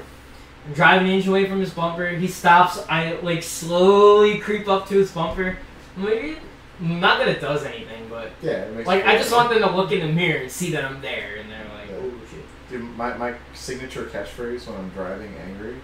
[SPEAKER 4] I'm driving an inch away from his bumper. He stops. I like slowly creep up to his bumper. I'm like, "Eh." not that it does anything, but
[SPEAKER 3] Yeah, it makes
[SPEAKER 4] like
[SPEAKER 3] me-
[SPEAKER 4] I just want them to look in the mirror and see that I'm there, and they're like, oh shit.
[SPEAKER 3] Dude, my, my signature catchphrase when I'm driving angry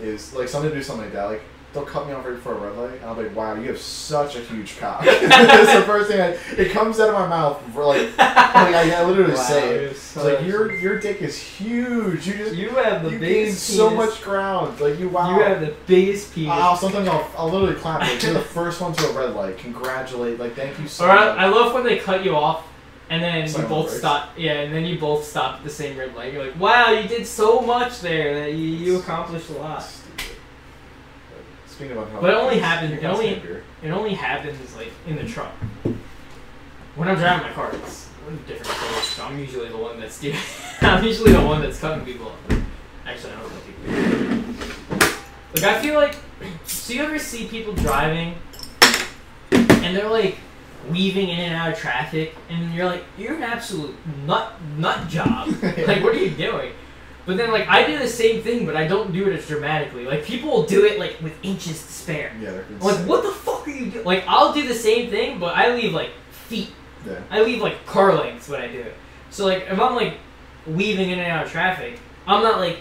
[SPEAKER 3] is like something to do something like that. Like they'll cut me off right before a red light, and I'll be like, "Wow, you have such a huge cock." [laughs] That's the first thing I, it comes out of my mouth. For like, like I, I literally say it. It's like your your dick is huge. You just you,
[SPEAKER 4] You have the
[SPEAKER 3] gained
[SPEAKER 4] biggest
[SPEAKER 3] so
[SPEAKER 4] penis.
[SPEAKER 3] much ground. Like you wow.
[SPEAKER 4] You have the biggest penis.
[SPEAKER 3] I'll, sometimes I'll, I'll literally clap. Like, you're the first one to a red light. Congratulate. Like thank you so
[SPEAKER 4] Or I,
[SPEAKER 3] much.
[SPEAKER 4] I love when they cut you off, and then you
[SPEAKER 3] Silent
[SPEAKER 4] both
[SPEAKER 3] breaks.
[SPEAKER 4] stop. Yeah, and then you both stop at the same red light. You're like, wow, you did so much there that you, you accomplished a lot.
[SPEAKER 3] Stupid. Speaking of unhealthy,
[SPEAKER 4] But it only happened-
[SPEAKER 3] Speaking
[SPEAKER 4] it
[SPEAKER 3] of
[SPEAKER 4] only-
[SPEAKER 3] snack beer.
[SPEAKER 4] It only happens like in the truck. When I'm driving my car, it's a different approach. So I'm usually the one that's doing. [laughs] I'm usually the one that's cutting people off. Actually, I don't know people. Like I feel like. [clears throat] So you ever see people driving, and they're like weaving in and out of traffic, and you're like, you're an absolute nut nut job. like what are you doing? But then like I do the same thing, but I don't do it as dramatically. Like people will do it like with inches to spare.
[SPEAKER 3] Yeah, they're
[SPEAKER 4] Like,
[SPEAKER 3] insane.
[SPEAKER 4] what the fuck are you doing? Like, I'll do the same thing, but I leave, like, feet.
[SPEAKER 3] Yeah.
[SPEAKER 4] I leave, like, car lengths when I do it. So, like, if I'm, like, weaving in and out of traffic, I'm not, like,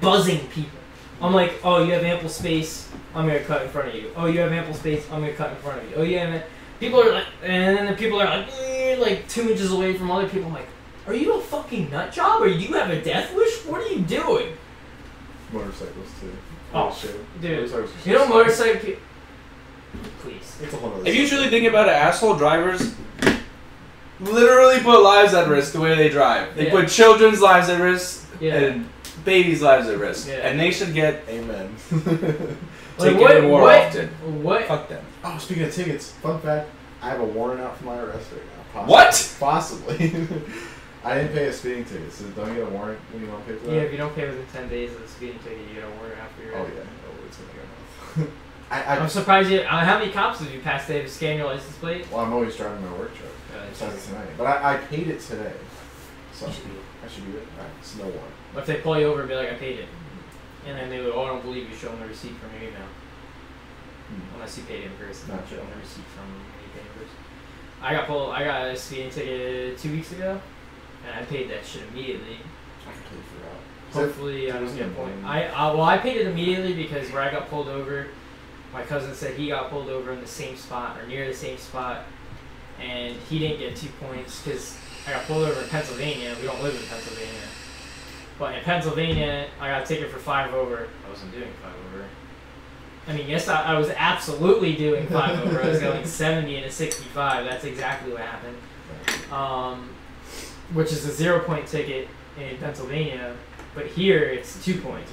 [SPEAKER 4] buzzing people. I'm like, oh, you have ample space, I'm gonna cut in front of you. Oh, you have ample space, I'm gonna cut in front of you. Oh, you have. a- People are like, and then the people are like, eh, like, two inches away from other people. I'm like, are you a fucking nut job? Or you have a death wish? What are you doing?
[SPEAKER 3] Motorcycles too.
[SPEAKER 4] Oh,
[SPEAKER 3] shit.
[SPEAKER 4] dude.
[SPEAKER 3] Motorcycles
[SPEAKER 4] You know,
[SPEAKER 3] just-
[SPEAKER 4] motorcycle. pe- Please.
[SPEAKER 3] It's a whole other
[SPEAKER 2] If you truly think about it, asshole drivers literally put lives at risk the way they drive. They
[SPEAKER 4] Yeah.
[SPEAKER 2] put children's lives at risk
[SPEAKER 4] Yeah.
[SPEAKER 2] and babies' lives at risk.
[SPEAKER 4] Yeah.
[SPEAKER 2] And they should get
[SPEAKER 3] Amen.
[SPEAKER 4] Like [laughs]
[SPEAKER 2] taken
[SPEAKER 4] what?
[SPEAKER 2] in more
[SPEAKER 4] what?
[SPEAKER 2] often.
[SPEAKER 4] What?
[SPEAKER 2] Fuck them.
[SPEAKER 3] oh, speaking of tickets, fun fact: I have a warrant out for my arrest right now. Possibly.
[SPEAKER 2] What?
[SPEAKER 3] Possibly. [laughs] I didn't pay a speeding ticket, so don't you get a warrant when you want to pay for that.
[SPEAKER 4] Yeah, if you don't pay within ten days of the speeding ticket, you get a warrant after your.
[SPEAKER 3] Oh yeah. Oh, it's gonna go off. [laughs] I, I
[SPEAKER 4] I'm surprised you. Uh, how many cops have you passed? They have scanned your license plate.
[SPEAKER 3] well, I'm always driving my work truck.
[SPEAKER 4] Uh,
[SPEAKER 3] Besides tonight, but I, I paid it today, so
[SPEAKER 4] you should be-
[SPEAKER 3] I should be good. All right, it's no warrant.
[SPEAKER 4] Or if they pull you over and be like, "I paid it," and then they would, "Oh, I don't believe you. Show them the receipt from your email."
[SPEAKER 3] Hmm.
[SPEAKER 4] Unless you paid in person,
[SPEAKER 3] Not
[SPEAKER 4] show
[SPEAKER 3] sure.
[SPEAKER 4] them the receipt from when you paid in person. I got pulled. I got a speeding ticket two weeks ago, and I paid that shit immediately.
[SPEAKER 3] I completely forgot. Is it-
[SPEAKER 4] Hopefully, I don't
[SPEAKER 3] Doesn't
[SPEAKER 4] get pulled.
[SPEAKER 3] blame
[SPEAKER 4] I uh, well, I paid it immediately because where I got pulled over, my cousin said he got pulled over in the same spot or near the same spot, and he didn't get two points because I got pulled over in Pennsylvania. We don't live in Pennsylvania, but in Pennsylvania, I got a ticket for five over. I wasn't doing five over. I mean, yes, I, I was absolutely doing five over. I was going seventy and a sixty-five. That's exactly what [laughs] happened. Um, which is a zero-point ticket in Pennsylvania, but here it's two points.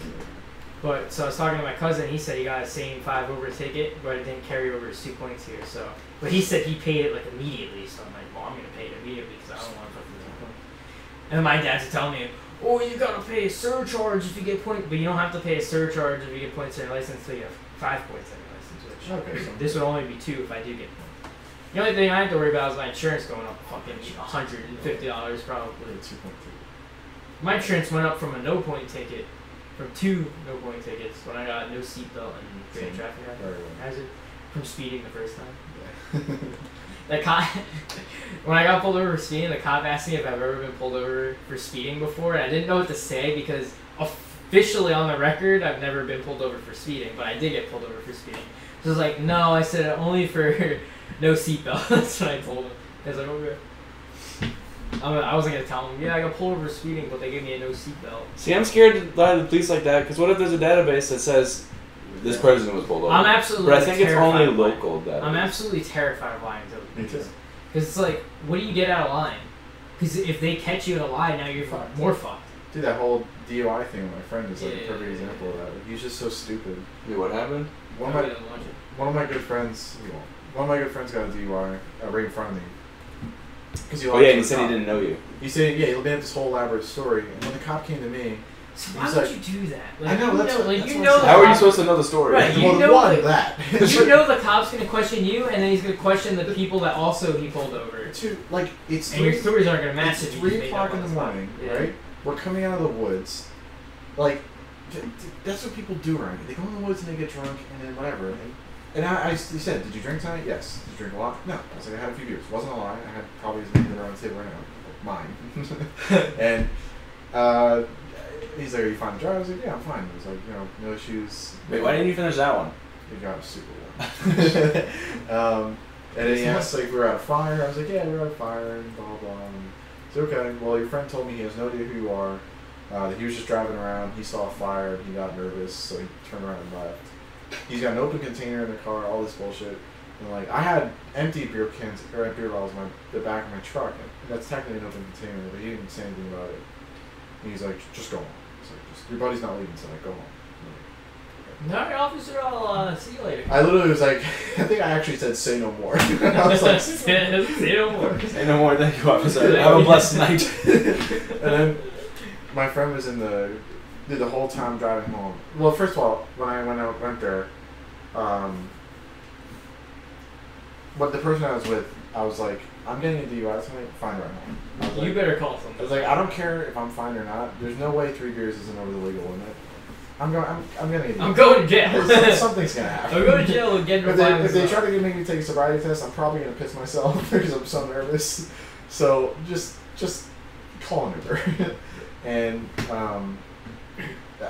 [SPEAKER 4] But so I was talking to my cousin. He said he got a same five over ticket, but it didn't carry over as two points here. So, but he said he paid it like immediately. So I'm like, well, I'm gonna pay it immediately because I don't want to put the two points. And then my dad's telling me, oh, you gotta pay a surcharge if you get points, but you don't have to pay a surcharge if you get points on your license. So you have five points on your license, which
[SPEAKER 3] Okay, so
[SPEAKER 4] this would only be two if I do get points. The only thing I have to worry about is my insurance going up fucking hundred and fifty dollars probably.
[SPEAKER 3] two point three.
[SPEAKER 4] My insurance went up from a no point ticket, from two no point tickets when I got no seatbelt and created traffic
[SPEAKER 3] Very well.
[SPEAKER 4] hazard from speeding the first time.
[SPEAKER 3] Yeah.
[SPEAKER 4] The cop, [laughs] when I got pulled over for speeding, the cop asked me if I've ever been pulled over for speeding before, and I didn't know what to say because officially on the record, I've never been pulled over for speeding, but I did get pulled over for speeding. [laughs] So I was like, no, I said it only for no seatbelt. That's what I told him. I was like, okay. I, mean, I wasn't gonna tell him. Yeah, I got pulled over for speeding, but they gave me a no seatbelt.
[SPEAKER 2] See, I'm scared by the police like that because what if there's a database that says this person was pulled over?
[SPEAKER 4] I'm absolutely.
[SPEAKER 2] But I think it's
[SPEAKER 4] terrified
[SPEAKER 2] only
[SPEAKER 4] of lying.
[SPEAKER 2] local data.
[SPEAKER 4] I'm absolutely terrified of lying to
[SPEAKER 3] Me too.
[SPEAKER 4] because it's like, what do you get out of lying? Because if they catch you in a lie, now you're fucked. More fucked.
[SPEAKER 3] Dude, that whole DUI thing with my friend is like a
[SPEAKER 4] Yeah.
[SPEAKER 3] perfect example of that. Like, he's just so stupid.
[SPEAKER 2] Wait, what happened?
[SPEAKER 3] One of
[SPEAKER 4] I
[SPEAKER 3] my
[SPEAKER 4] wouldn't want you.
[SPEAKER 3] one of my good friends, he won't. one of my good friends got a DUI uh, right in front of me. Cause he
[SPEAKER 2] Oh yeah,
[SPEAKER 3] lied to
[SPEAKER 2] you
[SPEAKER 3] the
[SPEAKER 2] said he
[SPEAKER 3] cop.
[SPEAKER 2] didn't know you.
[SPEAKER 3] You said yeah. He made up this whole elaborate story, and when the cop came
[SPEAKER 2] [laughs]
[SPEAKER 3] to me,
[SPEAKER 4] So why
[SPEAKER 3] He's
[SPEAKER 4] would
[SPEAKER 3] like-
[SPEAKER 4] you do that?
[SPEAKER 3] I
[SPEAKER 4] Like,
[SPEAKER 3] know,
[SPEAKER 4] you
[SPEAKER 3] that's
[SPEAKER 4] know,
[SPEAKER 3] what-
[SPEAKER 4] like,
[SPEAKER 3] that's
[SPEAKER 4] you
[SPEAKER 3] what
[SPEAKER 4] know
[SPEAKER 3] I'm
[SPEAKER 4] the
[SPEAKER 3] saying.
[SPEAKER 2] How are you
[SPEAKER 4] cop-
[SPEAKER 2] supposed to know the story?
[SPEAKER 4] Right, you
[SPEAKER 3] well,
[SPEAKER 4] know
[SPEAKER 3] one
[SPEAKER 4] the-
[SPEAKER 3] that. [laughs]
[SPEAKER 4] You know the cop's gonna question you, and then he's gonna question the people that also he pulled over.
[SPEAKER 3] Two, like it's
[SPEAKER 4] And your
[SPEAKER 3] three,
[SPEAKER 4] stories aren't gonna match
[SPEAKER 3] it's
[SPEAKER 4] if you just
[SPEAKER 3] three
[SPEAKER 4] made
[SPEAKER 3] o'clock
[SPEAKER 4] up
[SPEAKER 3] in
[SPEAKER 4] on
[SPEAKER 3] the
[SPEAKER 4] spot.
[SPEAKER 3] morning,
[SPEAKER 4] Yeah.
[SPEAKER 3] right? We're coming out of the woods, like th- th- that's what people do around here. They go in the woods and they get drunk and then whatever. And, and I, I s- you said, did you drink tonight? Yes. Did you drink a lot? No. I was like, I had a few beers. Wasn't a lot. I had probably as many that are on the table right now,
[SPEAKER 4] [laughs]
[SPEAKER 3] like mine. and uh, he's like, are you fine to drive? I was like, yeah, I'm fine. He was like, you know, no issues.
[SPEAKER 2] Wait, why didn't you finish that one?
[SPEAKER 3] He got a super one. [laughs] um, and then he asked, like, we were at a fire. I was like, yeah, we were at a fire, and blah, blah. And it's okay. Well, your friend told me he has no idea who you are. Uh, that he was just driving around. He saw a fire, and he got nervous, so he turned around and left. He's got an open container in the car, all this bullshit. And, like, I had empty beer cans, or beer bottles in my, the back of my truck. And that's technically an open container, but he didn't say anything about it. And he's like, just go home. He's like, just, your buddy's not leaving, so, like, go home. I'm like,
[SPEAKER 4] Alright, officer, I'll uh, see you later.
[SPEAKER 3] I literally was like, I think I actually said say no more. [laughs] I was
[SPEAKER 4] [laughs]
[SPEAKER 3] like,
[SPEAKER 4] See you tomorrow.
[SPEAKER 2] Say no more, thank [laughs] you,
[SPEAKER 4] [laughs]
[SPEAKER 2] officer. Have a blessed night.
[SPEAKER 3] and then my friend was in the did the whole time driving home. Well, first of all, when I went out went there, um, but the person I was with, I was like, I'm getting a DUI tonight. Fine right home. I was like,
[SPEAKER 4] You better call
[SPEAKER 3] I was
[SPEAKER 4] someone.
[SPEAKER 3] like, I don't care if I'm fine or not. There's no way three beers isn't over the legal limit. I'm going. I'm, I'm gonna. Get
[SPEAKER 4] I'm going
[SPEAKER 3] [laughs]
[SPEAKER 4] to jail.
[SPEAKER 3] Something's gonna happen.
[SPEAKER 4] [laughs] I'm going to jail and get
[SPEAKER 3] If they,
[SPEAKER 4] revived.
[SPEAKER 3] if they try to make me take a sobriety test, I'm probably gonna piss myself [laughs] because I'm so nervous. So just just call an Uber. [laughs] and um,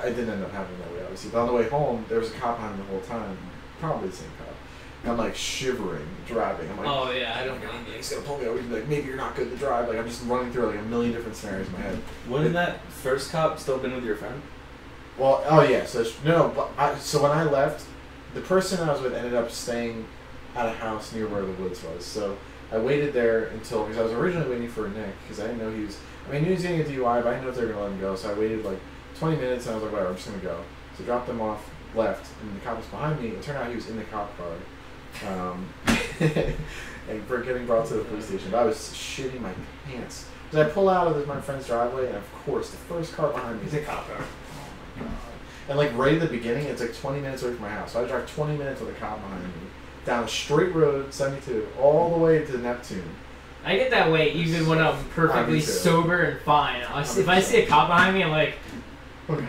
[SPEAKER 3] I didn't end up having it that way, obviously. But on the way home, there was a cop on me the whole time, probably the same cop. And I'm like shivering driving. I'm like,
[SPEAKER 4] Oh yeah, I don't
[SPEAKER 3] "God,
[SPEAKER 4] blame you.
[SPEAKER 3] he's gonna pull me over. He's like, maybe you're not good to drive. Like I'm just running through like a million different scenarios in my head.
[SPEAKER 2] Wouldn't that first cop still been with your friend?
[SPEAKER 3] Well, oh yeah. So sh- no, no. But I, so when I left, the person I was with ended up staying at a house near where the woods was. So I waited there until because I was originally waiting for Nick because I didn't know he was. I mean, he was getting a DUI, but I didn't know if they were gonna let him go. So I waited like 20 minutes, and I was like, whatever, I'm just gonna go. So I dropped them off, left, and the cop was behind me. It turned out he was in the cop car. Um, [laughs] and we're getting brought to the police station. But I was shitting my pants. Because I pull out of my friend's driveway, and of course, the first car behind me is a cop car. And like right at the beginning, it's like 20 minutes away from my house. So I drive 20 minutes with a cop behind me down a straight road, 72, all the way to Neptune. [laughs]
[SPEAKER 4] I get that way even when I'm
[SPEAKER 3] I do
[SPEAKER 4] perfectly
[SPEAKER 3] too.
[SPEAKER 4] sober and fine. I see- If I see a cop behind me, I'm like,
[SPEAKER 3] Okay.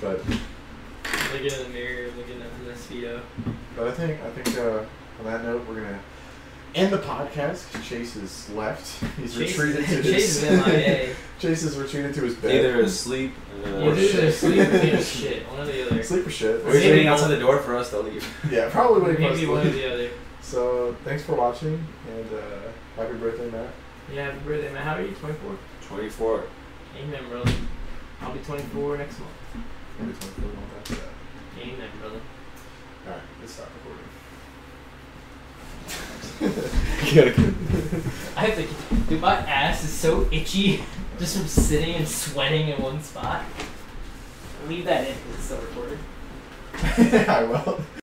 [SPEAKER 3] but
[SPEAKER 4] looking in the mirror, looking at the speedo.
[SPEAKER 3] but I think I think uh, on that note we're gonna end the podcast. 'cause Chase is left. He's retreated to his.
[SPEAKER 4] Chase is MIA.
[SPEAKER 3] [laughs] Chase is retreated to his bed.
[SPEAKER 2] Either asleep uh, or
[SPEAKER 4] Either
[SPEAKER 3] Oh,
[SPEAKER 2] shit.
[SPEAKER 4] sleep or get shit. One or the other.
[SPEAKER 3] Sleep or shit.
[SPEAKER 2] Or he's waiting
[SPEAKER 3] [laughs]
[SPEAKER 2] outside the door for us to leave.
[SPEAKER 3] Yeah, probably waiting for us
[SPEAKER 4] Maybe
[SPEAKER 3] to
[SPEAKER 4] one or
[SPEAKER 3] leave.
[SPEAKER 4] the other.
[SPEAKER 3] So thanks for watching and uh, happy birthday, Matt.
[SPEAKER 4] Yeah, happy birthday, man. How are you? 24.
[SPEAKER 2] 24.
[SPEAKER 4] Amen, brother. I'll be 24 next month.
[SPEAKER 3] Maybe 24 month after that.
[SPEAKER 4] Amen, brother.
[SPEAKER 3] All right, let's stop recording.
[SPEAKER 4] I have to. Dude, my ass is so itchy [laughs] just from sitting and sweating in one spot. Leave that in. It's still recorded.
[SPEAKER 3] [laughs] I will.